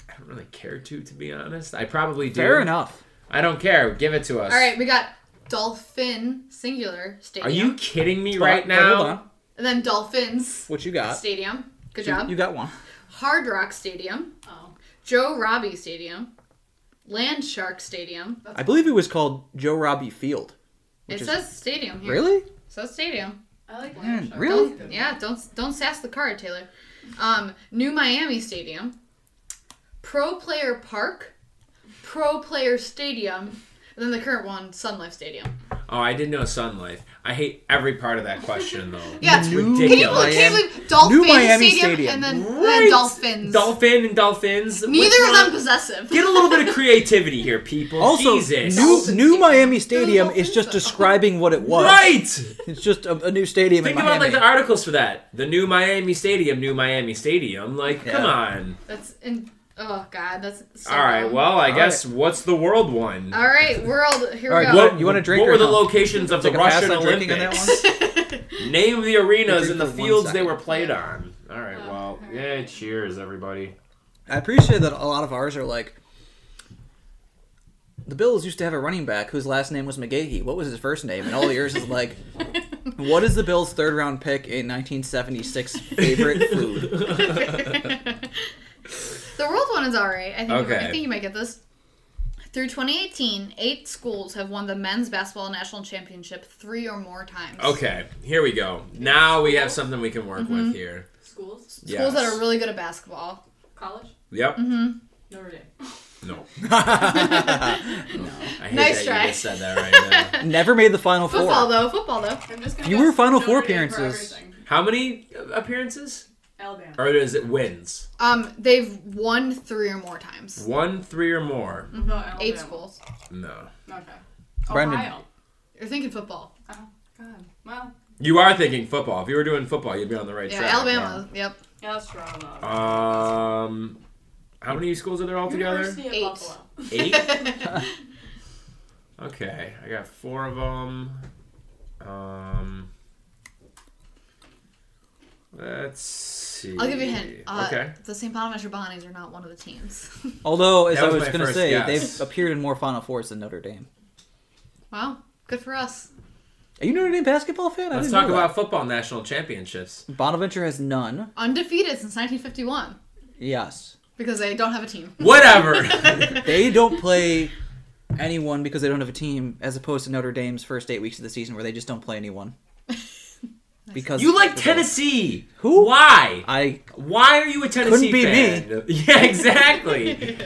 [SPEAKER 2] I don't really care to, to be honest. I probably do.
[SPEAKER 1] Fair enough.
[SPEAKER 2] I don't care. Give it to us.
[SPEAKER 3] All right, we got Dolphin Singular Stadium.
[SPEAKER 2] Are you kidding me
[SPEAKER 1] But-
[SPEAKER 2] right
[SPEAKER 1] but
[SPEAKER 2] now?
[SPEAKER 1] hold on.
[SPEAKER 3] And then Dolphins
[SPEAKER 1] What you got?
[SPEAKER 3] Stadium. Good
[SPEAKER 1] You-
[SPEAKER 3] job.
[SPEAKER 1] You got one.
[SPEAKER 3] Hard Rock Stadium.
[SPEAKER 4] Oh,
[SPEAKER 3] Joe Robbie Stadium. Land Shark Stadium.
[SPEAKER 1] I believe it was called Joe Robbie Field. Which
[SPEAKER 3] It
[SPEAKER 1] is-
[SPEAKER 3] says stadium here.
[SPEAKER 1] Really?
[SPEAKER 3] It says stadium.
[SPEAKER 4] I like
[SPEAKER 1] Man,
[SPEAKER 4] Lamb Chop.
[SPEAKER 1] really?
[SPEAKER 4] That's a good
[SPEAKER 3] Yeah, don't don't sass the card, Taylor. Um, New Miami Stadium. Pro Player Park. Pro Player Stadium. And then the current one, Sun Life Stadium.
[SPEAKER 2] Oh, I did know Sun Life. I hate every part of that question though.
[SPEAKER 3] Yeah.
[SPEAKER 2] it's
[SPEAKER 1] New
[SPEAKER 3] Can you,
[SPEAKER 2] ridiculous.
[SPEAKER 1] Miami-
[SPEAKER 3] can you believe Dolphin
[SPEAKER 1] New Miami
[SPEAKER 3] Stadium,
[SPEAKER 1] Stadium.
[SPEAKER 3] and then, then
[SPEAKER 2] Right.
[SPEAKER 3] Dolphins?
[SPEAKER 2] Dolphin and dolphins. Which
[SPEAKER 3] Neither of
[SPEAKER 2] one-
[SPEAKER 3] them possessive.
[SPEAKER 2] Get a little bit of creativity here, people.
[SPEAKER 1] Also,
[SPEAKER 2] Jesus.
[SPEAKER 1] new, new Miami Stadium
[SPEAKER 4] Dolphins
[SPEAKER 1] is just
[SPEAKER 4] are-
[SPEAKER 1] describing what it was.
[SPEAKER 2] Right.
[SPEAKER 1] It's just a, a new stadium
[SPEAKER 2] Think
[SPEAKER 1] in
[SPEAKER 2] about
[SPEAKER 1] Miami.
[SPEAKER 2] like the articles for that. The new Miami Stadium, new Miami Stadium. Like,
[SPEAKER 1] Yeah.
[SPEAKER 2] come on.
[SPEAKER 3] That's in. Oh God, that's. So
[SPEAKER 2] All right.
[SPEAKER 3] dumb.
[SPEAKER 2] Well, I
[SPEAKER 1] All
[SPEAKER 2] guess what's the world one?
[SPEAKER 3] All right, world. Here
[SPEAKER 1] All
[SPEAKER 3] we
[SPEAKER 1] right,
[SPEAKER 3] go.
[SPEAKER 1] what- You want a drink
[SPEAKER 2] What
[SPEAKER 1] or
[SPEAKER 2] were the
[SPEAKER 1] no?
[SPEAKER 2] locations of the
[SPEAKER 1] Take a pass
[SPEAKER 2] Russian
[SPEAKER 1] on drinking on that
[SPEAKER 2] Olympics?
[SPEAKER 1] one?
[SPEAKER 2] Name the arenas
[SPEAKER 1] Drink
[SPEAKER 2] and the
[SPEAKER 1] for one
[SPEAKER 2] fields they
[SPEAKER 1] second.
[SPEAKER 2] were played on. All right. Well,
[SPEAKER 4] all right.
[SPEAKER 2] yeah. Cheers, everybody.
[SPEAKER 1] I appreciate that a lot of ours are like. The Bills used to have a running back whose last name was McGahee. What was his first name? And all of yours is like, what is the Bills' third round pick in 1976 favorite food?
[SPEAKER 3] the world one is all right. I think.
[SPEAKER 2] Okay.
[SPEAKER 3] I think you might get this. Through 2018, eight schools have won the men's basketball national championship three or more times.
[SPEAKER 2] Okay, here we go. Now we have something we can work with here.
[SPEAKER 4] Schools?
[SPEAKER 3] Mm-hmm. Schools that are really good at basketball. Mm-hmm.
[SPEAKER 4] College?
[SPEAKER 2] Yep.
[SPEAKER 4] Notre Dame.
[SPEAKER 2] No.
[SPEAKER 1] no.
[SPEAKER 2] I hate
[SPEAKER 3] Mm. Nice
[SPEAKER 2] that
[SPEAKER 3] try.
[SPEAKER 2] you just said that right now.
[SPEAKER 1] Never made the final four.
[SPEAKER 3] Football though, football though.
[SPEAKER 4] I'm just gonna
[SPEAKER 1] You
[SPEAKER 4] guess
[SPEAKER 1] were Final Four
[SPEAKER 4] Notre Dame for
[SPEAKER 1] appearances.
[SPEAKER 4] everything.
[SPEAKER 2] How many appearances?
[SPEAKER 4] Alabama.
[SPEAKER 2] Or is it wins?
[SPEAKER 3] Um, they've won three or more times.
[SPEAKER 2] One, three, or more?
[SPEAKER 4] No, Alabama.
[SPEAKER 3] Eight schools.
[SPEAKER 2] No.
[SPEAKER 4] Okay.
[SPEAKER 1] Brandon.
[SPEAKER 4] Ohio.
[SPEAKER 3] You're thinking football.
[SPEAKER 4] Oh, God. Well,
[SPEAKER 2] You are thinking football. If you were doing football, you'd be on the right
[SPEAKER 3] Yeah,
[SPEAKER 2] track.
[SPEAKER 3] Alabama. Yep.
[SPEAKER 4] yeah, that's true. I don't know.
[SPEAKER 2] Um, how many schools are there altogether?
[SPEAKER 4] University of
[SPEAKER 3] Eight.
[SPEAKER 4] Buffalo.
[SPEAKER 2] Eight. Okay, I got four of them. Um, let's see.
[SPEAKER 3] I'll give you a hint. Uh,
[SPEAKER 2] okay.
[SPEAKER 3] The St. Bonaventure Bonnies are not one of the teams.
[SPEAKER 1] Although, as
[SPEAKER 2] That
[SPEAKER 1] I
[SPEAKER 2] was
[SPEAKER 1] was,
[SPEAKER 2] my
[SPEAKER 1] going to
[SPEAKER 2] first
[SPEAKER 1] say,
[SPEAKER 2] guess.
[SPEAKER 1] they've appeared in more Final Fours than Notre Dame.
[SPEAKER 3] wow. Good for us.
[SPEAKER 1] Are you a Notre Dame basketball fan? I
[SPEAKER 2] Let's
[SPEAKER 1] didn't know
[SPEAKER 2] talk
[SPEAKER 1] that.
[SPEAKER 2] about football national championships.
[SPEAKER 1] Bonaventure has none.
[SPEAKER 3] Undefeated since 1951
[SPEAKER 1] Yes,
[SPEAKER 3] because they don't have a team.
[SPEAKER 2] Whatever.
[SPEAKER 1] they don't play anyone because they don't have a team, as opposed to Notre Dame's first eight weeks of the season where they just don't play anyone. Because
[SPEAKER 2] you like Tennessee?
[SPEAKER 1] Who?
[SPEAKER 2] Why?
[SPEAKER 1] I
[SPEAKER 2] Why are you a Tennessee
[SPEAKER 1] be
[SPEAKER 2] fan? be me. Yeah, exactly.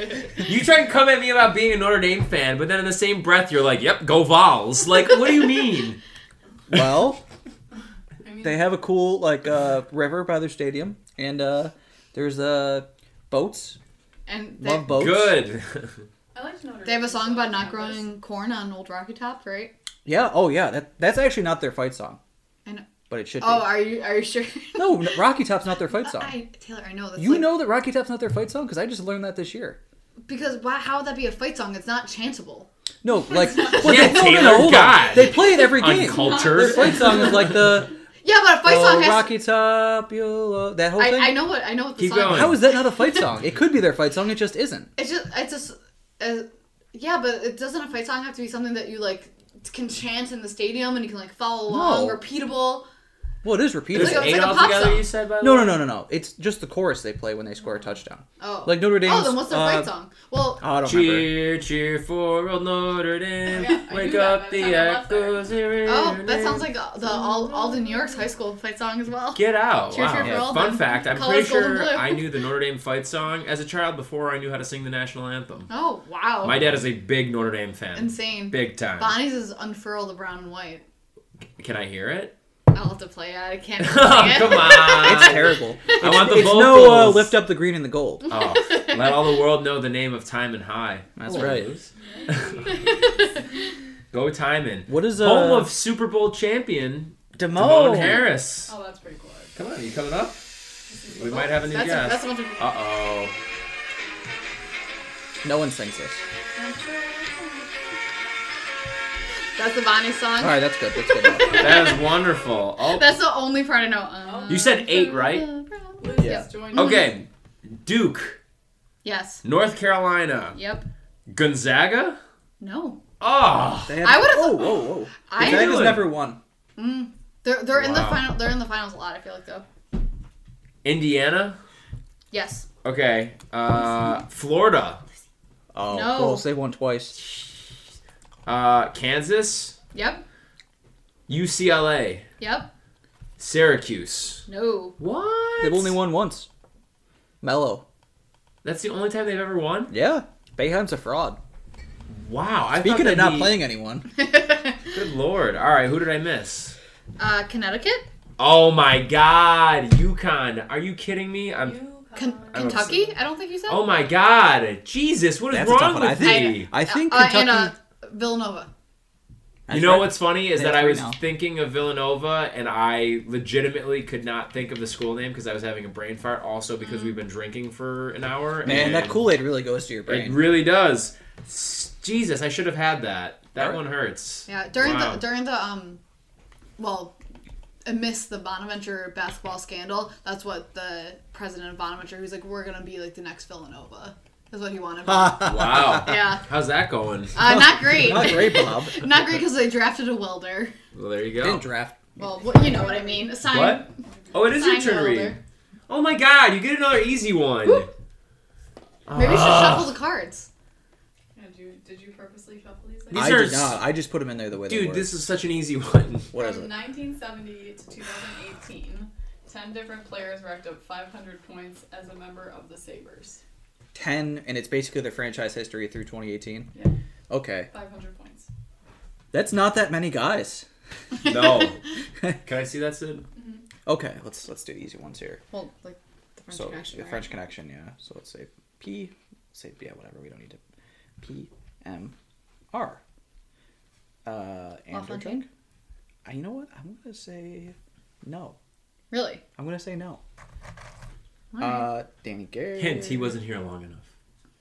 [SPEAKER 2] you try and come at me about being a Notre Dame fan, but then in the same breath, you're like, "Yep, go Vols." Like, what do you mean?
[SPEAKER 1] well,
[SPEAKER 4] I mean,
[SPEAKER 1] they have a cool like uh, river by their stadium, and uh, there's uh, boats.
[SPEAKER 3] And they,
[SPEAKER 1] Love boats.
[SPEAKER 2] Good.
[SPEAKER 4] I liked Notre Dame.
[SPEAKER 3] they have a song
[SPEAKER 4] so
[SPEAKER 3] about
[SPEAKER 4] it's
[SPEAKER 3] not
[SPEAKER 4] bad.
[SPEAKER 3] growing corn on Old Rocky Top, right?
[SPEAKER 1] Yeah. Oh yeah. That that's actually not their fight song.
[SPEAKER 3] I know.
[SPEAKER 1] But it should
[SPEAKER 3] Oh, are you are you sure?
[SPEAKER 1] be. No, no, Rocky Top's not their fight song.
[SPEAKER 3] I, Taylor, I know that's
[SPEAKER 1] You
[SPEAKER 3] like-
[SPEAKER 1] know that Rocky Top's not their fight song because I just learned that this year.
[SPEAKER 3] because why, how would that be a fight song? It's not chantable.
[SPEAKER 1] No, like well,
[SPEAKER 2] Yeah,
[SPEAKER 1] they, no, no,
[SPEAKER 2] Taylor,
[SPEAKER 1] no, hold on.
[SPEAKER 2] God.
[SPEAKER 1] They play it every game. Their
[SPEAKER 2] Uncultured.
[SPEAKER 1] fight song is like the
[SPEAKER 3] Yeah, but a fight
[SPEAKER 1] oh,
[SPEAKER 3] song has.
[SPEAKER 1] Rocky Top, you love that whole
[SPEAKER 3] I,
[SPEAKER 1] thing.
[SPEAKER 3] I know what I know what the
[SPEAKER 2] Keep
[SPEAKER 3] song.
[SPEAKER 2] going.
[SPEAKER 1] How is that not a fight song? It could be their fight song. It just isn't.
[SPEAKER 3] It's just it's just uh, yeah, but it doesn't a fight song have to be something that you like can chant in the stadium and you can like follow along,
[SPEAKER 1] No.
[SPEAKER 3] repeatable.
[SPEAKER 1] Well, it is
[SPEAKER 2] There's
[SPEAKER 1] repeatable.
[SPEAKER 3] It's like a-
[SPEAKER 2] eight
[SPEAKER 3] it's like a pop
[SPEAKER 2] altogether.
[SPEAKER 3] song.
[SPEAKER 2] You said by the
[SPEAKER 1] no,
[SPEAKER 2] way?
[SPEAKER 1] no, no, no, no. It's just the chorus they play when they score a touchdown.
[SPEAKER 3] Oh,
[SPEAKER 1] Like Notre Dame's.
[SPEAKER 3] oh, then what's their
[SPEAKER 1] uh,
[SPEAKER 3] fight song? Well,
[SPEAKER 1] Oh, I don't remember.
[SPEAKER 2] Cheer, cheer for old Notre Dame.
[SPEAKER 4] Yeah, I
[SPEAKER 2] Wake
[SPEAKER 4] knew that
[SPEAKER 2] up
[SPEAKER 4] by the
[SPEAKER 2] the
[SPEAKER 4] time I left there.
[SPEAKER 2] echoes. here
[SPEAKER 3] oh,
[SPEAKER 2] it
[SPEAKER 3] that sounds
[SPEAKER 2] is.
[SPEAKER 3] like the, the all all the New York's high school fight song as well.
[SPEAKER 2] Get out.
[SPEAKER 3] Cheer,
[SPEAKER 2] wow.
[SPEAKER 3] cheer for
[SPEAKER 2] Yeah,
[SPEAKER 3] old
[SPEAKER 2] Fun
[SPEAKER 3] Dame.
[SPEAKER 2] fact I'm
[SPEAKER 3] Colours
[SPEAKER 2] pretty
[SPEAKER 3] gold and
[SPEAKER 2] sure
[SPEAKER 3] blue.
[SPEAKER 2] I knew the Notre Dame fight song as a child before I knew how to sing the national anthem.
[SPEAKER 3] Oh wow,
[SPEAKER 2] My dad is a big Notre Dame fan.
[SPEAKER 3] insane.
[SPEAKER 2] Big time.
[SPEAKER 3] Bonnie's is unfurl the brown and white.
[SPEAKER 2] Can I hear it?
[SPEAKER 3] I'll have to play it. I can't. Really
[SPEAKER 2] Oh,
[SPEAKER 3] sing it.
[SPEAKER 2] come on.
[SPEAKER 1] It's terrible.
[SPEAKER 2] I want the
[SPEAKER 1] It's
[SPEAKER 2] vocals.
[SPEAKER 1] no uh, lift up the green and the gold.
[SPEAKER 2] Oh, let all the world know the name of Time and High.
[SPEAKER 1] That's right.
[SPEAKER 2] Go Time and
[SPEAKER 1] What is uh,
[SPEAKER 2] Home of Super Bowl champion Damone Harris.
[SPEAKER 4] Oh, that's pretty cool.
[SPEAKER 2] Come on, you coming up? We might have a new
[SPEAKER 3] That's a, that's
[SPEAKER 2] guest.
[SPEAKER 3] a bunch of.
[SPEAKER 2] Uh oh.
[SPEAKER 1] No one sings this.
[SPEAKER 3] That's the Bonnie song.
[SPEAKER 1] All right, that's good. That's good. enough.
[SPEAKER 2] That is wonderful. Oh,
[SPEAKER 3] That's the only part I know. Uh,
[SPEAKER 2] you said eight, right?
[SPEAKER 4] Liz
[SPEAKER 1] Yeah.
[SPEAKER 4] has joined
[SPEAKER 2] Okay. Duke,
[SPEAKER 3] Yes.
[SPEAKER 2] North Carolina,
[SPEAKER 3] Yep.
[SPEAKER 2] Gonzaga.
[SPEAKER 3] No.
[SPEAKER 2] Oh,
[SPEAKER 1] They have-
[SPEAKER 3] I would've-
[SPEAKER 1] Oh, whoa, whoa.
[SPEAKER 3] I
[SPEAKER 2] Gonzaga-
[SPEAKER 1] Gonzaga's
[SPEAKER 2] doing?
[SPEAKER 1] never won.
[SPEAKER 3] Mm. They're they're in the
[SPEAKER 2] Wow.
[SPEAKER 3] final. They're in the finals a lot. I feel like though.
[SPEAKER 2] Indiana.
[SPEAKER 3] Yes.
[SPEAKER 2] Okay. Uh, Florida,
[SPEAKER 1] Oh,
[SPEAKER 3] No.
[SPEAKER 1] close. They won twice.
[SPEAKER 2] uh, Kansas,
[SPEAKER 3] Yep.
[SPEAKER 2] UCLA,
[SPEAKER 3] Yep.
[SPEAKER 2] Syracuse.
[SPEAKER 3] No.
[SPEAKER 2] What?
[SPEAKER 1] They've only won once. Mello.
[SPEAKER 2] That's the only time they've ever won.
[SPEAKER 1] Yeah. Beheim's a fraud.
[SPEAKER 2] Wow. I
[SPEAKER 1] Speaking
[SPEAKER 2] thought
[SPEAKER 1] of not
[SPEAKER 2] that'd be-
[SPEAKER 1] playing anyone,
[SPEAKER 2] Good lord. All right. Who did I miss?
[SPEAKER 3] uh, Connecticut.
[SPEAKER 2] Oh my God, UConn. Are you kidding me? I'm
[SPEAKER 1] Um,
[SPEAKER 4] You
[SPEAKER 3] Con-
[SPEAKER 4] come.
[SPEAKER 2] I don't
[SPEAKER 3] Kentucky. I don't think you said.
[SPEAKER 2] Oh my God, Jesus! What is
[SPEAKER 1] That's a tough
[SPEAKER 2] wrong
[SPEAKER 1] one. I
[SPEAKER 2] with
[SPEAKER 1] think-
[SPEAKER 2] me?
[SPEAKER 1] I think
[SPEAKER 3] Uh,
[SPEAKER 1] Kentucky.
[SPEAKER 3] And, uh, Villanova.
[SPEAKER 2] you
[SPEAKER 1] That's
[SPEAKER 2] know
[SPEAKER 1] right.
[SPEAKER 2] what's funny is
[SPEAKER 1] They
[SPEAKER 2] that
[SPEAKER 1] have
[SPEAKER 2] I
[SPEAKER 1] three
[SPEAKER 2] was
[SPEAKER 1] now.
[SPEAKER 2] thinking of Villanova, and I legitimately could not think of the school name because I was having a brain fart. Also, because we've been drinking for an hour,
[SPEAKER 1] Man,
[SPEAKER 2] and
[SPEAKER 1] that Kool Aid really goes to your
[SPEAKER 2] It
[SPEAKER 1] brain.
[SPEAKER 2] really does. S- Jesus, I should have had that. That
[SPEAKER 1] Alright.
[SPEAKER 2] one hurts.
[SPEAKER 3] Yeah. During
[SPEAKER 2] Wow.
[SPEAKER 3] the during the um, well, amidst the Bonaventure basketball scandal, that's what the president of Bonaventure, who's like, we're gonna be like the next Villanova, is what he wanted.
[SPEAKER 2] Wow.
[SPEAKER 3] yeah.
[SPEAKER 2] How's that going?
[SPEAKER 3] Uh, not great.
[SPEAKER 1] Not great, Bob.
[SPEAKER 3] Not great because they drafted a welder.
[SPEAKER 2] Well, there you
[SPEAKER 1] Didn't
[SPEAKER 2] go.
[SPEAKER 1] draft.
[SPEAKER 3] Well, what, you know what I mean. A sign.
[SPEAKER 2] What? Oh, it is your
[SPEAKER 3] Sign
[SPEAKER 2] turn, Reed.
[SPEAKER 3] welder.
[SPEAKER 2] Oh my God, you get another easy one.
[SPEAKER 3] Maybe you should
[SPEAKER 2] Ah.
[SPEAKER 3] shuffle the cards.
[SPEAKER 4] Yeah, dude. did you purposely shuffle these?
[SPEAKER 2] These
[SPEAKER 1] I
[SPEAKER 2] are
[SPEAKER 1] did
[SPEAKER 2] s-
[SPEAKER 1] not. I just put them in there the way they
[SPEAKER 2] Dude,
[SPEAKER 1] were.
[SPEAKER 2] this is such an easy one.
[SPEAKER 1] what is
[SPEAKER 4] From
[SPEAKER 1] it?
[SPEAKER 4] 1970 to 2018, 10 different players racked up 500 points as a member of the Sabres.
[SPEAKER 1] Ten, and it's basically their franchise history through 2018.
[SPEAKER 4] Yeah.
[SPEAKER 1] Okay,
[SPEAKER 4] 500 points.
[SPEAKER 1] that's not that many guys.
[SPEAKER 2] No. Can I see that, Sid?
[SPEAKER 1] Okay, let's let's do the easy ones here.
[SPEAKER 3] Well, like the French
[SPEAKER 1] so
[SPEAKER 3] connection.
[SPEAKER 1] the
[SPEAKER 3] right?
[SPEAKER 1] French Connection, yeah. So let's say P, say yeah, whatever. We don't need to. P M R. Uh, Andrew
[SPEAKER 3] Lafontaine?
[SPEAKER 1] Drake. Uh, you know what? I'm gonna say no.
[SPEAKER 3] Really?
[SPEAKER 1] I'm gonna say no.
[SPEAKER 3] All right.
[SPEAKER 1] Uh, Danny Gary.
[SPEAKER 2] Hint, he wasn't here long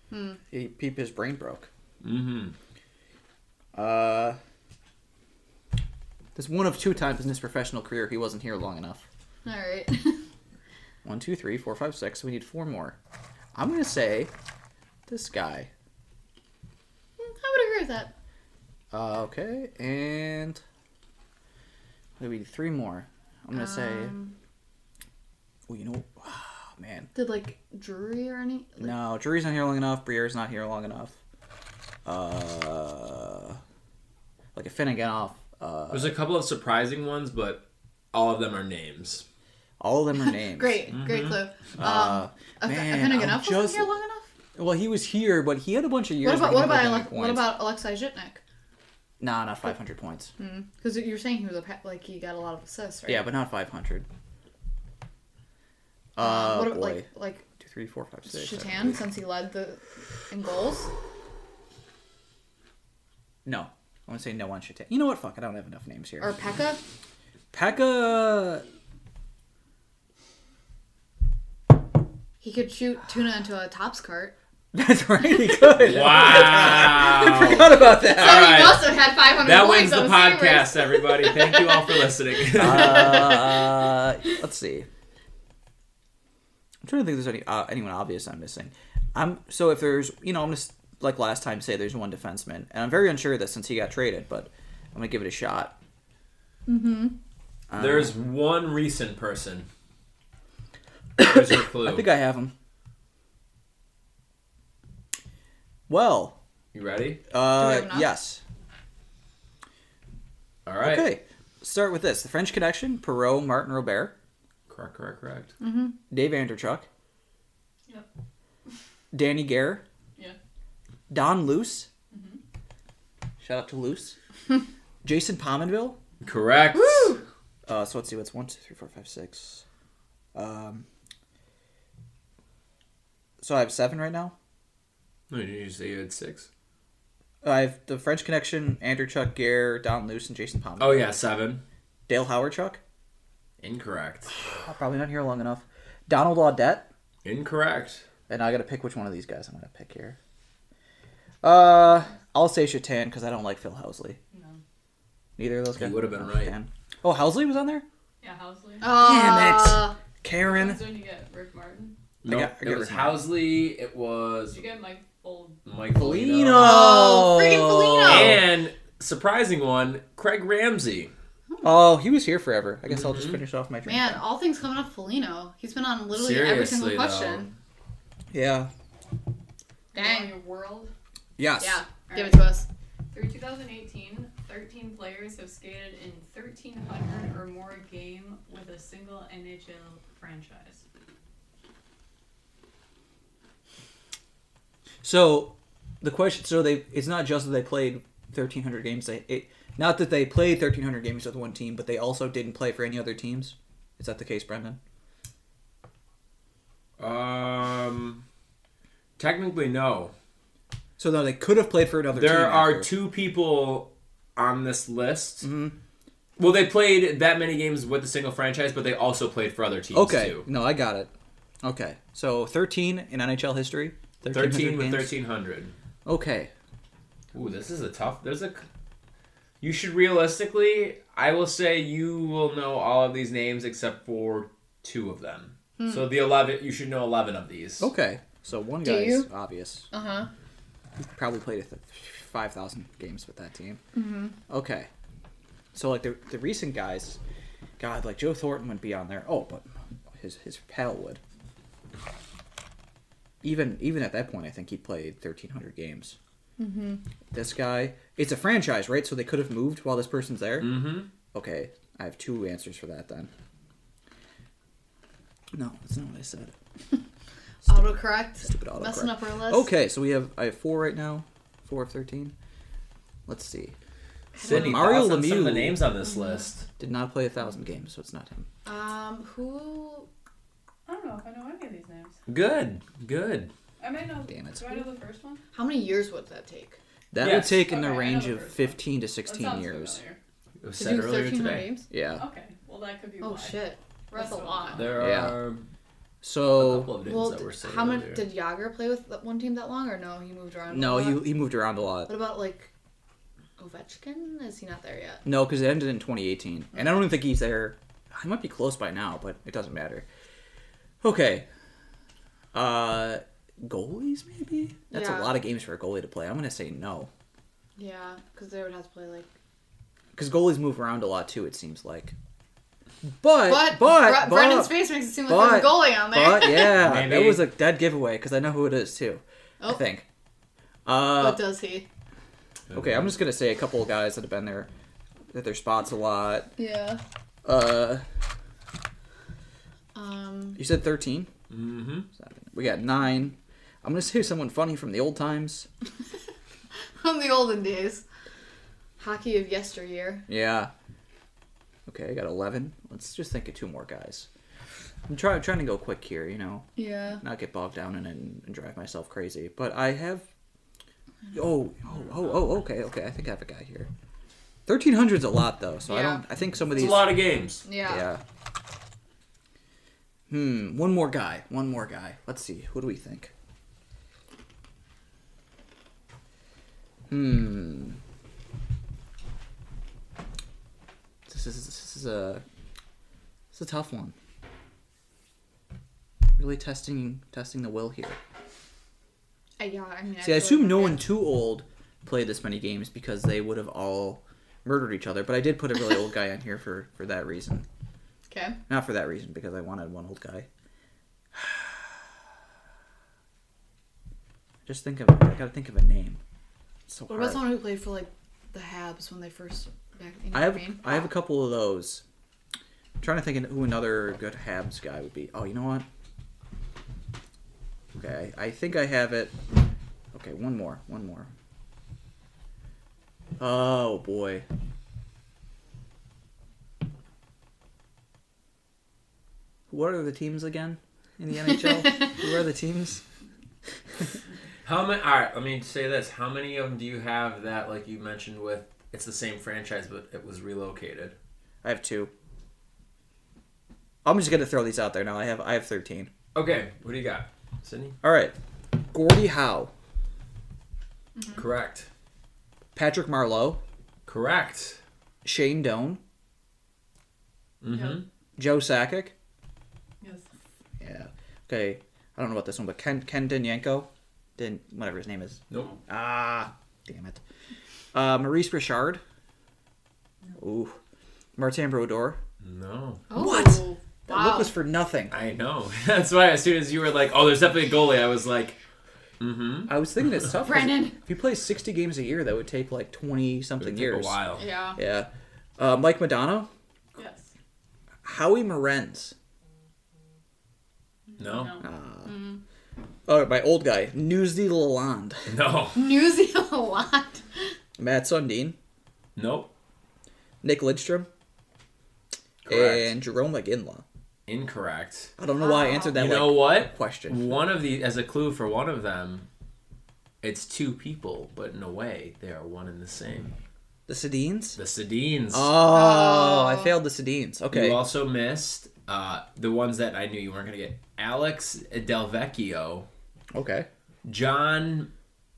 [SPEAKER 2] enough.
[SPEAKER 1] He, peep, his brain broke.
[SPEAKER 2] Mm-hmm.
[SPEAKER 1] Uh, this one of two times in his professional career he wasn't here long enough.
[SPEAKER 3] All right.
[SPEAKER 1] One, two, three, four, five, six. So we need four more. I'm gonna say this guy.
[SPEAKER 3] I would agree with that.
[SPEAKER 1] Uh, okay, and what do we need? Three more. I'm gonna say.
[SPEAKER 3] Um,
[SPEAKER 1] Oh, you know, ah, man.
[SPEAKER 3] Did like Drury or any? Like,
[SPEAKER 1] No, Drury's not here long enough. Brier's not here long enough. Uh, like a Finnegan off. Uh,
[SPEAKER 2] There's a couple of surprising ones, but all of them are names.
[SPEAKER 1] all of them are names. Mm-hmm.
[SPEAKER 3] Great, great clue. Um,
[SPEAKER 1] Uh,
[SPEAKER 3] a,
[SPEAKER 1] man,
[SPEAKER 3] man,
[SPEAKER 1] I'm
[SPEAKER 3] enough wasn't
[SPEAKER 1] just-
[SPEAKER 3] here long enough.
[SPEAKER 1] Well, he was here, but he had a bunch of years.
[SPEAKER 3] Um, What
[SPEAKER 1] where
[SPEAKER 3] about what
[SPEAKER 1] he never got
[SPEAKER 3] about Alec
[SPEAKER 1] any
[SPEAKER 3] what
[SPEAKER 1] points.
[SPEAKER 3] about Alexei Zhitnik?
[SPEAKER 1] Nah, not 500 points.
[SPEAKER 3] Because you were saying he was a pa- like he got a lot of assists, right?
[SPEAKER 1] Yeah, but not 500.
[SPEAKER 3] Um,
[SPEAKER 1] Uh,
[SPEAKER 3] what about
[SPEAKER 1] boy.
[SPEAKER 3] like like
[SPEAKER 1] Two, three, four, five, six, seven,
[SPEAKER 3] Shatan
[SPEAKER 1] eight.
[SPEAKER 3] since he led the in goals?
[SPEAKER 1] No, I want to say no on Shatan. You know what? Fuck, I don't have enough names here.
[SPEAKER 3] Or Pekka?
[SPEAKER 1] Pekka.
[SPEAKER 3] He could shoot tuna into a tops cart.
[SPEAKER 1] That's right, he could. I
[SPEAKER 2] Wow.
[SPEAKER 1] forgot about that.
[SPEAKER 3] So he
[SPEAKER 2] right.
[SPEAKER 3] must have had 500
[SPEAKER 2] that
[SPEAKER 3] points
[SPEAKER 2] wins the
[SPEAKER 3] on Sabres.
[SPEAKER 2] podcast, everybody. Thank you all for listening.
[SPEAKER 1] Uh, let's see. I'm trying to think if there's any uh, anyone obvious I'm missing. I'm so if there's you know I'm just like last time say there's one defenseman and I'm very unsure of this since he got traded, but I'm gonna give it a shot.
[SPEAKER 2] There's one recent person. There's your clue.
[SPEAKER 1] I think I have him. Well,
[SPEAKER 2] you ready?
[SPEAKER 1] uh,
[SPEAKER 3] have enough?
[SPEAKER 1] yes.
[SPEAKER 2] All right.
[SPEAKER 1] Okay, start with this: the French Connection, Perot, Martin Robert,
[SPEAKER 2] Correct, correct, correct.
[SPEAKER 1] Dave Anderchuk,
[SPEAKER 4] Yep.
[SPEAKER 1] Danny Gare,
[SPEAKER 4] Yeah.
[SPEAKER 1] Don Luce. Shout out to Luce. Jason Pominville.
[SPEAKER 2] Correct.
[SPEAKER 1] Uh, so let's see, what's one, two, three, four, five, six. Um, so I have seven right now.
[SPEAKER 2] No, did you say you had six?
[SPEAKER 1] I have the French Connection, Andrew Chuck, Gare, Don Luce, and Jason Pominville.
[SPEAKER 2] Oh, yeah, seven.
[SPEAKER 1] Dale Howard Chuck.
[SPEAKER 2] Incorrect.
[SPEAKER 1] Oh, probably not here long enough. Donald Audette.
[SPEAKER 2] Incorrect.
[SPEAKER 1] And I got to pick which one of these guys I'm going to pick here. Uh, I'll say Shatan because I don't like Phil Housley.
[SPEAKER 4] No.
[SPEAKER 1] Neither of those
[SPEAKER 2] You
[SPEAKER 1] guys.
[SPEAKER 2] would've been
[SPEAKER 1] Oh,
[SPEAKER 2] right.
[SPEAKER 1] Shatan. Oh, Housley was on there?
[SPEAKER 4] Yeah, Housley.
[SPEAKER 3] Oh. Uh,
[SPEAKER 1] Karen.
[SPEAKER 4] That's when you get Rick Martin.
[SPEAKER 2] No,
[SPEAKER 1] got- I
[SPEAKER 2] it
[SPEAKER 1] got
[SPEAKER 2] was
[SPEAKER 1] it.
[SPEAKER 2] Housley. It
[SPEAKER 4] Did
[SPEAKER 2] was
[SPEAKER 4] you get Mike Old?
[SPEAKER 2] Mike
[SPEAKER 1] Felino.
[SPEAKER 2] Felino.
[SPEAKER 3] Oh, freaking Foligno.
[SPEAKER 2] And surprising one, Craig Ramsey.
[SPEAKER 1] Oh, he was here forever. I guess I'll
[SPEAKER 2] Mm-hmm.
[SPEAKER 1] just finish off my drink.
[SPEAKER 3] Man, all things coming up Foligno. He's been on literally every single
[SPEAKER 2] Seriously,
[SPEAKER 3] question.
[SPEAKER 1] Yeah.
[SPEAKER 3] Dang.
[SPEAKER 4] Your world.
[SPEAKER 1] Yes.
[SPEAKER 3] Yeah,
[SPEAKER 4] All
[SPEAKER 3] give
[SPEAKER 4] right.
[SPEAKER 3] it to us.
[SPEAKER 4] Through 2018, 13 players have skated in 1,300 or more game with a single NHL franchise.
[SPEAKER 1] So the question, so they, it's not just that they played 1,300 games. They, it, not that they played 1,300 games with one team, but they also didn't play for any other teams. Is that the case, Brendan?
[SPEAKER 2] Um, technically, no.
[SPEAKER 1] So no, they could have played for another. team
[SPEAKER 2] There are
[SPEAKER 1] after.
[SPEAKER 2] two people on this list.
[SPEAKER 1] Mhm.
[SPEAKER 2] Well, they played that many games with a single franchise, but they also played for other teams
[SPEAKER 1] Okay.
[SPEAKER 2] too.
[SPEAKER 1] No, I got it. Okay. So 13 in NHL history. 1300
[SPEAKER 2] Thirteen with
[SPEAKER 1] games.
[SPEAKER 2] thirteen hundred.
[SPEAKER 1] Okay.
[SPEAKER 2] Ooh, this is a tough. There's a. c- You should realistically, I will say, you will know all of these names except for two of them.
[SPEAKER 3] Hmm.
[SPEAKER 2] So the eleven, you should know eleven of these.
[SPEAKER 1] Okay. So one
[SPEAKER 3] Do
[SPEAKER 1] guy is
[SPEAKER 3] you?
[SPEAKER 1] obvious.
[SPEAKER 3] Uh huh.
[SPEAKER 1] probably played a th- 5,000 games with that team. Mm-hmm. Okay. So, like, the, the recent guys, God, like, Joe Thornton would be on there. Oh, but his, his pal would. Even even at that point, I think he played 1,300 games.
[SPEAKER 3] Mm-hmm.
[SPEAKER 1] This guy. It's a franchise, right? So they could have moved while this person's there.
[SPEAKER 2] Mm-hmm.
[SPEAKER 1] Okay, I have two answers for that then. No, that's not what I said.
[SPEAKER 3] Autocorrect.
[SPEAKER 1] Stupid autocorrect.
[SPEAKER 3] Messing up our list.
[SPEAKER 1] Okay, so we have I have four right now, four of thirteen. Let's see.
[SPEAKER 2] Sydney,
[SPEAKER 1] Mario
[SPEAKER 2] Mario Lemieux. Some of the
[SPEAKER 1] Lemieux.
[SPEAKER 2] names on this list.
[SPEAKER 1] Did not play a thousand games, so it's not him.
[SPEAKER 3] Um, who?
[SPEAKER 4] I don't know if I know any of these names.
[SPEAKER 2] Good, good.
[SPEAKER 4] I might know.
[SPEAKER 1] Damn it.
[SPEAKER 4] Do I know the first one?
[SPEAKER 3] How many years would that take?
[SPEAKER 1] That
[SPEAKER 2] Yes.
[SPEAKER 1] would take in the
[SPEAKER 4] Okay, I know
[SPEAKER 1] range
[SPEAKER 4] the
[SPEAKER 1] of
[SPEAKER 4] first one.
[SPEAKER 1] fifteen to
[SPEAKER 4] That
[SPEAKER 1] sixteen
[SPEAKER 4] sounds
[SPEAKER 1] years.
[SPEAKER 4] familiar.
[SPEAKER 2] It was
[SPEAKER 3] To
[SPEAKER 2] said
[SPEAKER 3] do
[SPEAKER 2] earlier
[SPEAKER 3] 1,300
[SPEAKER 2] today.
[SPEAKER 3] games?
[SPEAKER 1] Yeah.
[SPEAKER 4] Okay, well that could be
[SPEAKER 3] Oh
[SPEAKER 4] why.
[SPEAKER 3] shit, that's a
[SPEAKER 4] That's a
[SPEAKER 3] lot.
[SPEAKER 4] lot.
[SPEAKER 2] There
[SPEAKER 1] Yeah.
[SPEAKER 2] are a couple
[SPEAKER 1] So
[SPEAKER 2] of names
[SPEAKER 3] Well,
[SPEAKER 2] that
[SPEAKER 3] d-
[SPEAKER 2] were said
[SPEAKER 3] how much
[SPEAKER 2] earlier.
[SPEAKER 3] did Yager play with that one team that long, or no? He moved around. a
[SPEAKER 1] no,
[SPEAKER 3] lot?
[SPEAKER 1] he he moved around a lot.
[SPEAKER 3] What about like Ovechkin? Is he not there yet?
[SPEAKER 1] No, because it ended in 2018, and I don't even think he's there. I might be close by now, but it doesn't matter. Okay. Uh, goalies maybe. That's
[SPEAKER 3] Yeah.
[SPEAKER 1] a lot of games for a goalie to play. I'm gonna say no,
[SPEAKER 3] Yeah, because they would have to play like.
[SPEAKER 1] because goalies move around a lot too. It seems like. But but
[SPEAKER 3] But
[SPEAKER 1] but,
[SPEAKER 3] Bre- Brendan's face makes it seem like there's a
[SPEAKER 1] but-
[SPEAKER 3] goalie on there.
[SPEAKER 1] but yeah,
[SPEAKER 2] Maybe.
[SPEAKER 1] that was a dead giveaway because I know who it is too. I
[SPEAKER 3] oh,
[SPEAKER 1] think. Uh,
[SPEAKER 3] but does he?
[SPEAKER 1] okay, I'm just gonna say a couple of guys that have been there, at their spots a lot.
[SPEAKER 3] Yeah.
[SPEAKER 1] Uh,
[SPEAKER 3] Um.
[SPEAKER 1] you said 13.
[SPEAKER 2] Mm-hmm.
[SPEAKER 1] Seven. We got nine. I'm gonna say someone funny from the old times.
[SPEAKER 3] From the olden days, hockey of yesteryear.
[SPEAKER 1] Yeah. Okay, I got eleven. Let's just think of two more guys. I'm trying trying to go quick here, you know,
[SPEAKER 3] Yeah.
[SPEAKER 1] not get bogged down in it and, and drive myself crazy. But I have. Oh oh oh oh. Okay okay. I think I have a guy here. Thirteen hundred's a lot though, so I
[SPEAKER 3] Yeah.
[SPEAKER 1] don't. I think some of
[SPEAKER 2] It's
[SPEAKER 1] these.
[SPEAKER 2] a lot of games.
[SPEAKER 3] Yeah.
[SPEAKER 1] Yeah. Hmm. One more guy. One more guy. Let's see. What do we think? Hmm. This is this is a this is a tough one. Really testing testing the will here.
[SPEAKER 3] I, yeah. I mean.
[SPEAKER 1] See, I
[SPEAKER 3] feel
[SPEAKER 1] assume
[SPEAKER 3] like-
[SPEAKER 1] no one too old played this many games because they would have all murdered each other. But I did put a really old guy on here for for that reason.
[SPEAKER 3] Okay.
[SPEAKER 1] Not for that reason, because I wanted one old guy. Just think of I gotta think of a name. It's so
[SPEAKER 3] What
[SPEAKER 1] hard.
[SPEAKER 3] about someone who played for like the Habs when they first? Back, you know
[SPEAKER 1] I have
[SPEAKER 3] what I mean?
[SPEAKER 1] I have a couple of those. I'm trying to think of who another good Habs guy would be. Oh, you know what? Okay, I I think I have it. Okay, one more, one more. Oh boy. What are the teams again in the NHL? who are the teams?
[SPEAKER 2] How many? All right, let me say this. How many of them do you have that, like you mentioned, with it's the same franchise but it was relocated?
[SPEAKER 1] I have two. I'm just gonna throw these out there now. I have I have thirteen.
[SPEAKER 2] Okay, what do you got, Sydney?
[SPEAKER 1] All right, Gordie Howe.
[SPEAKER 3] Mm-hmm.
[SPEAKER 2] Correct.
[SPEAKER 1] Patrick Marlowe,
[SPEAKER 2] Correct.
[SPEAKER 1] Shane Doan,
[SPEAKER 2] Mm-hmm.
[SPEAKER 1] Joe Sakic.
[SPEAKER 4] Yes.
[SPEAKER 1] Yeah. Okay. I don't know about this one, but Ken Ken Danienko, Din whatever his name is.
[SPEAKER 2] Nope.
[SPEAKER 1] Ah, damn it. Uh, Maurice Richard. Ooh. Martin Brodeur.
[SPEAKER 2] No.
[SPEAKER 3] Oh,
[SPEAKER 1] What? That
[SPEAKER 3] Wow.
[SPEAKER 1] look was for nothing.
[SPEAKER 2] I know. That's why as soon as you were like, "Oh, there's definitely a goalie," I was like, "Mm-hmm."
[SPEAKER 1] I was thinking it's tough. 'cause
[SPEAKER 3] Brandon.
[SPEAKER 1] If he plays 60 games a year, that would take like 20 something
[SPEAKER 2] It took a
[SPEAKER 1] years.
[SPEAKER 2] while.
[SPEAKER 3] yeah.
[SPEAKER 1] Yeah. Uh, Mike Madonna.
[SPEAKER 4] Yes.
[SPEAKER 1] Howie Morenz.
[SPEAKER 2] No.
[SPEAKER 4] No.
[SPEAKER 1] Uh,
[SPEAKER 3] Mm.
[SPEAKER 1] oh, my old guy. Newsy Lalonde.
[SPEAKER 2] No.
[SPEAKER 3] New Zealand.
[SPEAKER 1] Matt Sundin.
[SPEAKER 2] Nope.
[SPEAKER 1] Nick Lidstrom.
[SPEAKER 2] Correct.
[SPEAKER 1] and Jerome McGinley.
[SPEAKER 2] Incorrect.
[SPEAKER 1] I don't know why I
[SPEAKER 3] Wow.
[SPEAKER 1] answered that
[SPEAKER 2] Oh. you
[SPEAKER 1] like,
[SPEAKER 2] know what?
[SPEAKER 1] question.
[SPEAKER 2] One of the as a clue for one of them, it's two people, but in a way they are one and the same.
[SPEAKER 1] The Sedines?
[SPEAKER 2] The Sedines.
[SPEAKER 1] Oh,
[SPEAKER 3] Oh.
[SPEAKER 1] I failed the Sedines. Okay.
[SPEAKER 2] You also missed uh, the ones that I knew you weren't gonna get. Alex Delvecchio,
[SPEAKER 1] okay.
[SPEAKER 2] John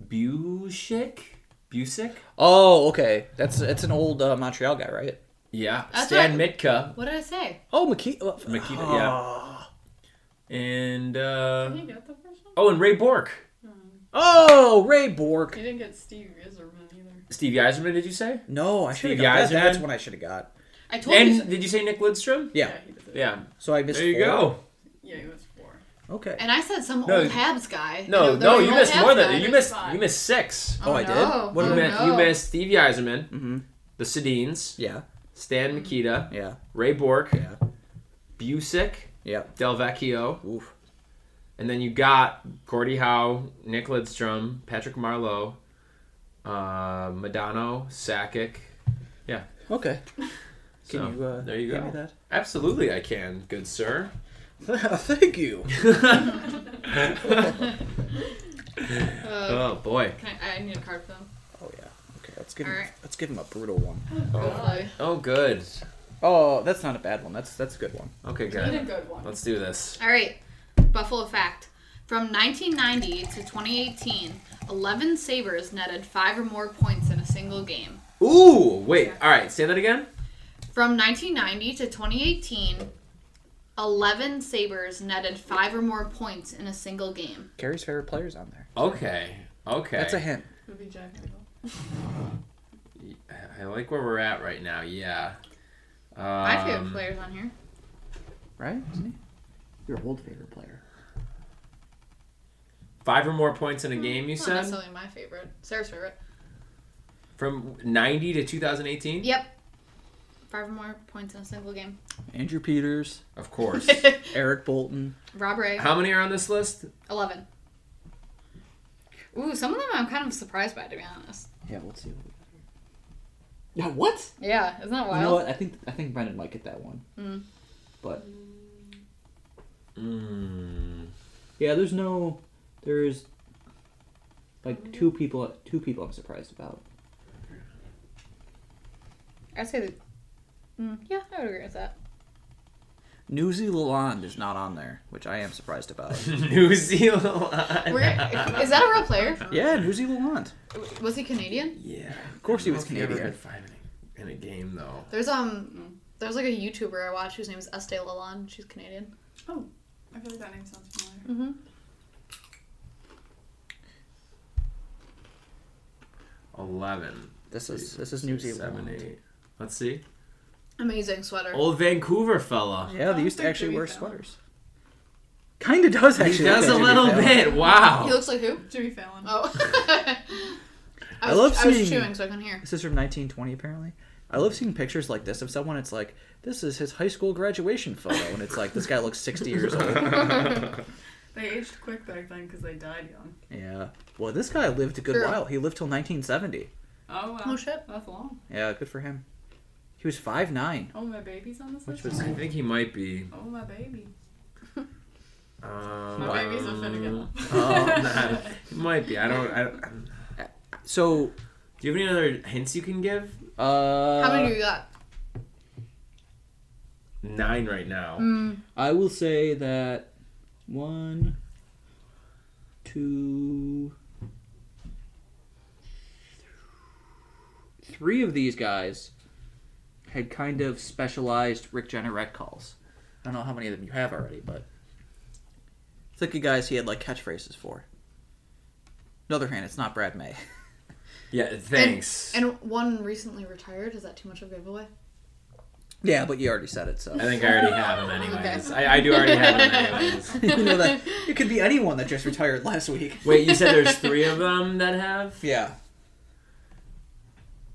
[SPEAKER 2] Busick, Busick.
[SPEAKER 1] Oh, okay. That's it's an old uh, Montreal guy, right?
[SPEAKER 2] Yeah,
[SPEAKER 3] That's
[SPEAKER 2] Stan
[SPEAKER 3] right.
[SPEAKER 2] Mitka
[SPEAKER 3] What did I say?
[SPEAKER 1] Oh, Makita. Oh,
[SPEAKER 2] Makita, yeah. and uh,
[SPEAKER 4] Did he get the first one?
[SPEAKER 2] oh, and Ray Bork.
[SPEAKER 1] Oh, Ray Bork.
[SPEAKER 4] You didn't get Steve Iserman either.
[SPEAKER 2] Steve Eiserman, did you say?
[SPEAKER 1] No, I should have
[SPEAKER 2] Steve
[SPEAKER 1] got that.
[SPEAKER 2] Yzerman?
[SPEAKER 1] That's when I should have got.
[SPEAKER 3] I told you.
[SPEAKER 2] And did you say Nick Lidstrom?
[SPEAKER 1] Yeah.
[SPEAKER 4] he did.
[SPEAKER 2] Yeah.
[SPEAKER 1] So I missed.
[SPEAKER 2] There you
[SPEAKER 1] four.
[SPEAKER 2] go.
[SPEAKER 4] Yeah, he was four.
[SPEAKER 1] Uh, Okay.
[SPEAKER 3] And I said some
[SPEAKER 2] No,
[SPEAKER 3] old Habs guy.
[SPEAKER 2] No,
[SPEAKER 3] You
[SPEAKER 2] no,
[SPEAKER 3] know, there's an
[SPEAKER 2] you
[SPEAKER 3] old
[SPEAKER 2] missed
[SPEAKER 3] Habs
[SPEAKER 2] more
[SPEAKER 3] guy.
[SPEAKER 2] than you missed.
[SPEAKER 4] Fine.
[SPEAKER 2] You missed six.
[SPEAKER 1] Oh, I did?
[SPEAKER 3] No.
[SPEAKER 1] What
[SPEAKER 3] oh,
[SPEAKER 2] you,
[SPEAKER 1] about-
[SPEAKER 2] missed,
[SPEAKER 3] no.
[SPEAKER 2] you missed Steve Yzerman,
[SPEAKER 1] Mm-hmm.
[SPEAKER 2] the Sedines,
[SPEAKER 1] Yeah.
[SPEAKER 2] Stan Mikita,
[SPEAKER 1] Yeah.
[SPEAKER 2] Ray Bork,
[SPEAKER 1] Yeah.
[SPEAKER 2] Busick,
[SPEAKER 1] Yeah.
[SPEAKER 2] Del Vecchio,
[SPEAKER 1] Oof.
[SPEAKER 2] and then you got Gordie Howe, Nick Lidstrom, Patrick Marlowe, uh, Madano, Sakic.
[SPEAKER 1] Okay. Can
[SPEAKER 2] So,
[SPEAKER 1] you? Uh,
[SPEAKER 2] there you
[SPEAKER 1] give
[SPEAKER 2] go.
[SPEAKER 1] Me that?
[SPEAKER 2] Absolutely, I can, good sir.
[SPEAKER 1] Thank you.
[SPEAKER 2] oh
[SPEAKER 3] Uh,
[SPEAKER 2] boy.
[SPEAKER 3] can I, I need a card for them.
[SPEAKER 1] Oh yeah. Okay. Let's give him.
[SPEAKER 3] All right.
[SPEAKER 1] Let's give him a brutal one.
[SPEAKER 3] Hopefully.
[SPEAKER 2] Oh good.
[SPEAKER 1] Oh, that's not a bad one. That's that's a good one.
[SPEAKER 2] Okay,
[SPEAKER 4] You did a
[SPEAKER 2] good.
[SPEAKER 4] good one.
[SPEAKER 2] Let's do this.
[SPEAKER 3] All right. Buffalo fact. From 1990 to 2018, 11 Sabres netted five or more points in a single game.
[SPEAKER 2] Ooh, wait. All right, say that again.
[SPEAKER 3] From 1990 to 2018, 11 Sabres netted five or more points in a single game.
[SPEAKER 1] Carrie's favorite players on there.
[SPEAKER 2] Okay. Okay.
[SPEAKER 1] That's a hint.
[SPEAKER 4] Would be Jack Eichel.
[SPEAKER 2] I like where we're at right now. Yeah. Um,
[SPEAKER 3] My favorite player's on here.
[SPEAKER 1] right?
[SPEAKER 2] Mm-hmm.
[SPEAKER 1] Isn't he? Your old favorite player.
[SPEAKER 2] Five or more points in a game, you
[SPEAKER 3] Hmm, Not
[SPEAKER 2] said?
[SPEAKER 3] necessarily my favorite. Sarah's favorite.
[SPEAKER 2] From 90 to 2018?
[SPEAKER 3] Yep. Five or more points in a single game.
[SPEAKER 1] Andrew Peters,
[SPEAKER 2] Of course.
[SPEAKER 1] Eric Bolton.
[SPEAKER 3] Rob Ray,
[SPEAKER 2] How many are on this list?
[SPEAKER 3] 11. Ooh, some of them I'm kind of surprised by, to be honest.
[SPEAKER 1] Yeah, we'll see. What we got here. Yeah, what?
[SPEAKER 3] Yeah, isn't that wild?
[SPEAKER 1] You know what? I think I think Brendan might get that one.
[SPEAKER 3] Mm.
[SPEAKER 1] But
[SPEAKER 2] Mm.
[SPEAKER 1] yeah, there's no, there's like two people. Two people I'm surprised about.
[SPEAKER 3] I'd say that. Mm, yeah, I would agree with that.
[SPEAKER 1] Newsy Lalonde is not on there, which I am surprised about.
[SPEAKER 2] New Zealand.
[SPEAKER 3] We're, is that a real player?
[SPEAKER 1] yeah, Newsy Lalonde.
[SPEAKER 3] Was he Canadian?
[SPEAKER 2] Yeah.
[SPEAKER 1] Of course he was
[SPEAKER 2] I don't know if you
[SPEAKER 1] Canadian.
[SPEAKER 2] ever had five in a, in a game, though.
[SPEAKER 3] There's um, there's like a YouTuber I watch whose name is Estee Lalonde. She's Canadian.
[SPEAKER 4] I feel like that name sounds familiar.
[SPEAKER 3] Mm-hmm.
[SPEAKER 2] Eleven.
[SPEAKER 1] This
[SPEAKER 2] Three,
[SPEAKER 1] is
[SPEAKER 2] six,
[SPEAKER 1] this is
[SPEAKER 2] six,
[SPEAKER 1] Newsy
[SPEAKER 2] seven,
[SPEAKER 1] Lalonde.
[SPEAKER 2] eight. Let's see.
[SPEAKER 3] Amazing sweater.
[SPEAKER 2] Old Vancouver fella.
[SPEAKER 1] Yeah, they used to
[SPEAKER 4] Sounds like
[SPEAKER 1] actually
[SPEAKER 4] Jimmy
[SPEAKER 1] wear
[SPEAKER 4] Fallon.
[SPEAKER 1] sweaters. Kinda does actually.
[SPEAKER 2] He
[SPEAKER 1] look
[SPEAKER 2] does a
[SPEAKER 1] like Jimmy
[SPEAKER 2] little
[SPEAKER 1] Fallon.
[SPEAKER 2] bit. Wow.
[SPEAKER 3] He looks like who?
[SPEAKER 4] Jimmy Fallon.
[SPEAKER 3] Oh.
[SPEAKER 1] I
[SPEAKER 3] I, was,
[SPEAKER 1] love
[SPEAKER 3] I was
[SPEAKER 1] seeing-
[SPEAKER 3] chewing, so I couldn't hear.
[SPEAKER 1] This is from 1920, apparently. I love seeing pictures like this of someone. It's like this is his high school graduation photo, and it's like this guy looks 60 years old.
[SPEAKER 4] They aged quick back then because they died young.
[SPEAKER 1] Yeah. Well, this guy lived a good
[SPEAKER 3] True.
[SPEAKER 1] while. He lived till 1970.
[SPEAKER 4] Oh wow.
[SPEAKER 3] Oh, shit.
[SPEAKER 4] That's long.
[SPEAKER 1] Yeah, good for him. He was five nine.
[SPEAKER 4] Oh my baby's on this
[SPEAKER 1] Which
[SPEAKER 4] list.
[SPEAKER 2] I think he might be.
[SPEAKER 4] Oh my baby.
[SPEAKER 2] Um,
[SPEAKER 4] My baby's a Finnegan.
[SPEAKER 1] Oh,
[SPEAKER 2] nah, he might be. I don't. I don't
[SPEAKER 1] So,
[SPEAKER 2] do you have any other hints you can give?
[SPEAKER 1] uh,
[SPEAKER 3] How many do you got?
[SPEAKER 2] Nine right now.
[SPEAKER 3] Mm.
[SPEAKER 1] I will say that one, two, three of these guys had kind of specialized Rick Jenneret calls. I don't know how many of them you have already, but it's like the guys he had like catchphrases for. On the other hand, it's not Brad May.
[SPEAKER 2] Yeah. Thanks.
[SPEAKER 3] And one recently retired. Is that too much of a giveaway?
[SPEAKER 1] yeah, but you already said it, so
[SPEAKER 2] I think I already have him anyways. I, I do already have him anyways.
[SPEAKER 1] you know that it could be anyone that just retired last week.
[SPEAKER 2] Wait, you said there's three of them that have?
[SPEAKER 1] Yeah,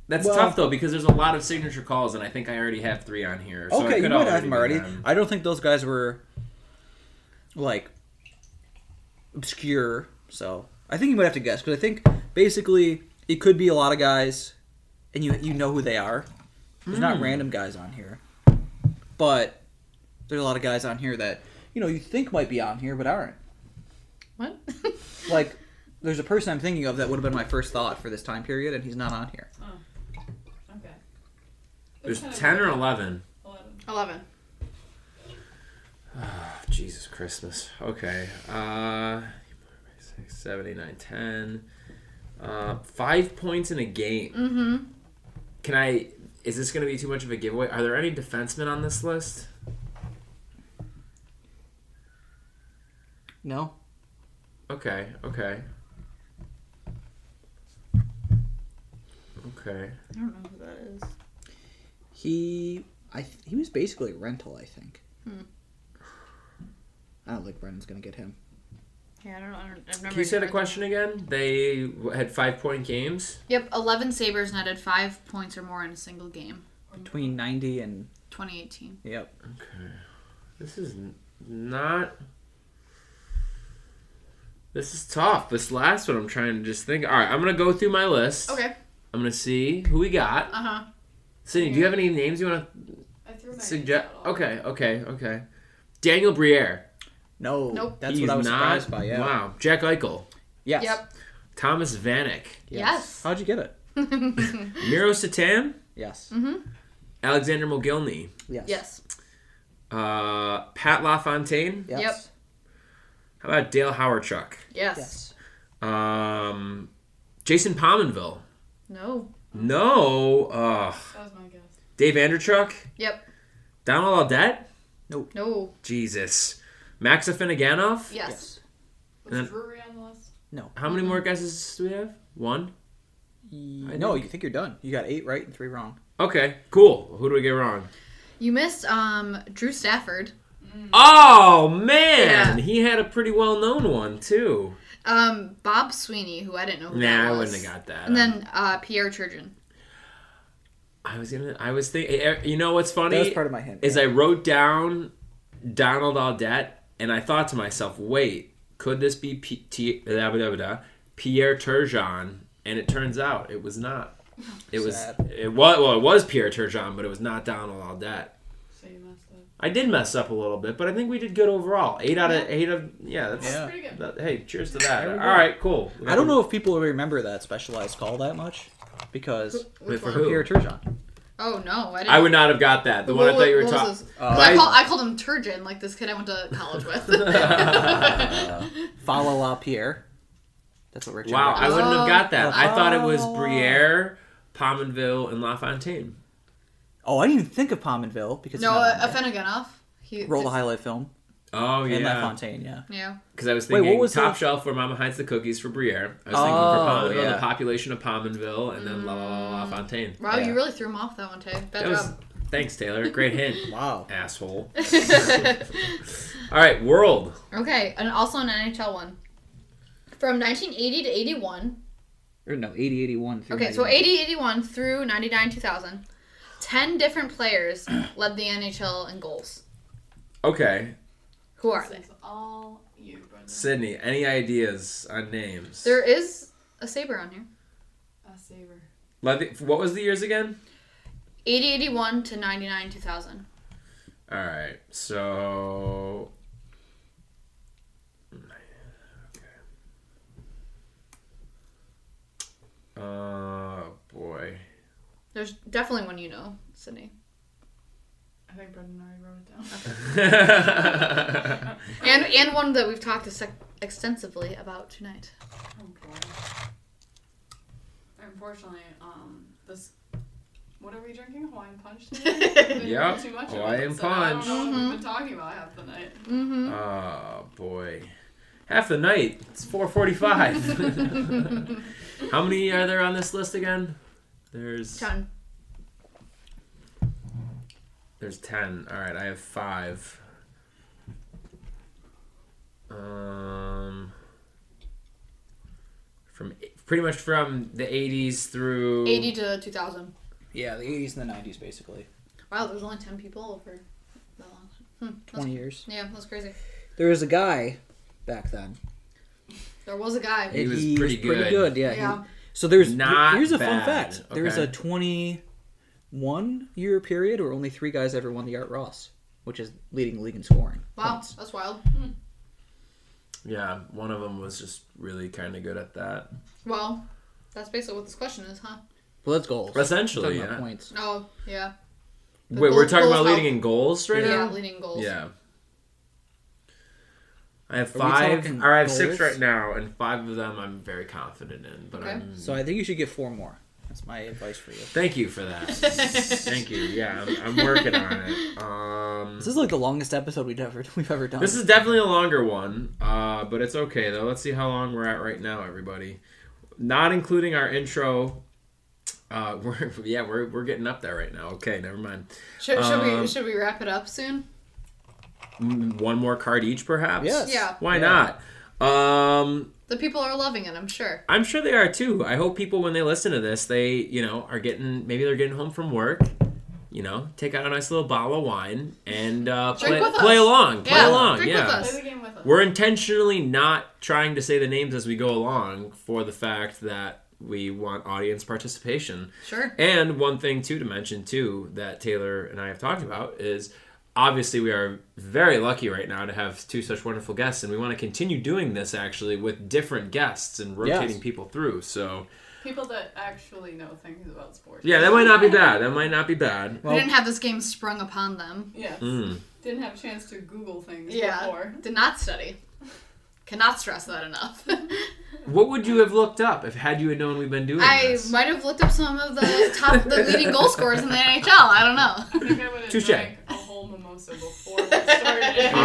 [SPEAKER 2] That's
[SPEAKER 1] Well-
[SPEAKER 2] tough though because there's a lot of signature calls and I think I already have three on here. So I
[SPEAKER 1] okay,
[SPEAKER 2] could
[SPEAKER 1] you might have them
[SPEAKER 2] be
[SPEAKER 1] already.
[SPEAKER 2] them.
[SPEAKER 1] I don't think those guys were like obscure, so I think you might have to guess because I think basically it could be a lot of guys, and you you know who they are. There's not
[SPEAKER 2] Hmm.
[SPEAKER 1] random guys on here, but there's a lot of guys on here that you know you think might be on here but aren't.
[SPEAKER 3] What?
[SPEAKER 1] Like, there's a person I'm thinking of that would have been my first thought for this time period, and he's not on here.
[SPEAKER 4] Okay.
[SPEAKER 2] There's ten or eleven.
[SPEAKER 4] eleven.
[SPEAKER 3] Eleven.
[SPEAKER 2] Oh, Jesus Christmas. Okay. Uh, six, seven, eight, nine, ten. Uh, five points in a game.
[SPEAKER 3] Mm-hmm.
[SPEAKER 2] Can I? Is this going to be too much of a giveaway? Are there any defensemen on this list?
[SPEAKER 1] No,
[SPEAKER 2] Okay. Okay. Okay.
[SPEAKER 3] I don't know who that is.
[SPEAKER 1] He, I th- he was basically a rental. I think.
[SPEAKER 3] Hmm.
[SPEAKER 1] I I don't think Brennan's gonna get him.
[SPEAKER 3] Yeah, I don't know. I don't, I've never
[SPEAKER 2] Can you say the
[SPEAKER 3] even-
[SPEAKER 2] question again? They had five point games.
[SPEAKER 3] Yep, 11 Sabres netted five points or more in a single game.
[SPEAKER 1] Between ninety and
[SPEAKER 3] 2018.
[SPEAKER 1] yep.
[SPEAKER 2] Okay. This is n- not. This is tough. This last one, I'm trying to just think. All right, I'm gonna go through my list.
[SPEAKER 3] Okay.
[SPEAKER 2] I'm gonna see who we got.
[SPEAKER 3] Uh huh.
[SPEAKER 2] Sydney, do you have any names you want
[SPEAKER 4] I threw
[SPEAKER 2] to
[SPEAKER 4] my
[SPEAKER 2] suggest?
[SPEAKER 4] names out all-
[SPEAKER 2] Okay, okay, okay. Daniel Briere.
[SPEAKER 1] No,
[SPEAKER 3] Nope.
[SPEAKER 1] that's
[SPEAKER 2] He's
[SPEAKER 1] what I was
[SPEAKER 2] not,
[SPEAKER 1] surprised by. Yeah.
[SPEAKER 2] Wow. Jack Eichel.
[SPEAKER 1] Yes.
[SPEAKER 3] Yep.
[SPEAKER 2] Thomas Vanek.
[SPEAKER 3] Yes.
[SPEAKER 1] How'd you get it?
[SPEAKER 3] Mm-hmm.
[SPEAKER 2] Miro Satan.
[SPEAKER 1] Yes.
[SPEAKER 2] Alexander Mogilny.
[SPEAKER 1] Yes.
[SPEAKER 3] Hmm. yes.
[SPEAKER 2] Uh, Pat LaFontaine.
[SPEAKER 1] Yes.
[SPEAKER 3] Yep.
[SPEAKER 2] How about Dale Howarchuk?
[SPEAKER 3] Yes.
[SPEAKER 1] Yes.
[SPEAKER 2] Um, Jason Pominville.
[SPEAKER 3] No.
[SPEAKER 2] No. Uh,
[SPEAKER 4] That was my guess.
[SPEAKER 2] Dave Anderchuk.
[SPEAKER 3] Yep.
[SPEAKER 2] Donald Audette.
[SPEAKER 3] No.
[SPEAKER 2] Jesus. Max Afinaganov.
[SPEAKER 3] Yes.
[SPEAKER 4] Was
[SPEAKER 2] And-
[SPEAKER 4] Drury on the list?
[SPEAKER 2] How
[SPEAKER 3] Mm-hmm.
[SPEAKER 2] many more guesses do we have? One.
[SPEAKER 1] Y-
[SPEAKER 2] I
[SPEAKER 1] No,
[SPEAKER 2] think-
[SPEAKER 1] you think you're done. You got eight right and three wrong.
[SPEAKER 2] Okay. Cool. Who do we get wrong?
[SPEAKER 3] You missed um Drew Stafford.
[SPEAKER 2] Oh man,
[SPEAKER 3] Yeah.
[SPEAKER 2] he had a pretty well-known one too.
[SPEAKER 3] Um Bob Sweeney, who I didn't know who that
[SPEAKER 2] Nah, I
[SPEAKER 3] was.
[SPEAKER 2] wouldn't have got that.
[SPEAKER 3] And then uh Pierre Turgeon.
[SPEAKER 2] I was gonna. I was thinking. You know what's funny?
[SPEAKER 1] That was part of my hint.
[SPEAKER 2] is I wrote down Donald Audette, and I thought to myself, wait, could this be P- T- blah, blah, blah, blah, Pierre Turgeon? And it turns out it was not. It was
[SPEAKER 1] Sad.
[SPEAKER 2] it was well it was Pierre Turgeon, but it was not Donald Audette.
[SPEAKER 4] So you messed up.
[SPEAKER 2] I did mess up a little bit, but I think we did good overall. Eight out of eight of yeah. That's,
[SPEAKER 1] Yeah.
[SPEAKER 4] Pretty good.
[SPEAKER 2] that- hey, cheers to that.
[SPEAKER 1] There
[SPEAKER 2] All
[SPEAKER 1] we
[SPEAKER 2] right,
[SPEAKER 1] go.
[SPEAKER 2] cool.
[SPEAKER 1] I don't know if people remember that specialized call that much because
[SPEAKER 2] Wait,
[SPEAKER 3] Which
[SPEAKER 2] for
[SPEAKER 3] one?
[SPEAKER 2] who?
[SPEAKER 1] Pierre Turgeon.
[SPEAKER 3] Oh no, I didn't
[SPEAKER 2] I would not have got that. The one I
[SPEAKER 3] What
[SPEAKER 2] thought you were
[SPEAKER 3] was- what was
[SPEAKER 2] talking.
[SPEAKER 3] his-
[SPEAKER 1] Uh,
[SPEAKER 3] 'Cause I,
[SPEAKER 2] I-
[SPEAKER 3] call, I called him Turgeon, like this kid I went to college with.
[SPEAKER 1] Follow La Pierre. That's what Richard.
[SPEAKER 2] Wow, I
[SPEAKER 1] wrote.
[SPEAKER 2] wouldn't have got that. I thought it was
[SPEAKER 1] Oh.
[SPEAKER 2] Briere, Pominville, and LaFontaine.
[SPEAKER 1] oh, I didn't even think of Pominville because
[SPEAKER 3] no,
[SPEAKER 1] he's not on
[SPEAKER 3] uh,
[SPEAKER 1] there.
[SPEAKER 3] Afenaganoff. He
[SPEAKER 1] roll the highlight film
[SPEAKER 2] Oh
[SPEAKER 1] and
[SPEAKER 2] yeah,
[SPEAKER 1] LaFontaine. Yeah.
[SPEAKER 3] Yeah.
[SPEAKER 2] because I was
[SPEAKER 1] Wait, what
[SPEAKER 2] thinking
[SPEAKER 1] was
[SPEAKER 2] top
[SPEAKER 1] the-
[SPEAKER 2] shelf where Mama hides the cookies for Briere. I was
[SPEAKER 1] Oh,
[SPEAKER 2] thinking for Pominville,
[SPEAKER 1] yeah. Mm.
[SPEAKER 2] the population of Pominville, and then La La La La Fontaine.
[SPEAKER 3] Wow,
[SPEAKER 1] Yeah.
[SPEAKER 3] you really threw him off that one, Tay. Bad
[SPEAKER 2] That was thanks, Taylor. Great hint,
[SPEAKER 1] Wow.
[SPEAKER 2] asshole.
[SPEAKER 3] job.
[SPEAKER 2] All right, world.
[SPEAKER 3] okay, and also an NHL one. From 1980 to 81.
[SPEAKER 1] Or no, 80, 81. through
[SPEAKER 3] Okay, so
[SPEAKER 1] 91.
[SPEAKER 3] 80, 81 through 99, 2000. 10 different players led the NHL in goals.
[SPEAKER 2] Okay,
[SPEAKER 3] Who are
[SPEAKER 4] This
[SPEAKER 3] they?
[SPEAKER 4] is all you, Brendan.
[SPEAKER 2] Sydney. Any ideas on names?
[SPEAKER 3] There is a Sabre on here.
[SPEAKER 4] A saver.
[SPEAKER 2] Levy, what was the years again?
[SPEAKER 3] 80, 81 to 99, 2000.
[SPEAKER 2] All right, so okay. Oh boy.
[SPEAKER 3] There's definitely one you know, Sydney.
[SPEAKER 4] I think Brendan already wrote it down.
[SPEAKER 3] And and one that we've talked ex- extensively about tonight.
[SPEAKER 4] Oh boy. Unfortunately, um, this. What are we drinking? Hawaiian punch. Today? We didn't
[SPEAKER 2] Yep,
[SPEAKER 4] drink Too much of it,
[SPEAKER 2] Hawaiian
[SPEAKER 4] so I don't know
[SPEAKER 3] punch.
[SPEAKER 4] what we've been talking about half the night.
[SPEAKER 3] Mm-hmm.
[SPEAKER 2] oh boy. Half the night. It's 4:45. How many are there on this list again? There's
[SPEAKER 3] John.
[SPEAKER 2] There's ten. All right, I have five. Um, from e, pretty much from the '80s through
[SPEAKER 3] 80 to 2000.
[SPEAKER 1] Yeah, the 80s and the 90s, basically.
[SPEAKER 3] Wow, there's only 10 people over that long. Hmm, that's,
[SPEAKER 1] 20 years.
[SPEAKER 3] yeah, that's crazy.
[SPEAKER 1] There was a guy back then.
[SPEAKER 3] There was a guy.
[SPEAKER 2] He was pretty good.
[SPEAKER 1] Yeah. he-
[SPEAKER 3] yeah.
[SPEAKER 1] so there's
[SPEAKER 2] Not
[SPEAKER 1] here's a fun
[SPEAKER 2] bad.
[SPEAKER 1] fact. There's a
[SPEAKER 2] Okay.
[SPEAKER 1] 21 year period where only three guys ever won the Art Ross, which is leading the league in scoring.
[SPEAKER 3] Wow,
[SPEAKER 1] points.
[SPEAKER 3] that's wild.
[SPEAKER 2] Yeah, one of them was just really kind of good at that.
[SPEAKER 3] Well, that's basically what this question is, huh?
[SPEAKER 1] Well, that's goals.
[SPEAKER 2] Essentially,
[SPEAKER 1] Talking about
[SPEAKER 2] yeah.
[SPEAKER 1] points.
[SPEAKER 3] Oh, yeah. The
[SPEAKER 2] Wait,
[SPEAKER 3] goal-
[SPEAKER 2] we're talking
[SPEAKER 3] goals
[SPEAKER 2] about
[SPEAKER 3] help.
[SPEAKER 2] leading in goals right
[SPEAKER 3] yeah,
[SPEAKER 2] now.
[SPEAKER 3] leading goals.
[SPEAKER 2] Yeah. I have
[SPEAKER 1] Are we
[SPEAKER 2] five,
[SPEAKER 1] talking
[SPEAKER 2] or I have six
[SPEAKER 1] goals?
[SPEAKER 2] right now, and five of them I'm very confident in. But
[SPEAKER 3] Okay.
[SPEAKER 2] I'm
[SPEAKER 1] So I think you should get four more. That's my advice for you.
[SPEAKER 2] Thank you for that. Thank you. Yeah, I'm, I'm working on it. Um,
[SPEAKER 1] This is like the longest episode we've ever we've ever done.
[SPEAKER 2] this is definitely a longer one, uh, but it's okay though. Let's see how long we're at right now, everybody. Not including our intro. Uh, we're, yeah, we're, we're getting up there right now. Okay, never mind.
[SPEAKER 3] Should, should, we,
[SPEAKER 2] Um,
[SPEAKER 3] should we wrap it up soon?
[SPEAKER 2] mm, one more card each, perhaps.
[SPEAKER 1] Yes.
[SPEAKER 3] Yeah.
[SPEAKER 2] Why
[SPEAKER 1] Yeah.
[SPEAKER 2] not? Um,
[SPEAKER 3] The people are loving it, I'm sure.
[SPEAKER 2] I'm sure they are too. I hope people when they listen to this, they you know are getting maybe they're getting home from work, you know, take out a nice little bottle of wine and uh,
[SPEAKER 3] Drink
[SPEAKER 2] play
[SPEAKER 3] with us.
[SPEAKER 2] play along, play
[SPEAKER 3] Yeah,
[SPEAKER 2] along,
[SPEAKER 3] drink
[SPEAKER 2] yeah.
[SPEAKER 3] with us.
[SPEAKER 4] Play the game with us.
[SPEAKER 2] We're intentionally not trying to say the names as we go along for the fact that we want audience participation.
[SPEAKER 3] Sure.
[SPEAKER 2] And one thing too to mention too that Taylor and I have talked about is obviously we are very lucky right now to have two such wonderful guests and we want to continue doing this actually with different guests and rotating
[SPEAKER 1] Yes.
[SPEAKER 2] people through. So
[SPEAKER 4] People that actually know things about sports.
[SPEAKER 2] yeah, that might not be bad. That might not be bad.
[SPEAKER 1] Well,
[SPEAKER 3] we didn't have this game sprung upon them.
[SPEAKER 4] Yes.
[SPEAKER 2] Mm.
[SPEAKER 4] Didn't have a chance to Google things
[SPEAKER 3] Yeah.
[SPEAKER 4] before.
[SPEAKER 3] Did not study. Cannot stress that enough.
[SPEAKER 2] What would you have looked up if had you had known we've been doing
[SPEAKER 3] I
[SPEAKER 2] this?
[SPEAKER 3] might have looked up some of the top, the leading goal scorers in the NHL. I
[SPEAKER 4] I think I would have
[SPEAKER 2] Touche.
[SPEAKER 4] drank a whole mimosa before we started.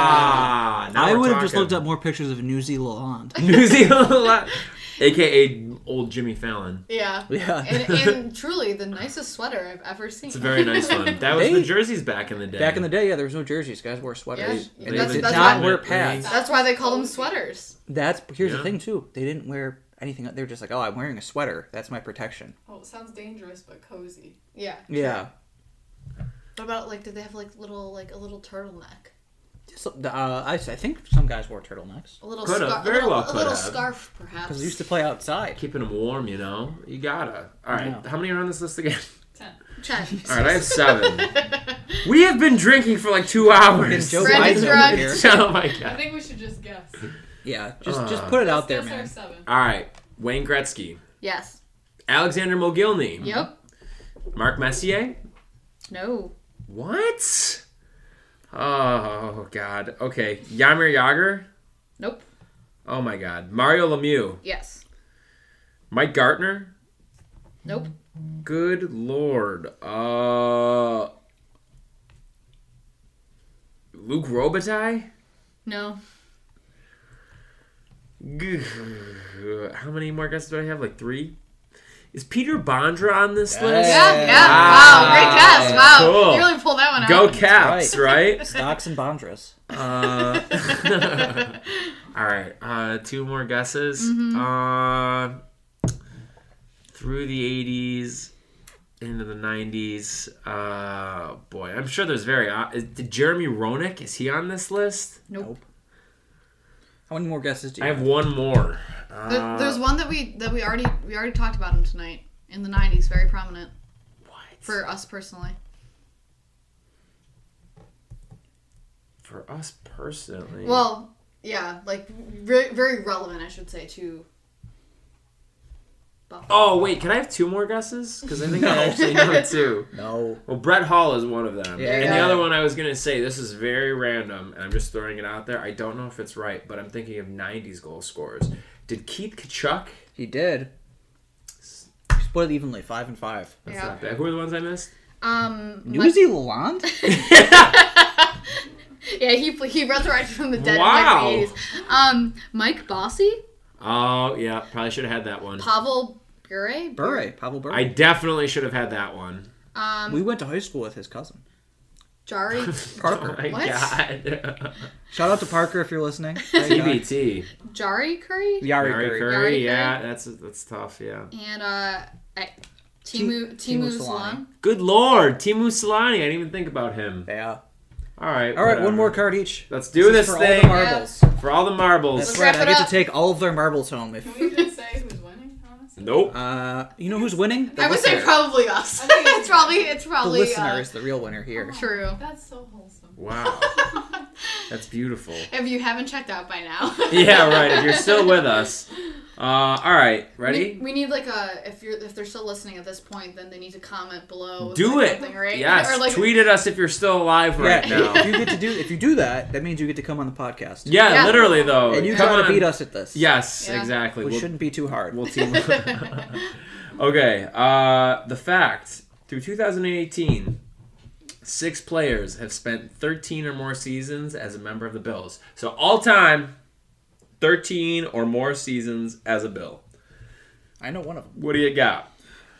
[SPEAKER 2] Ah, now
[SPEAKER 1] I
[SPEAKER 2] we're
[SPEAKER 1] would have just
[SPEAKER 2] talking.
[SPEAKER 1] looked up more pictures of New Zealand.
[SPEAKER 2] New Zealand, aka old Jimmy Fallon.
[SPEAKER 3] don't know. Yeah.
[SPEAKER 1] yeah.
[SPEAKER 3] And, and truly, the nicest sweater I've ever seen.
[SPEAKER 2] It's a very nice one. That was
[SPEAKER 1] They-
[SPEAKER 2] the jerseys back in the day.
[SPEAKER 1] Back in the day, yeah, there was no jerseys. Guys wore sweaters.
[SPEAKER 3] Yeah,
[SPEAKER 1] And
[SPEAKER 3] that's-
[SPEAKER 1] they did
[SPEAKER 3] that's
[SPEAKER 1] not
[SPEAKER 3] why-
[SPEAKER 1] wear pads.
[SPEAKER 3] That's why they call them sweaters.
[SPEAKER 1] That's here's
[SPEAKER 2] Yeah.
[SPEAKER 1] the thing too. They didn't wear anything. They were just like, oh, I'm wearing a sweater. That's my protection.
[SPEAKER 4] Well, it sounds dangerous, but cozy.
[SPEAKER 3] Yeah.
[SPEAKER 1] Yeah.
[SPEAKER 3] What about like? Did they have like little like a little turtleneck?
[SPEAKER 1] Just, uh, I, I think some guys wore turtlenecks
[SPEAKER 3] A little
[SPEAKER 2] Coulda,
[SPEAKER 3] scar-
[SPEAKER 2] very
[SPEAKER 3] a little,
[SPEAKER 2] well
[SPEAKER 3] a little
[SPEAKER 2] coulda.
[SPEAKER 3] scarf, perhaps.
[SPEAKER 1] because they used to play outside.
[SPEAKER 2] Keeping them warm, you know. You gotta. All right.
[SPEAKER 1] Yeah.
[SPEAKER 2] How many are on this list again?
[SPEAKER 3] Chen.
[SPEAKER 2] All right, I have seven. we have been drinking for like two hours.
[SPEAKER 1] Joe
[SPEAKER 3] Fred
[SPEAKER 1] Biden's
[SPEAKER 3] is
[SPEAKER 1] over
[SPEAKER 3] drugged.
[SPEAKER 1] here.
[SPEAKER 2] oh my
[SPEAKER 4] I
[SPEAKER 2] god.
[SPEAKER 4] think we should just guess.
[SPEAKER 1] Yeah, just just
[SPEAKER 2] Uh.
[SPEAKER 1] put it out there,
[SPEAKER 4] Guess our
[SPEAKER 1] man.
[SPEAKER 4] seven.
[SPEAKER 2] All right, Wayne Gretzky,
[SPEAKER 3] yes.
[SPEAKER 2] Alexander Mogilny,
[SPEAKER 3] Yep.
[SPEAKER 2] Mark Messier.
[SPEAKER 3] No.
[SPEAKER 2] What? Oh god. Okay, Yamir Yager.
[SPEAKER 3] Nope.
[SPEAKER 2] Oh my god. Mario Lemieux,
[SPEAKER 3] Yes.
[SPEAKER 2] Mike Gartner.
[SPEAKER 3] Nope.
[SPEAKER 2] Good lord. Uh Luke Robitaille?
[SPEAKER 3] No.
[SPEAKER 2] Gah. How many more guesses do I have? Like three? Is Peter Bondra on this
[SPEAKER 1] Yeah.
[SPEAKER 2] list?
[SPEAKER 3] Yeah.
[SPEAKER 1] Hey.
[SPEAKER 3] Yeah.
[SPEAKER 2] Wow.
[SPEAKER 3] Wow. Great guess. Wow.
[SPEAKER 2] Ah, Cool.
[SPEAKER 3] You really pulled that one out.
[SPEAKER 2] Go Caps, right?
[SPEAKER 1] Stocks and Bondras.
[SPEAKER 2] uh, all right. Uh, two more guesses.
[SPEAKER 3] Mm-hmm.
[SPEAKER 2] Uh, through the 80s, into the 90s. Uh, boy, I'm sure there's very. Uh, is, did Jeremy Roenick, is he on this list?
[SPEAKER 3] Nope.
[SPEAKER 1] How many more guesses do
[SPEAKER 2] I
[SPEAKER 1] you
[SPEAKER 2] have one more.
[SPEAKER 3] There-
[SPEAKER 2] Uh,
[SPEAKER 3] there's one that we that we already we already talked about him tonight in the '90s. Very prominent
[SPEAKER 2] what? For,
[SPEAKER 3] for us personally.
[SPEAKER 2] us personally.
[SPEAKER 3] Well, yeah, like re- very relevant, I should say, to Buffalo.
[SPEAKER 2] oh, wait, can I have two more guesses? Because I think I actually know two.
[SPEAKER 1] No.
[SPEAKER 2] Well, Brett Hall is one of them.
[SPEAKER 1] Yeah.
[SPEAKER 2] And the other one I was going to say, this is very random, and I'm just throwing it out there. I don't know if it's right, but I'm thinking of 90s goal scorers. Did Keith Kachuk?
[SPEAKER 1] He did. Split evenly, five and five.
[SPEAKER 2] That's
[SPEAKER 3] Yeah.
[SPEAKER 2] not bad. Who are the ones I missed?
[SPEAKER 3] Um,
[SPEAKER 1] New Zealand?
[SPEAKER 3] yeah, he he resurrected from the dead
[SPEAKER 2] Wow.
[SPEAKER 3] in like the 80s. Um, Mike Bossy,
[SPEAKER 2] Oh, yeah. Probably should have had that one.
[SPEAKER 3] Pavel Bure,
[SPEAKER 1] Bure, Pavel Bure.
[SPEAKER 2] I definitely should have had that one.
[SPEAKER 3] um,
[SPEAKER 1] we went to high school with his cousin.
[SPEAKER 3] Jari
[SPEAKER 1] Parker.
[SPEAKER 2] Oh, my
[SPEAKER 3] What?
[SPEAKER 2] God.
[SPEAKER 1] Shout out to Parker if you're listening.
[SPEAKER 2] TBT.
[SPEAKER 3] Jari Curry,
[SPEAKER 1] Yari
[SPEAKER 2] Mary
[SPEAKER 1] Curry.
[SPEAKER 2] Curry.
[SPEAKER 3] Curry.
[SPEAKER 2] Yeah, that's that's tough. Yeah.
[SPEAKER 3] and uh, I- Timu
[SPEAKER 1] Timu
[SPEAKER 3] Timu
[SPEAKER 1] Solani.
[SPEAKER 3] Solon.
[SPEAKER 2] Good lord, Timu Solani. I didn't even think about him.
[SPEAKER 1] Yeah.
[SPEAKER 2] All right.
[SPEAKER 1] All right,
[SPEAKER 2] whatever.
[SPEAKER 1] one more card each.
[SPEAKER 2] Let's do
[SPEAKER 1] is
[SPEAKER 2] this,
[SPEAKER 1] for
[SPEAKER 2] thing
[SPEAKER 1] All the marbles.
[SPEAKER 2] for all the marbles.
[SPEAKER 1] That's
[SPEAKER 3] Let's wrap
[SPEAKER 1] right. I
[SPEAKER 3] it
[SPEAKER 1] get
[SPEAKER 3] up.
[SPEAKER 1] to take all of their marbles home. If
[SPEAKER 4] Can we just say who's winning, honestly?
[SPEAKER 2] Nope.
[SPEAKER 1] uh, you know who's winning? The
[SPEAKER 3] I would say
[SPEAKER 1] listener.
[SPEAKER 3] probably us.
[SPEAKER 4] I think-
[SPEAKER 3] it's probably it's
[SPEAKER 1] the
[SPEAKER 3] probably
[SPEAKER 1] listener
[SPEAKER 3] uh,
[SPEAKER 1] is the real winner here.
[SPEAKER 3] true.
[SPEAKER 4] That's so wholesome.
[SPEAKER 2] Wow. That's beautiful.
[SPEAKER 3] If you haven't checked out by now,
[SPEAKER 2] Yeah, right. If you're still with us. Uh, all right.
[SPEAKER 3] We,
[SPEAKER 2] Ready?
[SPEAKER 3] we need like a if you're if they're still listening at this point, then they need to comment below. with,
[SPEAKER 2] Do
[SPEAKER 3] like,
[SPEAKER 2] it.
[SPEAKER 3] something, right?
[SPEAKER 2] Yes.
[SPEAKER 3] Or like,
[SPEAKER 2] Tweet at us if you're still alive right
[SPEAKER 1] yeah, if
[SPEAKER 2] now.
[SPEAKER 1] you get to do if you do that, that means you get to come on the podcast.
[SPEAKER 2] Yeah,
[SPEAKER 3] Yeah.
[SPEAKER 2] literally though.
[SPEAKER 1] and you
[SPEAKER 2] Come
[SPEAKER 1] gotta
[SPEAKER 2] on.
[SPEAKER 1] beat us at this.
[SPEAKER 2] Yes,
[SPEAKER 3] Yeah.
[SPEAKER 2] exactly.
[SPEAKER 1] which
[SPEAKER 2] We'll,
[SPEAKER 1] shouldn't be too hard.
[SPEAKER 2] we'll team up. okay. Uh, the fact through 2018, six players have spent 13 or more seasons as a member of the Bills. So all time, 13 or more seasons as a Bill.
[SPEAKER 1] I know one of them.
[SPEAKER 2] What do you got?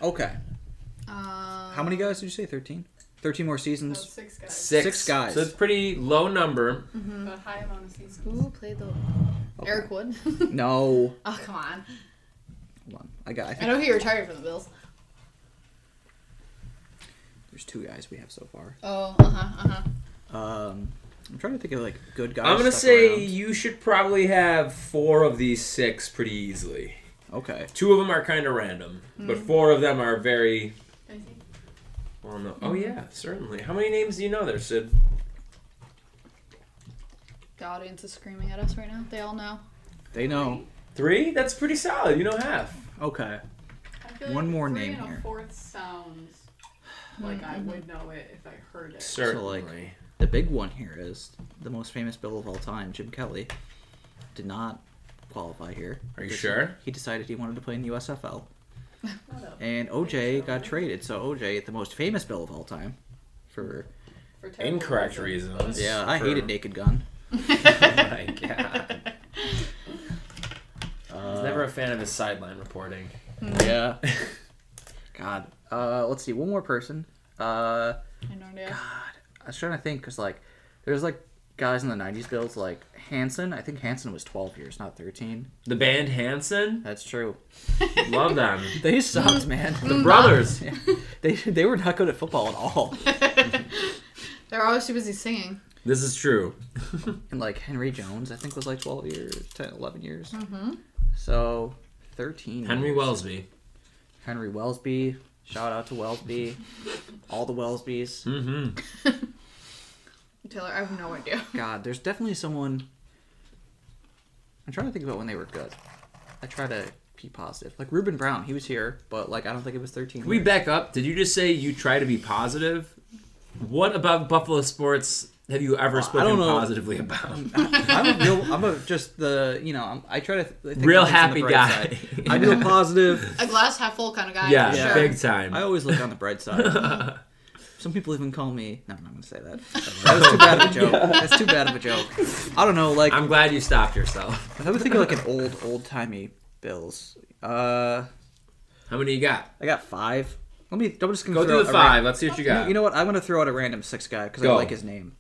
[SPEAKER 1] Okay,
[SPEAKER 3] um,
[SPEAKER 1] how many guys did you say? Thirteen. Thirteen more
[SPEAKER 4] Oh,
[SPEAKER 1] seasons.
[SPEAKER 4] six guys.
[SPEAKER 2] Six.
[SPEAKER 1] Six guys.
[SPEAKER 2] So it's pretty low number.
[SPEAKER 4] A high amount of seasons.
[SPEAKER 3] Who played the Eric Wood?
[SPEAKER 1] No,
[SPEAKER 3] oh come on!
[SPEAKER 1] hold on. I got. I
[SPEAKER 3] I
[SPEAKER 1] think
[SPEAKER 3] know he retired from the Bills.
[SPEAKER 1] there's two guys we have so far.
[SPEAKER 3] Oh, uh huh, uh huh.
[SPEAKER 1] Um, I'm trying to think of like good guys.
[SPEAKER 2] I'm gonna
[SPEAKER 1] stuck
[SPEAKER 2] say
[SPEAKER 1] around.
[SPEAKER 2] you should probably have four of these six pretty easily.
[SPEAKER 1] Okay.
[SPEAKER 2] Two of them are kind of random, but four of them are very
[SPEAKER 4] I think
[SPEAKER 2] well known. Oh yeah, certainly. How many names do you know there, Sid?
[SPEAKER 3] The audience is screaming at us right now. They all know.
[SPEAKER 1] They know.
[SPEAKER 2] Three? That's pretty solid. You know half.
[SPEAKER 1] Okay.
[SPEAKER 4] I feel
[SPEAKER 1] One
[SPEAKER 4] like
[SPEAKER 1] more
[SPEAKER 4] three
[SPEAKER 1] name
[SPEAKER 4] and a
[SPEAKER 1] here.
[SPEAKER 4] Fourth sounds like I would know it if I heard it.
[SPEAKER 2] Certainly.
[SPEAKER 1] The big one here is the most famous Bill of all time, Jim Kelly, did not qualify here.
[SPEAKER 2] are you
[SPEAKER 1] This-
[SPEAKER 2] sure?
[SPEAKER 1] He decided he wanted to play in the USFL,
[SPEAKER 4] Not a-
[SPEAKER 1] and OJ got traded. So OJ, the most famous Bill of all time, for
[SPEAKER 4] for terrible
[SPEAKER 2] Incorrect reasons.
[SPEAKER 1] yeah, I
[SPEAKER 2] For-
[SPEAKER 1] hated Naked Gun.
[SPEAKER 2] Oh my god.
[SPEAKER 1] Uh,
[SPEAKER 2] I was never a fan of his sideline reporting.
[SPEAKER 1] Yeah. God. Uh, let's see. One more person. Uh,
[SPEAKER 3] I know they
[SPEAKER 1] God. I was trying to think because like, there's like guys in the '90s builds like Hanson. I think Hanson was 12 years, not 13.
[SPEAKER 2] The band Hanson?
[SPEAKER 1] That's true.
[SPEAKER 2] Love them.
[SPEAKER 1] They sucked, man. Mm,
[SPEAKER 2] The brothers.
[SPEAKER 1] they they were not good at football at all.
[SPEAKER 3] They're always too busy singing.
[SPEAKER 2] This is true.
[SPEAKER 1] And like Henry Jones, I think was like 12 years, 10, 11 years. So 13.
[SPEAKER 2] Henry
[SPEAKER 1] years.
[SPEAKER 2] Wellesby.
[SPEAKER 1] Henry Wellesby. Shout out to Wellesby. all the Wellesbys.
[SPEAKER 2] Mm-hmm.
[SPEAKER 3] Taylor, I have no idea.
[SPEAKER 1] God, there's definitely someone. I'm trying to think about when they were good. I try to be positive. Like Reuben Brown, he was here, but like I don't think it was 13.
[SPEAKER 2] Can we
[SPEAKER 1] years.
[SPEAKER 2] back up? Did you just say you try to be positive? What about Buffalo sports have you ever
[SPEAKER 1] I
[SPEAKER 2] spoken
[SPEAKER 1] don't know.
[SPEAKER 2] positively about?
[SPEAKER 1] I'm a real, I'm a just the you know I'm, I try to th- think
[SPEAKER 2] Real
[SPEAKER 1] of things on the
[SPEAKER 2] happy
[SPEAKER 1] bright
[SPEAKER 2] guy.
[SPEAKER 1] side. I'm real positive.
[SPEAKER 3] A glass half full kind of guy.
[SPEAKER 2] yeah,
[SPEAKER 3] for
[SPEAKER 1] Yeah.
[SPEAKER 3] sure.
[SPEAKER 2] big time.
[SPEAKER 1] I always look on the bright side. Some people even call me. No, I'm not gonna say that. That was too bad of a joke. That's too bad of a joke. I don't know. Like
[SPEAKER 2] I'm glad you stopped yourself.
[SPEAKER 1] I would think of like an old, old timey Bills. Uh,
[SPEAKER 2] How many you got?
[SPEAKER 1] I got five. Let me. I'm just gonna
[SPEAKER 2] Go
[SPEAKER 1] throw
[SPEAKER 2] through
[SPEAKER 1] out
[SPEAKER 2] the
[SPEAKER 1] a ra-
[SPEAKER 2] five. Let's see what you
[SPEAKER 1] You know-
[SPEAKER 2] got.
[SPEAKER 1] You know what? I'm gonna throw out a random six guy because I
[SPEAKER 2] Go.
[SPEAKER 1] like his name.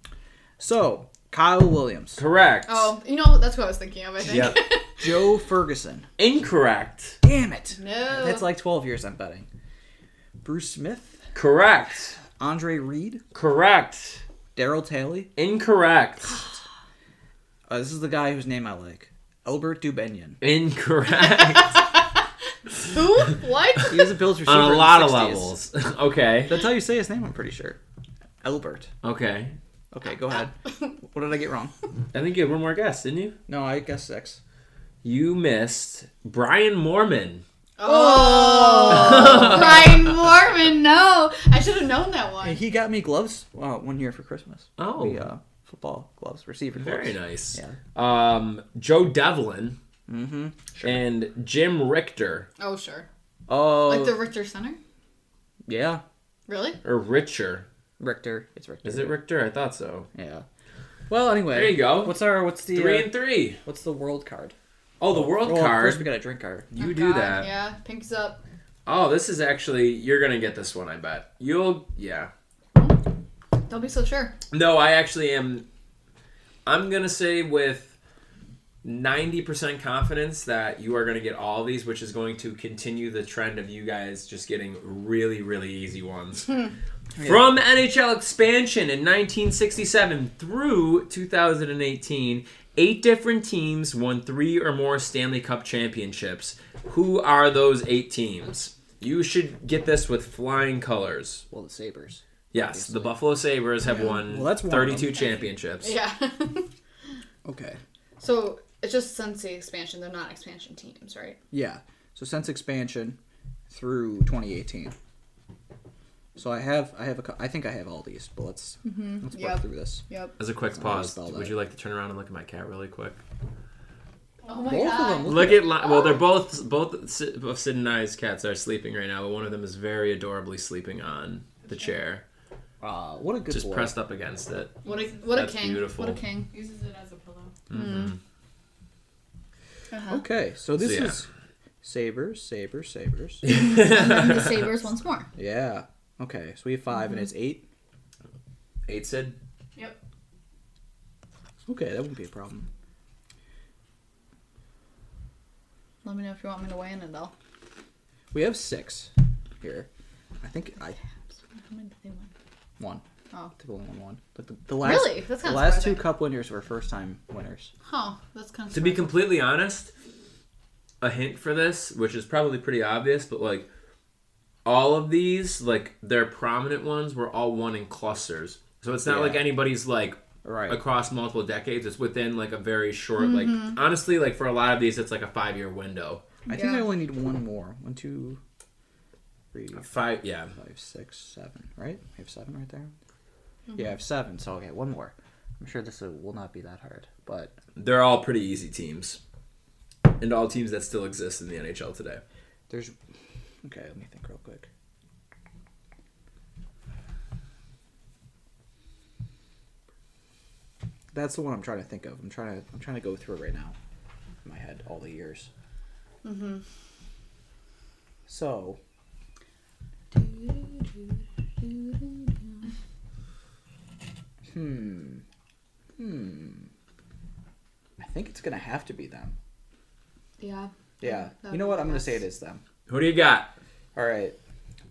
[SPEAKER 1] So Kyle Williams,
[SPEAKER 2] Correct.
[SPEAKER 3] Oh, you know that's what I was thinking of. I think.
[SPEAKER 2] Yep.
[SPEAKER 1] Joe Ferguson.
[SPEAKER 2] Incorrect.
[SPEAKER 1] Damn it.
[SPEAKER 3] no.
[SPEAKER 1] That's like 12 years. I'm betting. Bruce Smith,
[SPEAKER 2] Correct.
[SPEAKER 1] Andre Reed,
[SPEAKER 2] Correct.
[SPEAKER 1] Daryl Taylor.
[SPEAKER 2] Incorrect.
[SPEAKER 1] Uh, this is the guy whose name I like. Albert Dubenian.
[SPEAKER 2] Incorrect.
[SPEAKER 3] who? What?
[SPEAKER 1] He was a Bills receiver
[SPEAKER 2] On
[SPEAKER 1] in
[SPEAKER 2] a
[SPEAKER 1] the
[SPEAKER 2] lot of
[SPEAKER 1] 60s.
[SPEAKER 2] levels. okay.
[SPEAKER 1] That's how you say his name. I'm pretty sure. Albert.
[SPEAKER 2] Okay.
[SPEAKER 1] Okay, go ahead. What did I get wrong?
[SPEAKER 2] I think you had one more guess, didn't you?
[SPEAKER 1] No, I guess six.
[SPEAKER 2] You missed Brian Mormon.
[SPEAKER 3] Oh, Brian Mormon. No, I should have known that
[SPEAKER 1] Hey,
[SPEAKER 3] one.
[SPEAKER 1] he got me gloves uh, one year for Christmas.
[SPEAKER 2] Oh.
[SPEAKER 1] The, uh, football gloves, receiver gloves.
[SPEAKER 2] Very nice.
[SPEAKER 1] Yeah.
[SPEAKER 2] Um, Joe Devlin
[SPEAKER 1] Mm-hmm.
[SPEAKER 2] and Jim Richter
[SPEAKER 3] Oh sure.
[SPEAKER 1] Oh,
[SPEAKER 3] Like the Richter Center.
[SPEAKER 1] yeah.
[SPEAKER 3] Really?
[SPEAKER 2] or Richer.
[SPEAKER 1] Richter. It's Richter.
[SPEAKER 2] Is it Richter? I thought so.
[SPEAKER 1] Yeah. Well, anyway.
[SPEAKER 2] There you go.
[SPEAKER 1] What's our, what's the,
[SPEAKER 2] three
[SPEAKER 1] uh,
[SPEAKER 2] and three.
[SPEAKER 1] what's the world card?
[SPEAKER 2] Oh, the world
[SPEAKER 1] Well,
[SPEAKER 2] card.
[SPEAKER 1] First we got a drink card.
[SPEAKER 2] you
[SPEAKER 3] Oh,
[SPEAKER 2] do
[SPEAKER 3] God,
[SPEAKER 2] that.
[SPEAKER 3] Yeah. Pink's up.
[SPEAKER 2] Oh, this is actually you're gonna get this one. I bet you'll. Yeah.
[SPEAKER 3] Don't be so sure.
[SPEAKER 2] No, I actually am. I'm gonna say with ninety percent confidence that you are gonna get all of these, which is going to continue the trend of you guys just getting really, really easy ones. From NHL expansion in 1967 through 2018, eight different teams won three or more Stanley Cup championships. Who are those eight teams? You should get this with flying colors.
[SPEAKER 1] Well, the Sabres.
[SPEAKER 2] Yes, the Buffalo Sabres have won
[SPEAKER 1] Well, that's one of
[SPEAKER 2] 32 championships.
[SPEAKER 3] Yeah.
[SPEAKER 1] Okay.
[SPEAKER 3] so it's just Sensei expansion. They're not expansion teams, right?
[SPEAKER 1] Yeah. So since expansion through 2018. So I have I have a cou- I think I have all these, but let's
[SPEAKER 2] Mm-hmm.
[SPEAKER 1] let's work
[SPEAKER 3] Yep.
[SPEAKER 1] through this.
[SPEAKER 3] Yep.
[SPEAKER 2] As a quick
[SPEAKER 1] That's how you
[SPEAKER 2] pause,
[SPEAKER 1] spell
[SPEAKER 2] would
[SPEAKER 1] that.
[SPEAKER 2] you like to turn around and look at my cat really quick?
[SPEAKER 4] Oh my
[SPEAKER 1] Both of
[SPEAKER 4] god.
[SPEAKER 1] them look-
[SPEAKER 2] Look at Li- well, they're both both Sid- of Sid and I's cats are sleeping right now, but one of them is very adorably sleeping on the chair,
[SPEAKER 1] Uh, what a good
[SPEAKER 2] just
[SPEAKER 1] boy.
[SPEAKER 2] pressed up against it.
[SPEAKER 3] What a what
[SPEAKER 2] That's
[SPEAKER 3] a king.
[SPEAKER 2] beautiful.
[SPEAKER 3] What a king.
[SPEAKER 4] Uses it as a pillow.
[SPEAKER 1] Mm-hmm.
[SPEAKER 3] Uh-huh.
[SPEAKER 1] Okay, so this
[SPEAKER 2] So, yeah.
[SPEAKER 1] is Sabres, Sabres, Sabres.
[SPEAKER 3] and then the Sabers once more.
[SPEAKER 1] yeah. Okay, so we have 5 and it's eight.
[SPEAKER 2] Eight Sid.
[SPEAKER 4] Yep.
[SPEAKER 1] Okay, that wouldn't be a problem.
[SPEAKER 3] Let me know if you want me to weigh in at all.
[SPEAKER 1] We have six here. I think I
[SPEAKER 3] How many did they win?
[SPEAKER 1] won.
[SPEAKER 3] Oh.
[SPEAKER 1] Took only one. But the, the last
[SPEAKER 3] Really? That's
[SPEAKER 1] the
[SPEAKER 3] kinda
[SPEAKER 1] last two
[SPEAKER 3] surprising.
[SPEAKER 1] cup winners were first time winners.
[SPEAKER 3] Huh. That's kind of
[SPEAKER 2] To be completely honest, a hint for this, which is probably pretty obvious, but like all of these, like their prominent ones, were all won in clusters. So it's not
[SPEAKER 1] Yeah.
[SPEAKER 2] like anybody's like
[SPEAKER 1] Right.
[SPEAKER 2] across multiple decades. It's within like a very short, like honestly, like for a lot of these, it's like a five year window.
[SPEAKER 1] I think I
[SPEAKER 3] Yeah.
[SPEAKER 1] only need one more. One, two, three,
[SPEAKER 2] Five, yeah.
[SPEAKER 1] five, six, seven. Right? I have seven right there. Yeah, I have seven. So okay, one more. I'm sure this will not be that hard. But
[SPEAKER 2] They're all pretty easy teams, and all teams that still exist in the NHL today.
[SPEAKER 1] there's okay. Let me think real quick. That's the one I'm trying to think of. I'm trying to I'm trying to go through it right now in my head all the years.
[SPEAKER 3] Mm-hmm.
[SPEAKER 1] So Hmm. Hmm. I think it's gonna have to be them.
[SPEAKER 3] Yeah.
[SPEAKER 1] Yeah.
[SPEAKER 3] that
[SPEAKER 1] you know
[SPEAKER 3] would
[SPEAKER 1] what?
[SPEAKER 3] be
[SPEAKER 1] I'm gonna
[SPEAKER 3] nice.
[SPEAKER 1] say it is them.
[SPEAKER 2] Who do you got?
[SPEAKER 1] All right.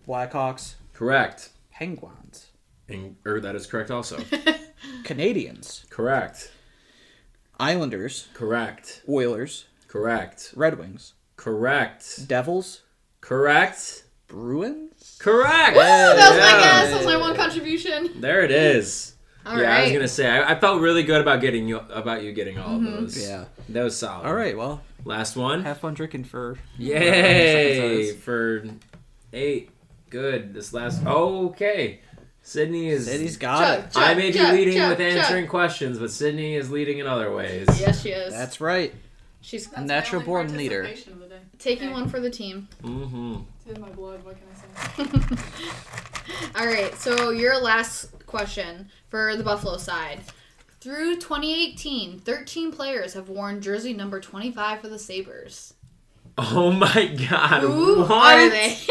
[SPEAKER 1] Blackhawks,
[SPEAKER 2] Correct.
[SPEAKER 1] Penguins,
[SPEAKER 2] And, or that is correct also.
[SPEAKER 1] Canadians,
[SPEAKER 2] correct.
[SPEAKER 1] Islanders,
[SPEAKER 2] Correct.
[SPEAKER 1] Oilers,
[SPEAKER 2] Correct.
[SPEAKER 1] Red Wings,
[SPEAKER 2] Correct.
[SPEAKER 1] Devils,
[SPEAKER 2] Correct.
[SPEAKER 1] Bruins.
[SPEAKER 2] Correct.
[SPEAKER 3] That was my
[SPEAKER 2] Yeah.
[SPEAKER 3] guess. That was my one contribution.
[SPEAKER 2] There it is.
[SPEAKER 3] All right. Mm-hmm.
[SPEAKER 2] yeah, I was gonna say I, I felt really good about getting you about you getting all of those.
[SPEAKER 1] Yeah.
[SPEAKER 2] that was solid.
[SPEAKER 1] All right. Well,
[SPEAKER 2] last one.
[SPEAKER 1] have fun drinking for.
[SPEAKER 2] Yay for eight. Good. This last. Okay, Sydney is.
[SPEAKER 1] Sydney's got it.
[SPEAKER 3] Chug,
[SPEAKER 2] I may be
[SPEAKER 3] chug,
[SPEAKER 2] leading
[SPEAKER 3] chug,
[SPEAKER 2] with
[SPEAKER 3] chug.
[SPEAKER 2] answering questions, but Sydney is leading in other ways.
[SPEAKER 3] Yes, she is.
[SPEAKER 1] That's right.
[SPEAKER 3] She's
[SPEAKER 4] That's my
[SPEAKER 1] Natural
[SPEAKER 4] only
[SPEAKER 1] born leader.
[SPEAKER 4] participation of the day.
[SPEAKER 3] taking
[SPEAKER 4] Okay.
[SPEAKER 3] one for the team.
[SPEAKER 2] Mm-hmm.
[SPEAKER 4] It's in my blood. What can I say?
[SPEAKER 3] All right. So your last question for the Buffalo side. Through 2018, 13 players have worn jersey number 25 for the Sabers.
[SPEAKER 2] Oh my God!
[SPEAKER 3] Who
[SPEAKER 2] what?
[SPEAKER 3] are they?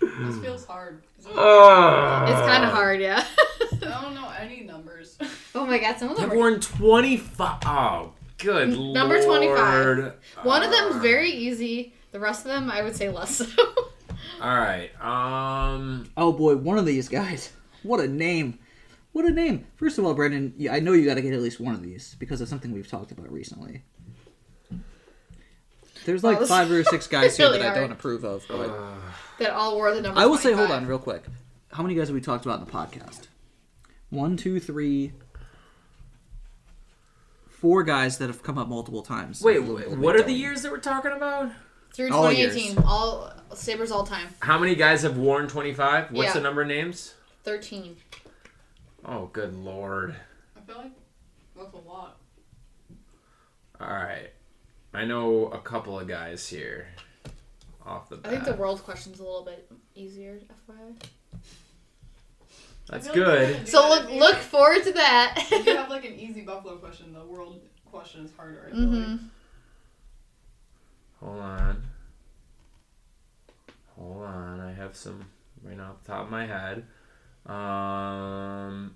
[SPEAKER 1] Hmm.
[SPEAKER 4] This feels hard. 'cause I don't-
[SPEAKER 1] Ah.
[SPEAKER 2] Oh.
[SPEAKER 3] It's kind of hard, yeah.
[SPEAKER 4] I don't know any numbers.
[SPEAKER 3] oh my god, some of them
[SPEAKER 2] I've
[SPEAKER 3] were
[SPEAKER 2] worn 25. Oh, good
[SPEAKER 3] Number 25.
[SPEAKER 2] lord.
[SPEAKER 3] One of them's very easy. The rest of them, I would say less so.
[SPEAKER 2] All right. Um.
[SPEAKER 1] Oh boy, one of these guys. What a name. What a name. First of all, Brandon, you- I know you got to get at least one of these because of something we've talked about recently. There's like
[SPEAKER 3] Wow, this-
[SPEAKER 1] five or six guys here
[SPEAKER 3] really
[SPEAKER 1] that I
[SPEAKER 3] hard.
[SPEAKER 1] don't approve of, but
[SPEAKER 3] that all wore the number.
[SPEAKER 1] I will say, hold
[SPEAKER 3] 25.
[SPEAKER 1] on, real quick. How many guys have we talked about in the podcast? One, two, three, four guys that have come up multiple times.
[SPEAKER 2] Wait.
[SPEAKER 1] Little bit
[SPEAKER 2] What are the
[SPEAKER 1] going.
[SPEAKER 2] years that we're talking about?
[SPEAKER 3] Through
[SPEAKER 1] All
[SPEAKER 3] 2018, all, Sabres all time.
[SPEAKER 2] How many guys have worn 25? What's
[SPEAKER 3] Yeah.
[SPEAKER 2] the number of names?
[SPEAKER 3] 13.
[SPEAKER 2] Oh, good lord.
[SPEAKER 4] I feel like that's a lot.
[SPEAKER 2] All right. I know a couple of guys here. Off the
[SPEAKER 3] I
[SPEAKER 2] bat.
[SPEAKER 3] think the world question's a little bit easier, FYI.
[SPEAKER 2] That's
[SPEAKER 4] I feel like we're
[SPEAKER 2] good.
[SPEAKER 4] gonna do
[SPEAKER 3] So
[SPEAKER 4] that
[SPEAKER 3] look
[SPEAKER 4] if you-
[SPEAKER 3] look forward to
[SPEAKER 4] If you
[SPEAKER 3] that.
[SPEAKER 4] have like an easy Buffalo question, the world question is harder. I feel
[SPEAKER 3] hmm
[SPEAKER 4] like.
[SPEAKER 2] Hold on. Hold on. I have some right now off the top of my head. Um.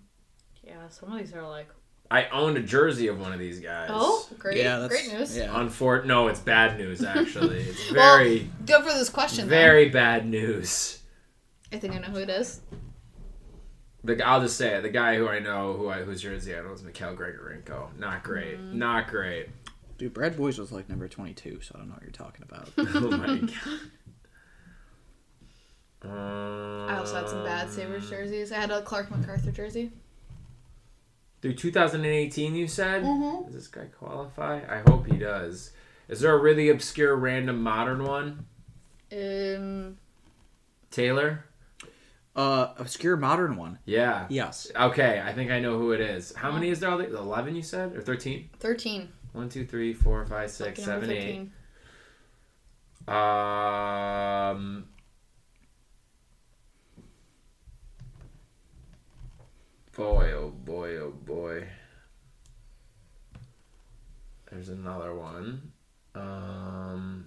[SPEAKER 3] Yeah, some of these are like,
[SPEAKER 2] I owned a jersey of one of these guys.
[SPEAKER 3] oh, great,
[SPEAKER 1] Yeah, that's,
[SPEAKER 3] great news.
[SPEAKER 1] Yeah.
[SPEAKER 2] Unfor- no, it's bad news actually. It's
[SPEAKER 3] Well,
[SPEAKER 2] very,
[SPEAKER 3] Good for this question. though.
[SPEAKER 2] very bad news.
[SPEAKER 3] I think I know who it is.
[SPEAKER 2] The g- I'll just say it. The guy who I know, who I whose jersey I know is Mikhail Gregorenko. Not great.
[SPEAKER 3] Mm.
[SPEAKER 2] Not great.
[SPEAKER 1] Dude, Brad Boys was like number 22, so I don't know what you're talking about.
[SPEAKER 2] Oh my god. Um,
[SPEAKER 3] I also had some bad Sabres jerseys. I had a Clark MacArthur jersey.
[SPEAKER 2] Through 2018, you said.
[SPEAKER 3] Mhm.
[SPEAKER 2] Does this guy qualify? I hope he does. Is there a really obscure, random, modern one,
[SPEAKER 3] Um,
[SPEAKER 2] Taylor?
[SPEAKER 1] uh, obscure modern one.
[SPEAKER 2] Yeah.
[SPEAKER 1] Yes.
[SPEAKER 2] Okay, I think I know who it is. How many is there? all the- 11, you said? Or 13?
[SPEAKER 3] 13.
[SPEAKER 2] 1, 2, 3, 4, 5, 6,
[SPEAKER 3] Lucky number
[SPEAKER 2] 7, 8. Um. Boy, oh boy, oh boy. There's another one. Um.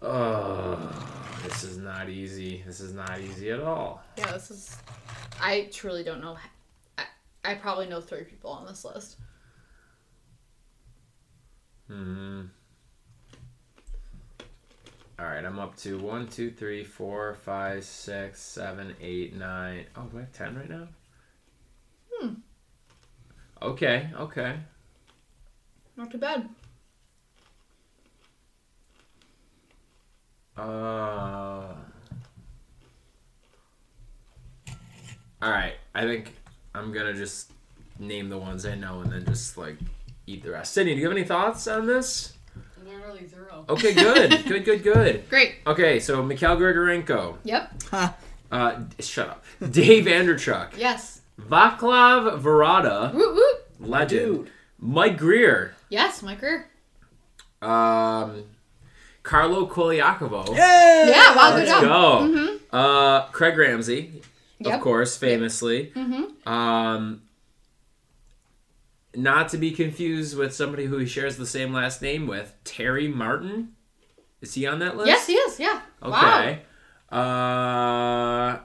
[SPEAKER 2] Uh, This is not easy. This is not easy at all.
[SPEAKER 3] Yeah, this is. I truly don't know. I, I probably know three people on this list.
[SPEAKER 2] Hmm. All right, I'm up to one, two, three, four, five, six, seven, eight, nine. Oh, do I have ten right now?
[SPEAKER 3] Hmm.
[SPEAKER 2] Okay. Okay.
[SPEAKER 3] Not too bad.
[SPEAKER 2] Uh. All right. I think I'm gonna just name the ones I know and then just like eat the rest. Sydney, do you have any thoughts on this?
[SPEAKER 4] Literally zero.
[SPEAKER 2] Okay, good, good, good, good.
[SPEAKER 3] Great.
[SPEAKER 2] Okay, so Mikhail Grigorenko.
[SPEAKER 3] Yep.
[SPEAKER 2] Uh, d- shut up. Dave Anderchuk.
[SPEAKER 3] Yes.
[SPEAKER 2] Vaclav Verada,
[SPEAKER 3] Woot woot.
[SPEAKER 2] legend. Mike Greer.
[SPEAKER 3] Yes, my career.
[SPEAKER 2] Um, Carlo Koliakovo.
[SPEAKER 1] Yeah.
[SPEAKER 3] Yeah. Wow. Good
[SPEAKER 2] Let's
[SPEAKER 3] job.
[SPEAKER 2] go.
[SPEAKER 3] Mhm.
[SPEAKER 2] Uh, Craig Ramsey,
[SPEAKER 3] Yep.
[SPEAKER 2] of course, famously.
[SPEAKER 3] Mhm.
[SPEAKER 2] Um, not to be confused with somebody who he shares the same last name with, Terry Martin. Is he on that list?
[SPEAKER 3] Yes, he is. Yeah. Wow.
[SPEAKER 2] Okay. Uh,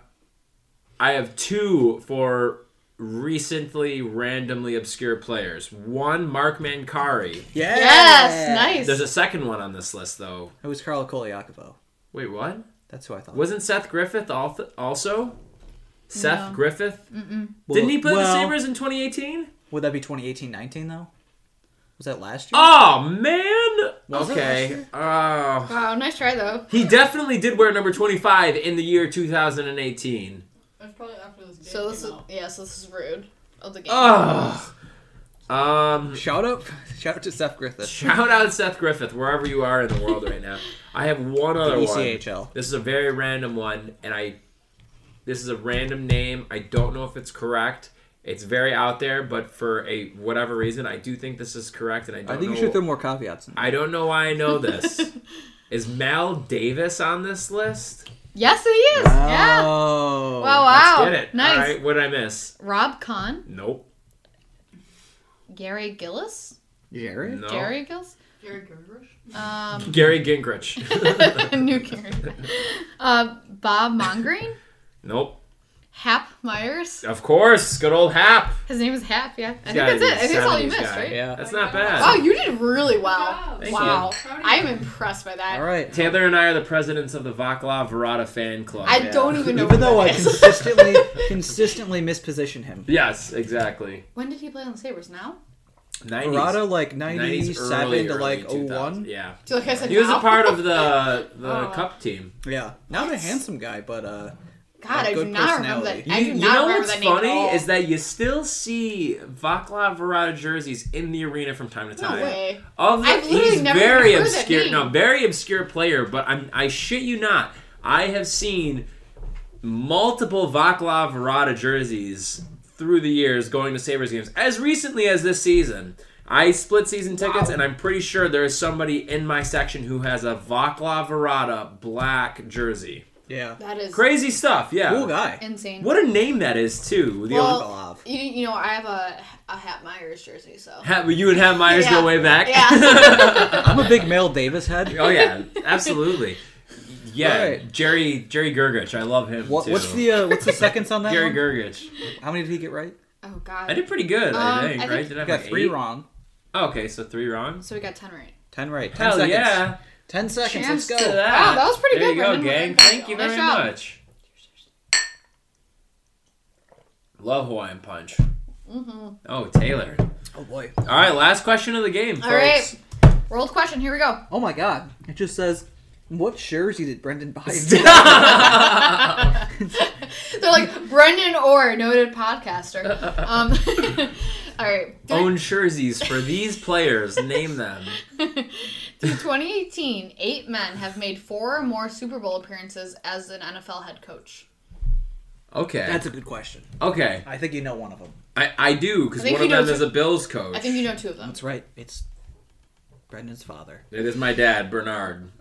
[SPEAKER 2] I have two for recently randomly obscure players. One, Mark Mancari.
[SPEAKER 1] Yeah.
[SPEAKER 3] Yes. Nice.
[SPEAKER 2] There's a second one on this list, though.
[SPEAKER 1] It was Carla Koliakovo.
[SPEAKER 2] Wait, what?
[SPEAKER 1] That's who I thought.
[SPEAKER 2] Wasn't Seth Griffith al- also? Seth
[SPEAKER 3] No.
[SPEAKER 2] Griffith?
[SPEAKER 1] Mm. Well-
[SPEAKER 2] Didn't he play
[SPEAKER 1] well,
[SPEAKER 2] the Sabres in 2018?
[SPEAKER 1] Would that be 2018-19 though? Was that last year?
[SPEAKER 2] Oh, man!
[SPEAKER 1] Was it last
[SPEAKER 2] okay.
[SPEAKER 1] year?
[SPEAKER 2] Oh.
[SPEAKER 3] wow. Nice try though.
[SPEAKER 2] He definitely did wear number 25 in the year 2018.
[SPEAKER 4] That's probably after this game
[SPEAKER 3] So this
[SPEAKER 4] came
[SPEAKER 3] is
[SPEAKER 4] out.
[SPEAKER 3] yeah. So this is rude of the game.
[SPEAKER 2] Ugh. Um,
[SPEAKER 1] Shout out! Shout out to Seth Griffith.
[SPEAKER 2] Shout out Seth Griffith, wherever you are in the world right now. I have one other
[SPEAKER 1] E
[SPEAKER 2] one.
[SPEAKER 1] ECHL.
[SPEAKER 2] This is a very random one, and I this is a random name. I don't know if it's correct. It's very out there, but for a whatever reason, I do think this is correct, and I don't
[SPEAKER 1] I think you
[SPEAKER 2] know.
[SPEAKER 1] should throw more caveats in.
[SPEAKER 2] I don't know why I know this. is Mal Davis on this list?
[SPEAKER 3] Yes, he is. Yeah.
[SPEAKER 1] Oh.
[SPEAKER 3] Wow. Wow.
[SPEAKER 2] Let's get it.
[SPEAKER 3] Nice.
[SPEAKER 2] All right, what did I miss?
[SPEAKER 3] Rob Kahn,
[SPEAKER 2] Nope.
[SPEAKER 3] Gary Gillis,
[SPEAKER 1] Jared.
[SPEAKER 2] No.
[SPEAKER 3] Gary Gillis,
[SPEAKER 4] Gary Gergerish?
[SPEAKER 3] um,
[SPEAKER 2] Gary Gingrich.
[SPEAKER 3] new Gary, uh, Bob Mongreen,
[SPEAKER 2] nope.
[SPEAKER 3] Hap Myers.
[SPEAKER 2] Of course, good old Hap.
[SPEAKER 3] His name is Hap. Yeah, I think
[SPEAKER 2] gotta
[SPEAKER 3] that's
[SPEAKER 2] be
[SPEAKER 3] it. I think that's all you
[SPEAKER 2] 70s
[SPEAKER 3] missed,
[SPEAKER 2] guy.
[SPEAKER 3] right?
[SPEAKER 1] Yeah.
[SPEAKER 2] That's not bad.
[SPEAKER 3] Wow, you did really well.
[SPEAKER 4] job. Thank
[SPEAKER 3] wow,
[SPEAKER 4] you.
[SPEAKER 3] I am impressed by that.
[SPEAKER 1] All right.
[SPEAKER 2] Taylor and I are the presidents of the Vaclav Verada fan club.
[SPEAKER 3] I don't even know.
[SPEAKER 1] Even
[SPEAKER 3] who
[SPEAKER 1] though
[SPEAKER 3] that
[SPEAKER 1] I
[SPEAKER 3] is.
[SPEAKER 1] consistently consistently misposition him.
[SPEAKER 2] yes, exactly.
[SPEAKER 3] when did he play on the Sabers? Now?
[SPEAKER 2] 90s.
[SPEAKER 1] Verada like
[SPEAKER 2] 90s,
[SPEAKER 1] 97
[SPEAKER 2] early,
[SPEAKER 1] to
[SPEAKER 2] early
[SPEAKER 1] like
[SPEAKER 2] 2000s.
[SPEAKER 1] 01.
[SPEAKER 2] Yeah.
[SPEAKER 3] So like I said,
[SPEAKER 2] He was
[SPEAKER 3] now?
[SPEAKER 2] a part of the the
[SPEAKER 3] Oh.
[SPEAKER 2] cup team.
[SPEAKER 1] Yeah. Not a
[SPEAKER 3] What?
[SPEAKER 1] handsome guy, but uh
[SPEAKER 3] God,
[SPEAKER 1] a
[SPEAKER 3] I do
[SPEAKER 1] good
[SPEAKER 3] not remember
[SPEAKER 1] personality.
[SPEAKER 3] that. I do
[SPEAKER 2] you
[SPEAKER 3] not
[SPEAKER 2] you know
[SPEAKER 3] remember
[SPEAKER 2] what's
[SPEAKER 3] that name at
[SPEAKER 2] funny
[SPEAKER 3] all.
[SPEAKER 2] is that you still see Vaclav Verada jerseys in the arena from time to
[SPEAKER 3] no
[SPEAKER 2] time.
[SPEAKER 3] way.
[SPEAKER 2] Of the,
[SPEAKER 3] I've literally
[SPEAKER 2] he's
[SPEAKER 3] never
[SPEAKER 2] very
[SPEAKER 3] heard that
[SPEAKER 2] obscure.
[SPEAKER 3] name.
[SPEAKER 2] No, very obscure player, but I'm I shit you not. I have seen multiple Vaclav Verada jerseys through the years going to Sabres games as recently as this season. I split season tickets,
[SPEAKER 3] Wow.
[SPEAKER 2] and I'm pretty sure there is somebody in my section who has a Vaclav Verada black jersey.
[SPEAKER 1] yeah.
[SPEAKER 3] That is
[SPEAKER 2] Crazy stuff, yeah.
[SPEAKER 1] Cool guy.
[SPEAKER 3] insane.
[SPEAKER 2] What a name that is too. The
[SPEAKER 3] Well-
[SPEAKER 2] old-
[SPEAKER 1] Love.
[SPEAKER 3] You, you know, I have a a Hap Myers jersey, so
[SPEAKER 2] Ha- you and Ham Myers
[SPEAKER 3] Yeah.
[SPEAKER 2] go way back.
[SPEAKER 3] Yeah.
[SPEAKER 1] I'm a big Mel Davis head.
[SPEAKER 2] Oh yeah, absolutely. Yeah,
[SPEAKER 1] Alright.
[SPEAKER 2] Jerry Jerry Gergich, I love him
[SPEAKER 1] What,
[SPEAKER 2] too.
[SPEAKER 1] what's the uh, what's the seconds on that?
[SPEAKER 2] Jerry
[SPEAKER 1] One?
[SPEAKER 2] Gergich?
[SPEAKER 1] How many did he get right?
[SPEAKER 3] oh
[SPEAKER 2] I
[SPEAKER 3] God.
[SPEAKER 2] did pretty good, I,
[SPEAKER 3] Um,
[SPEAKER 2] think,
[SPEAKER 3] I
[SPEAKER 2] Right?
[SPEAKER 3] think-
[SPEAKER 2] Did
[SPEAKER 1] I
[SPEAKER 2] I have
[SPEAKER 1] got
[SPEAKER 2] like
[SPEAKER 1] three
[SPEAKER 2] eight?
[SPEAKER 1] wrong,
[SPEAKER 2] Oh, okay, so three wrongs.
[SPEAKER 3] So we got ten right.
[SPEAKER 1] ten right, ten
[SPEAKER 2] Hell
[SPEAKER 1] seconds.
[SPEAKER 2] yeah!
[SPEAKER 1] Ten seconds. let's
[SPEAKER 3] Chance
[SPEAKER 2] Look
[SPEAKER 1] go.
[SPEAKER 2] at that.
[SPEAKER 3] that was pretty
[SPEAKER 2] there
[SPEAKER 3] good,
[SPEAKER 2] you go,
[SPEAKER 3] Brendan.
[SPEAKER 2] gang. Thank you
[SPEAKER 3] Nice
[SPEAKER 2] very
[SPEAKER 3] job.
[SPEAKER 2] much. Love Hawaiian punch.
[SPEAKER 3] Mm-hmm.
[SPEAKER 2] Oh, Taylor.
[SPEAKER 1] Oh boy.
[SPEAKER 2] All right, last question of the game, folks.
[SPEAKER 3] All right. World question. Here we go.
[SPEAKER 1] Oh my god. It just says, what jersey did Brendan buy?
[SPEAKER 2] Stop.
[SPEAKER 3] They're like Brendan Orr, noted podcaster. Um, all right.
[SPEAKER 1] Oh,
[SPEAKER 3] Through,
[SPEAKER 2] Own jerseys for these players. Name them.
[SPEAKER 3] through 2018, eight men have made four or more Super Bowl appearances as an NFL head coach.
[SPEAKER 2] Okay.
[SPEAKER 1] That's a good question.
[SPEAKER 2] okay.
[SPEAKER 1] I think you know one of them.
[SPEAKER 2] I, I do because
[SPEAKER 3] I think
[SPEAKER 2] one of
[SPEAKER 3] you know
[SPEAKER 2] them
[SPEAKER 3] two-
[SPEAKER 2] is a Bills coach.
[SPEAKER 3] I think you know two of them.
[SPEAKER 1] That's right. It's Brendan's father.
[SPEAKER 2] It is my dad, Bernard.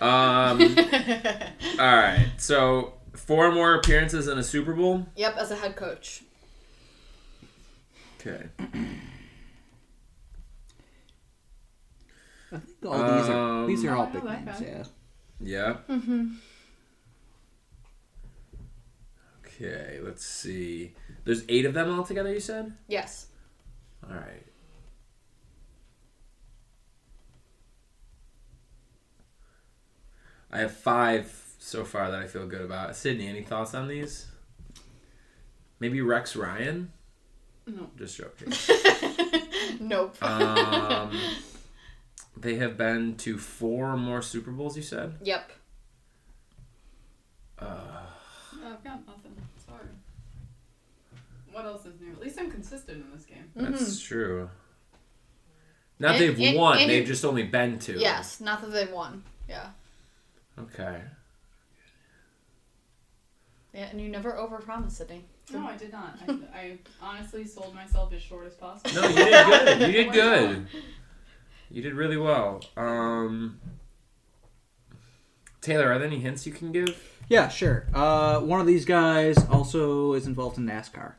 [SPEAKER 2] Um, all right, so four more appearances in a Super Bowl.
[SPEAKER 3] yep, as a head coach.
[SPEAKER 2] Okay.
[SPEAKER 1] I think all these are these are all
[SPEAKER 4] Um,
[SPEAKER 1] big
[SPEAKER 4] I know that
[SPEAKER 1] Um, names.
[SPEAKER 4] guy.
[SPEAKER 1] Yeah.
[SPEAKER 2] Yeah.
[SPEAKER 3] Mm-hmm.
[SPEAKER 2] Okay, let's see. There's eight of them all together. You said.
[SPEAKER 3] Yes.
[SPEAKER 2] All right. I have five so far that I feel good about. Sydney, any thoughts on these? Maybe Rex Ryan.
[SPEAKER 4] No.
[SPEAKER 2] Just joking.
[SPEAKER 3] nope.
[SPEAKER 1] Uh,
[SPEAKER 2] Um, they have been to four more Super Bowls. You said.
[SPEAKER 3] yep.
[SPEAKER 2] Uh,
[SPEAKER 4] Oh, I've got nothing. Sorry. What else is new? At least I'm consistent in this game.
[SPEAKER 2] That's true. Not
[SPEAKER 3] Mm-hmm. And-
[SPEAKER 2] they've
[SPEAKER 3] and-
[SPEAKER 2] won.
[SPEAKER 3] and
[SPEAKER 2] they've
[SPEAKER 3] you-
[SPEAKER 2] just only been to.
[SPEAKER 3] Yes. Not that they won. Yeah.
[SPEAKER 2] Okay.
[SPEAKER 3] Yeah, and you never overpromise, Sydney.
[SPEAKER 4] No, I did not. I, I honestly sold myself as short as possible.
[SPEAKER 2] No, you did good. You did good. You did really well. Um, Taylor, are there any hints you can give?
[SPEAKER 1] Yeah, sure. Uh, one of these guys also is involved in NASCAR.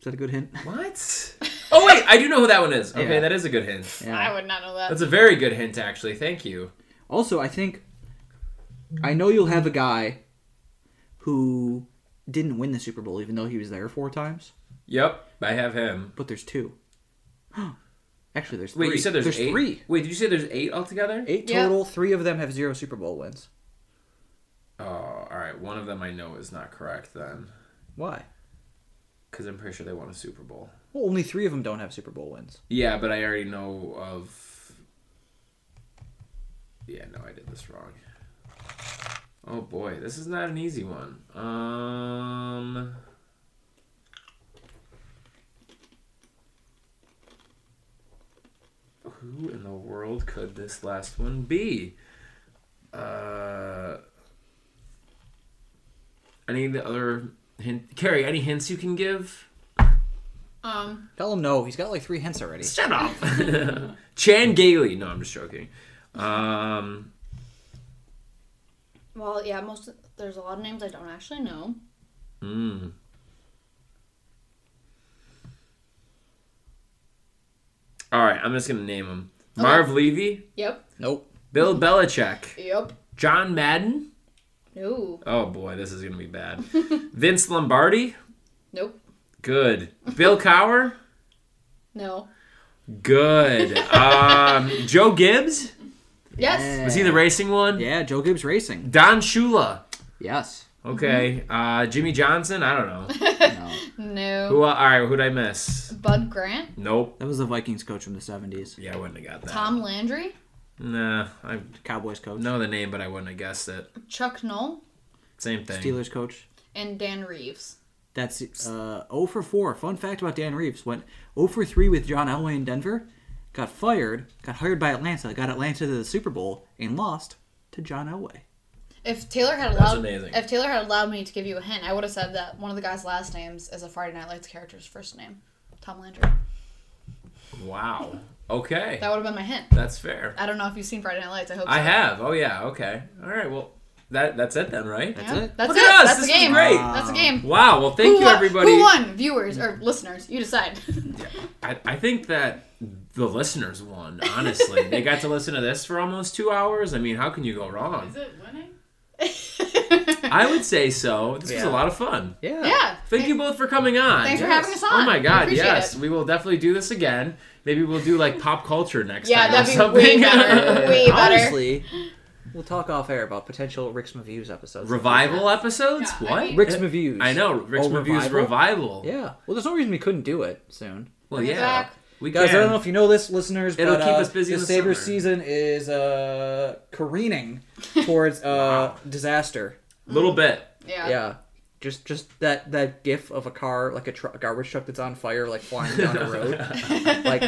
[SPEAKER 1] Is that a good hint?
[SPEAKER 2] What? Oh wait, I do know who that one is. Okay,
[SPEAKER 1] Yeah.
[SPEAKER 2] that is a good hint.
[SPEAKER 1] Yeah.
[SPEAKER 3] I would not know that.
[SPEAKER 2] That's a very good hint, actually. Thank you.
[SPEAKER 1] Also, I think I know you'll have a guy who didn't win the Super Bowl, even though he was there four times.
[SPEAKER 2] Yep, I have him.
[SPEAKER 1] But there's two. Actually, there's
[SPEAKER 2] Wait,
[SPEAKER 1] three.
[SPEAKER 2] you said there's, eight.
[SPEAKER 1] three.
[SPEAKER 2] Wait, did you say there's eight altogether?
[SPEAKER 1] Eight
[SPEAKER 3] Yeah.
[SPEAKER 1] total. Three of them have zero Super Bowl wins.
[SPEAKER 2] Oh, all right. One of them I know is not correct then,
[SPEAKER 1] Why?
[SPEAKER 2] because I'm pretty sure they won a Super Bowl.
[SPEAKER 1] Well, only three of them don't have Super Bowl wins.
[SPEAKER 2] Yeah, but I already know of. Yeah, no, I did this wrong. Oh boy, this is not an easy one. Um. Who in the world could this last one be? Uh. Any of the other hint? Carrie, any hints you can give?
[SPEAKER 3] Um,
[SPEAKER 1] Tell him no. He's got like three hints already.
[SPEAKER 2] Shut up. Chan Gailey. No, I'm just joking. Um,
[SPEAKER 3] well, yeah, most there's a lot of names I don't actually know.
[SPEAKER 2] mm. All right, I'm just gonna name them:
[SPEAKER 3] Okay.
[SPEAKER 2] Marv Levy,
[SPEAKER 3] Yep.
[SPEAKER 1] Nope.
[SPEAKER 2] Bill Belichick,
[SPEAKER 3] Yep.
[SPEAKER 2] John Madden.
[SPEAKER 3] No.
[SPEAKER 2] Oh boy, this is gonna be bad. Vince Lombardi.
[SPEAKER 3] Nope.
[SPEAKER 2] Good. Bill Cower.
[SPEAKER 3] No.
[SPEAKER 2] Good. Um, Joe Gibbs.
[SPEAKER 3] Yes.
[SPEAKER 2] Was he the racing one?
[SPEAKER 1] Yeah, Joe Gibbs Racing.
[SPEAKER 2] Don Shula.
[SPEAKER 1] Yes.
[SPEAKER 2] Okay. Uh, Jimmy Johnson. I don't know.
[SPEAKER 1] No.
[SPEAKER 3] No.
[SPEAKER 2] Who? uh, All right. Who'd I miss?
[SPEAKER 3] Bud Grant.
[SPEAKER 2] Nope.
[SPEAKER 1] That was the Vikings coach from the 70s.
[SPEAKER 2] Yeah, I wouldn't have got that.
[SPEAKER 3] Tom Landry.
[SPEAKER 2] Nah, I
[SPEAKER 1] Cowboys coach.
[SPEAKER 2] know the name, but I wouldn't have guessed it.
[SPEAKER 3] Chuck Knoll.
[SPEAKER 2] Same thing.
[SPEAKER 1] Steelers coach.
[SPEAKER 3] And Dan Reeves.
[SPEAKER 1] That's uh, 0 for 4. Fun fact about Dan Reeves went 0 for 3 with John Elway in Denver, got fired, got hired by Atlanta, got Atlanta to the Super Bowl, and lost to John Elway.
[SPEAKER 3] If Taylor had
[SPEAKER 2] That's
[SPEAKER 3] allowed,
[SPEAKER 2] amazing.
[SPEAKER 3] if Taylor had allowed me to give you a hint, I would have said that one of the guy's last names is a Friday Night Lights character's first name, Tom Landry.
[SPEAKER 2] Wow. Okay,
[SPEAKER 3] That would have been my hint.
[SPEAKER 2] that's fair.
[SPEAKER 3] I don't know if you've seen Friday Night Lights. I hope.
[SPEAKER 2] I
[SPEAKER 3] so.
[SPEAKER 2] have. Oh yeah. Okay. All right. Well, that that's it then, right?
[SPEAKER 1] That's
[SPEAKER 3] Yeah.
[SPEAKER 1] it.
[SPEAKER 3] That's
[SPEAKER 2] Look
[SPEAKER 3] it.
[SPEAKER 2] at us.
[SPEAKER 3] That's
[SPEAKER 2] This
[SPEAKER 3] the
[SPEAKER 2] is
[SPEAKER 3] game.
[SPEAKER 2] great.
[SPEAKER 3] That's the game.
[SPEAKER 2] Wow. Well, thank
[SPEAKER 3] who
[SPEAKER 2] you
[SPEAKER 3] won?
[SPEAKER 2] everybody.
[SPEAKER 3] Who won? Viewers or listeners? You decide.
[SPEAKER 2] I, I think that the listeners won. Honestly, they got to listen to this for almost two hours. I mean, how can you go wrong?
[SPEAKER 4] Is it winning?
[SPEAKER 2] I would say so. This was a
[SPEAKER 1] Yeah.
[SPEAKER 2] lot of fun.
[SPEAKER 1] Yeah.
[SPEAKER 3] yeah.
[SPEAKER 2] Thank you both for coming on.
[SPEAKER 3] Thanks for having us
[SPEAKER 2] Oh
[SPEAKER 3] on.
[SPEAKER 2] my
[SPEAKER 3] We
[SPEAKER 2] god,
[SPEAKER 3] appreciate
[SPEAKER 2] yes.
[SPEAKER 3] it.
[SPEAKER 2] We will definitely do this again. Maybe we'll do like pop culture next
[SPEAKER 3] Yeah,
[SPEAKER 2] time. or
[SPEAKER 3] that'd be way
[SPEAKER 2] something.
[SPEAKER 3] better. Way better.
[SPEAKER 1] Honestly, we'll talk off air about potential Rick's Reviews episodes.
[SPEAKER 2] Revival episodes?
[SPEAKER 4] Yeah, I
[SPEAKER 2] what?
[SPEAKER 4] mean-
[SPEAKER 1] Rick's Reviews.
[SPEAKER 2] I know. Rick's
[SPEAKER 1] Oh,
[SPEAKER 2] Reviews
[SPEAKER 1] Revival?
[SPEAKER 2] Revival.
[SPEAKER 1] Yeah. Well, there's no reason we couldn't do it soon.
[SPEAKER 2] Well,
[SPEAKER 3] Bring it
[SPEAKER 2] yeah.
[SPEAKER 3] back.
[SPEAKER 2] We
[SPEAKER 1] Guys,
[SPEAKER 2] can.
[SPEAKER 1] I don't know if you know this, listeners,
[SPEAKER 2] It'll
[SPEAKER 1] but
[SPEAKER 2] keep
[SPEAKER 1] uh,
[SPEAKER 2] us busy
[SPEAKER 1] the
[SPEAKER 2] in the
[SPEAKER 1] Sabres
[SPEAKER 2] summer.
[SPEAKER 1] season is uh, careening towards uh, disaster.
[SPEAKER 2] A little bit.
[SPEAKER 3] Yeah.
[SPEAKER 1] Yeah. Just just that that gif of a car like a, tr- a garbage truck that's on fire like flying down the road. like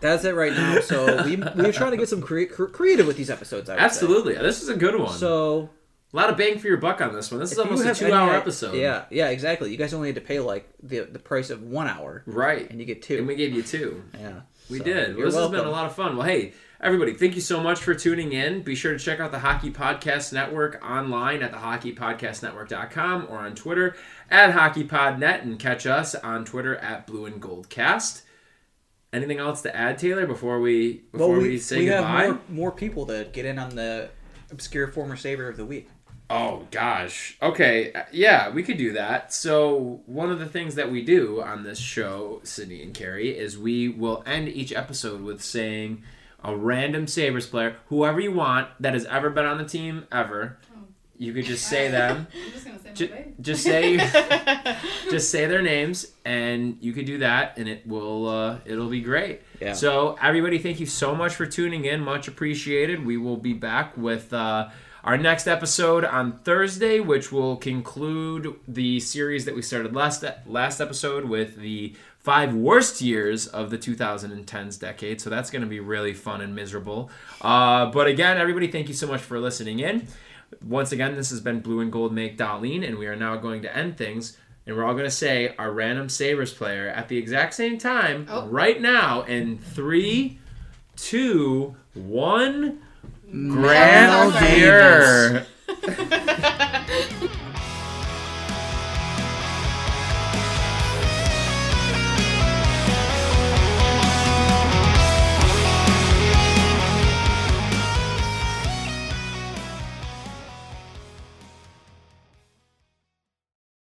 [SPEAKER 1] that's it right now. So we we're trying to get some cre- cre- creative with these episodes. I would say.
[SPEAKER 2] Absolutely. This is a good one.
[SPEAKER 1] So
[SPEAKER 2] a lot of bang for your buck on this one. This is
[SPEAKER 1] if you
[SPEAKER 2] almost a
[SPEAKER 1] have
[SPEAKER 2] two hour
[SPEAKER 1] any-
[SPEAKER 2] episode.
[SPEAKER 1] Yeah, yeah, exactly. You guys only had to pay like the the price of one hour,
[SPEAKER 2] Right.
[SPEAKER 1] and you get two.
[SPEAKER 2] And we gave you two.
[SPEAKER 1] yeah,
[SPEAKER 2] We
[SPEAKER 1] So,
[SPEAKER 2] did.
[SPEAKER 1] you're
[SPEAKER 2] Well, this has been a
[SPEAKER 1] welcome.
[SPEAKER 2] lot of fun. Well, hey, everybody, thank you so much for tuning in. Be sure to check out the Hockey Podcast Network online at thehockeypodcastnetwork.com or on Twitter at hockeypodnet and catch us on Twitter at blue and gold cast. Anything else to add, Taylor, before we before
[SPEAKER 1] Well,
[SPEAKER 2] we,
[SPEAKER 1] we,
[SPEAKER 2] say
[SPEAKER 1] we
[SPEAKER 2] goodbye?
[SPEAKER 1] have more, more people to get in on the obscure former saver of the week.
[SPEAKER 2] Oh gosh. Okay. uh, Yeah, we could do that. So one of the things that we do on this show, Sydney and Carrie, is we will end each episode with saying a random Sabres player, whoever you want that has ever been on the team ever.
[SPEAKER 4] Oh.
[SPEAKER 2] You could just say them.
[SPEAKER 4] I'm just gonna say my
[SPEAKER 2] Ju-
[SPEAKER 4] baby.
[SPEAKER 2] just say just say their names and you could do that and it will uh, it'll be great
[SPEAKER 1] Yeah.
[SPEAKER 2] so everybody thank you so much for tuning in much appreciated we will be back with uh, our next episode on thursday which will conclude the series that we started last last episode with the five worst years of the 2010s decade so that's going to be really fun and miserable uh, but again everybody thank you so much for listening in once again, this has been Blue and Gold Make Darlene, and we are now going to end things. And we're all going to say our random Sabres player at the exact same time,
[SPEAKER 3] Oh.
[SPEAKER 2] right now, in three, two, one.
[SPEAKER 1] Mel
[SPEAKER 2] Grant Davis.
[SPEAKER 1] Davis.
[SPEAKER 3] Davis.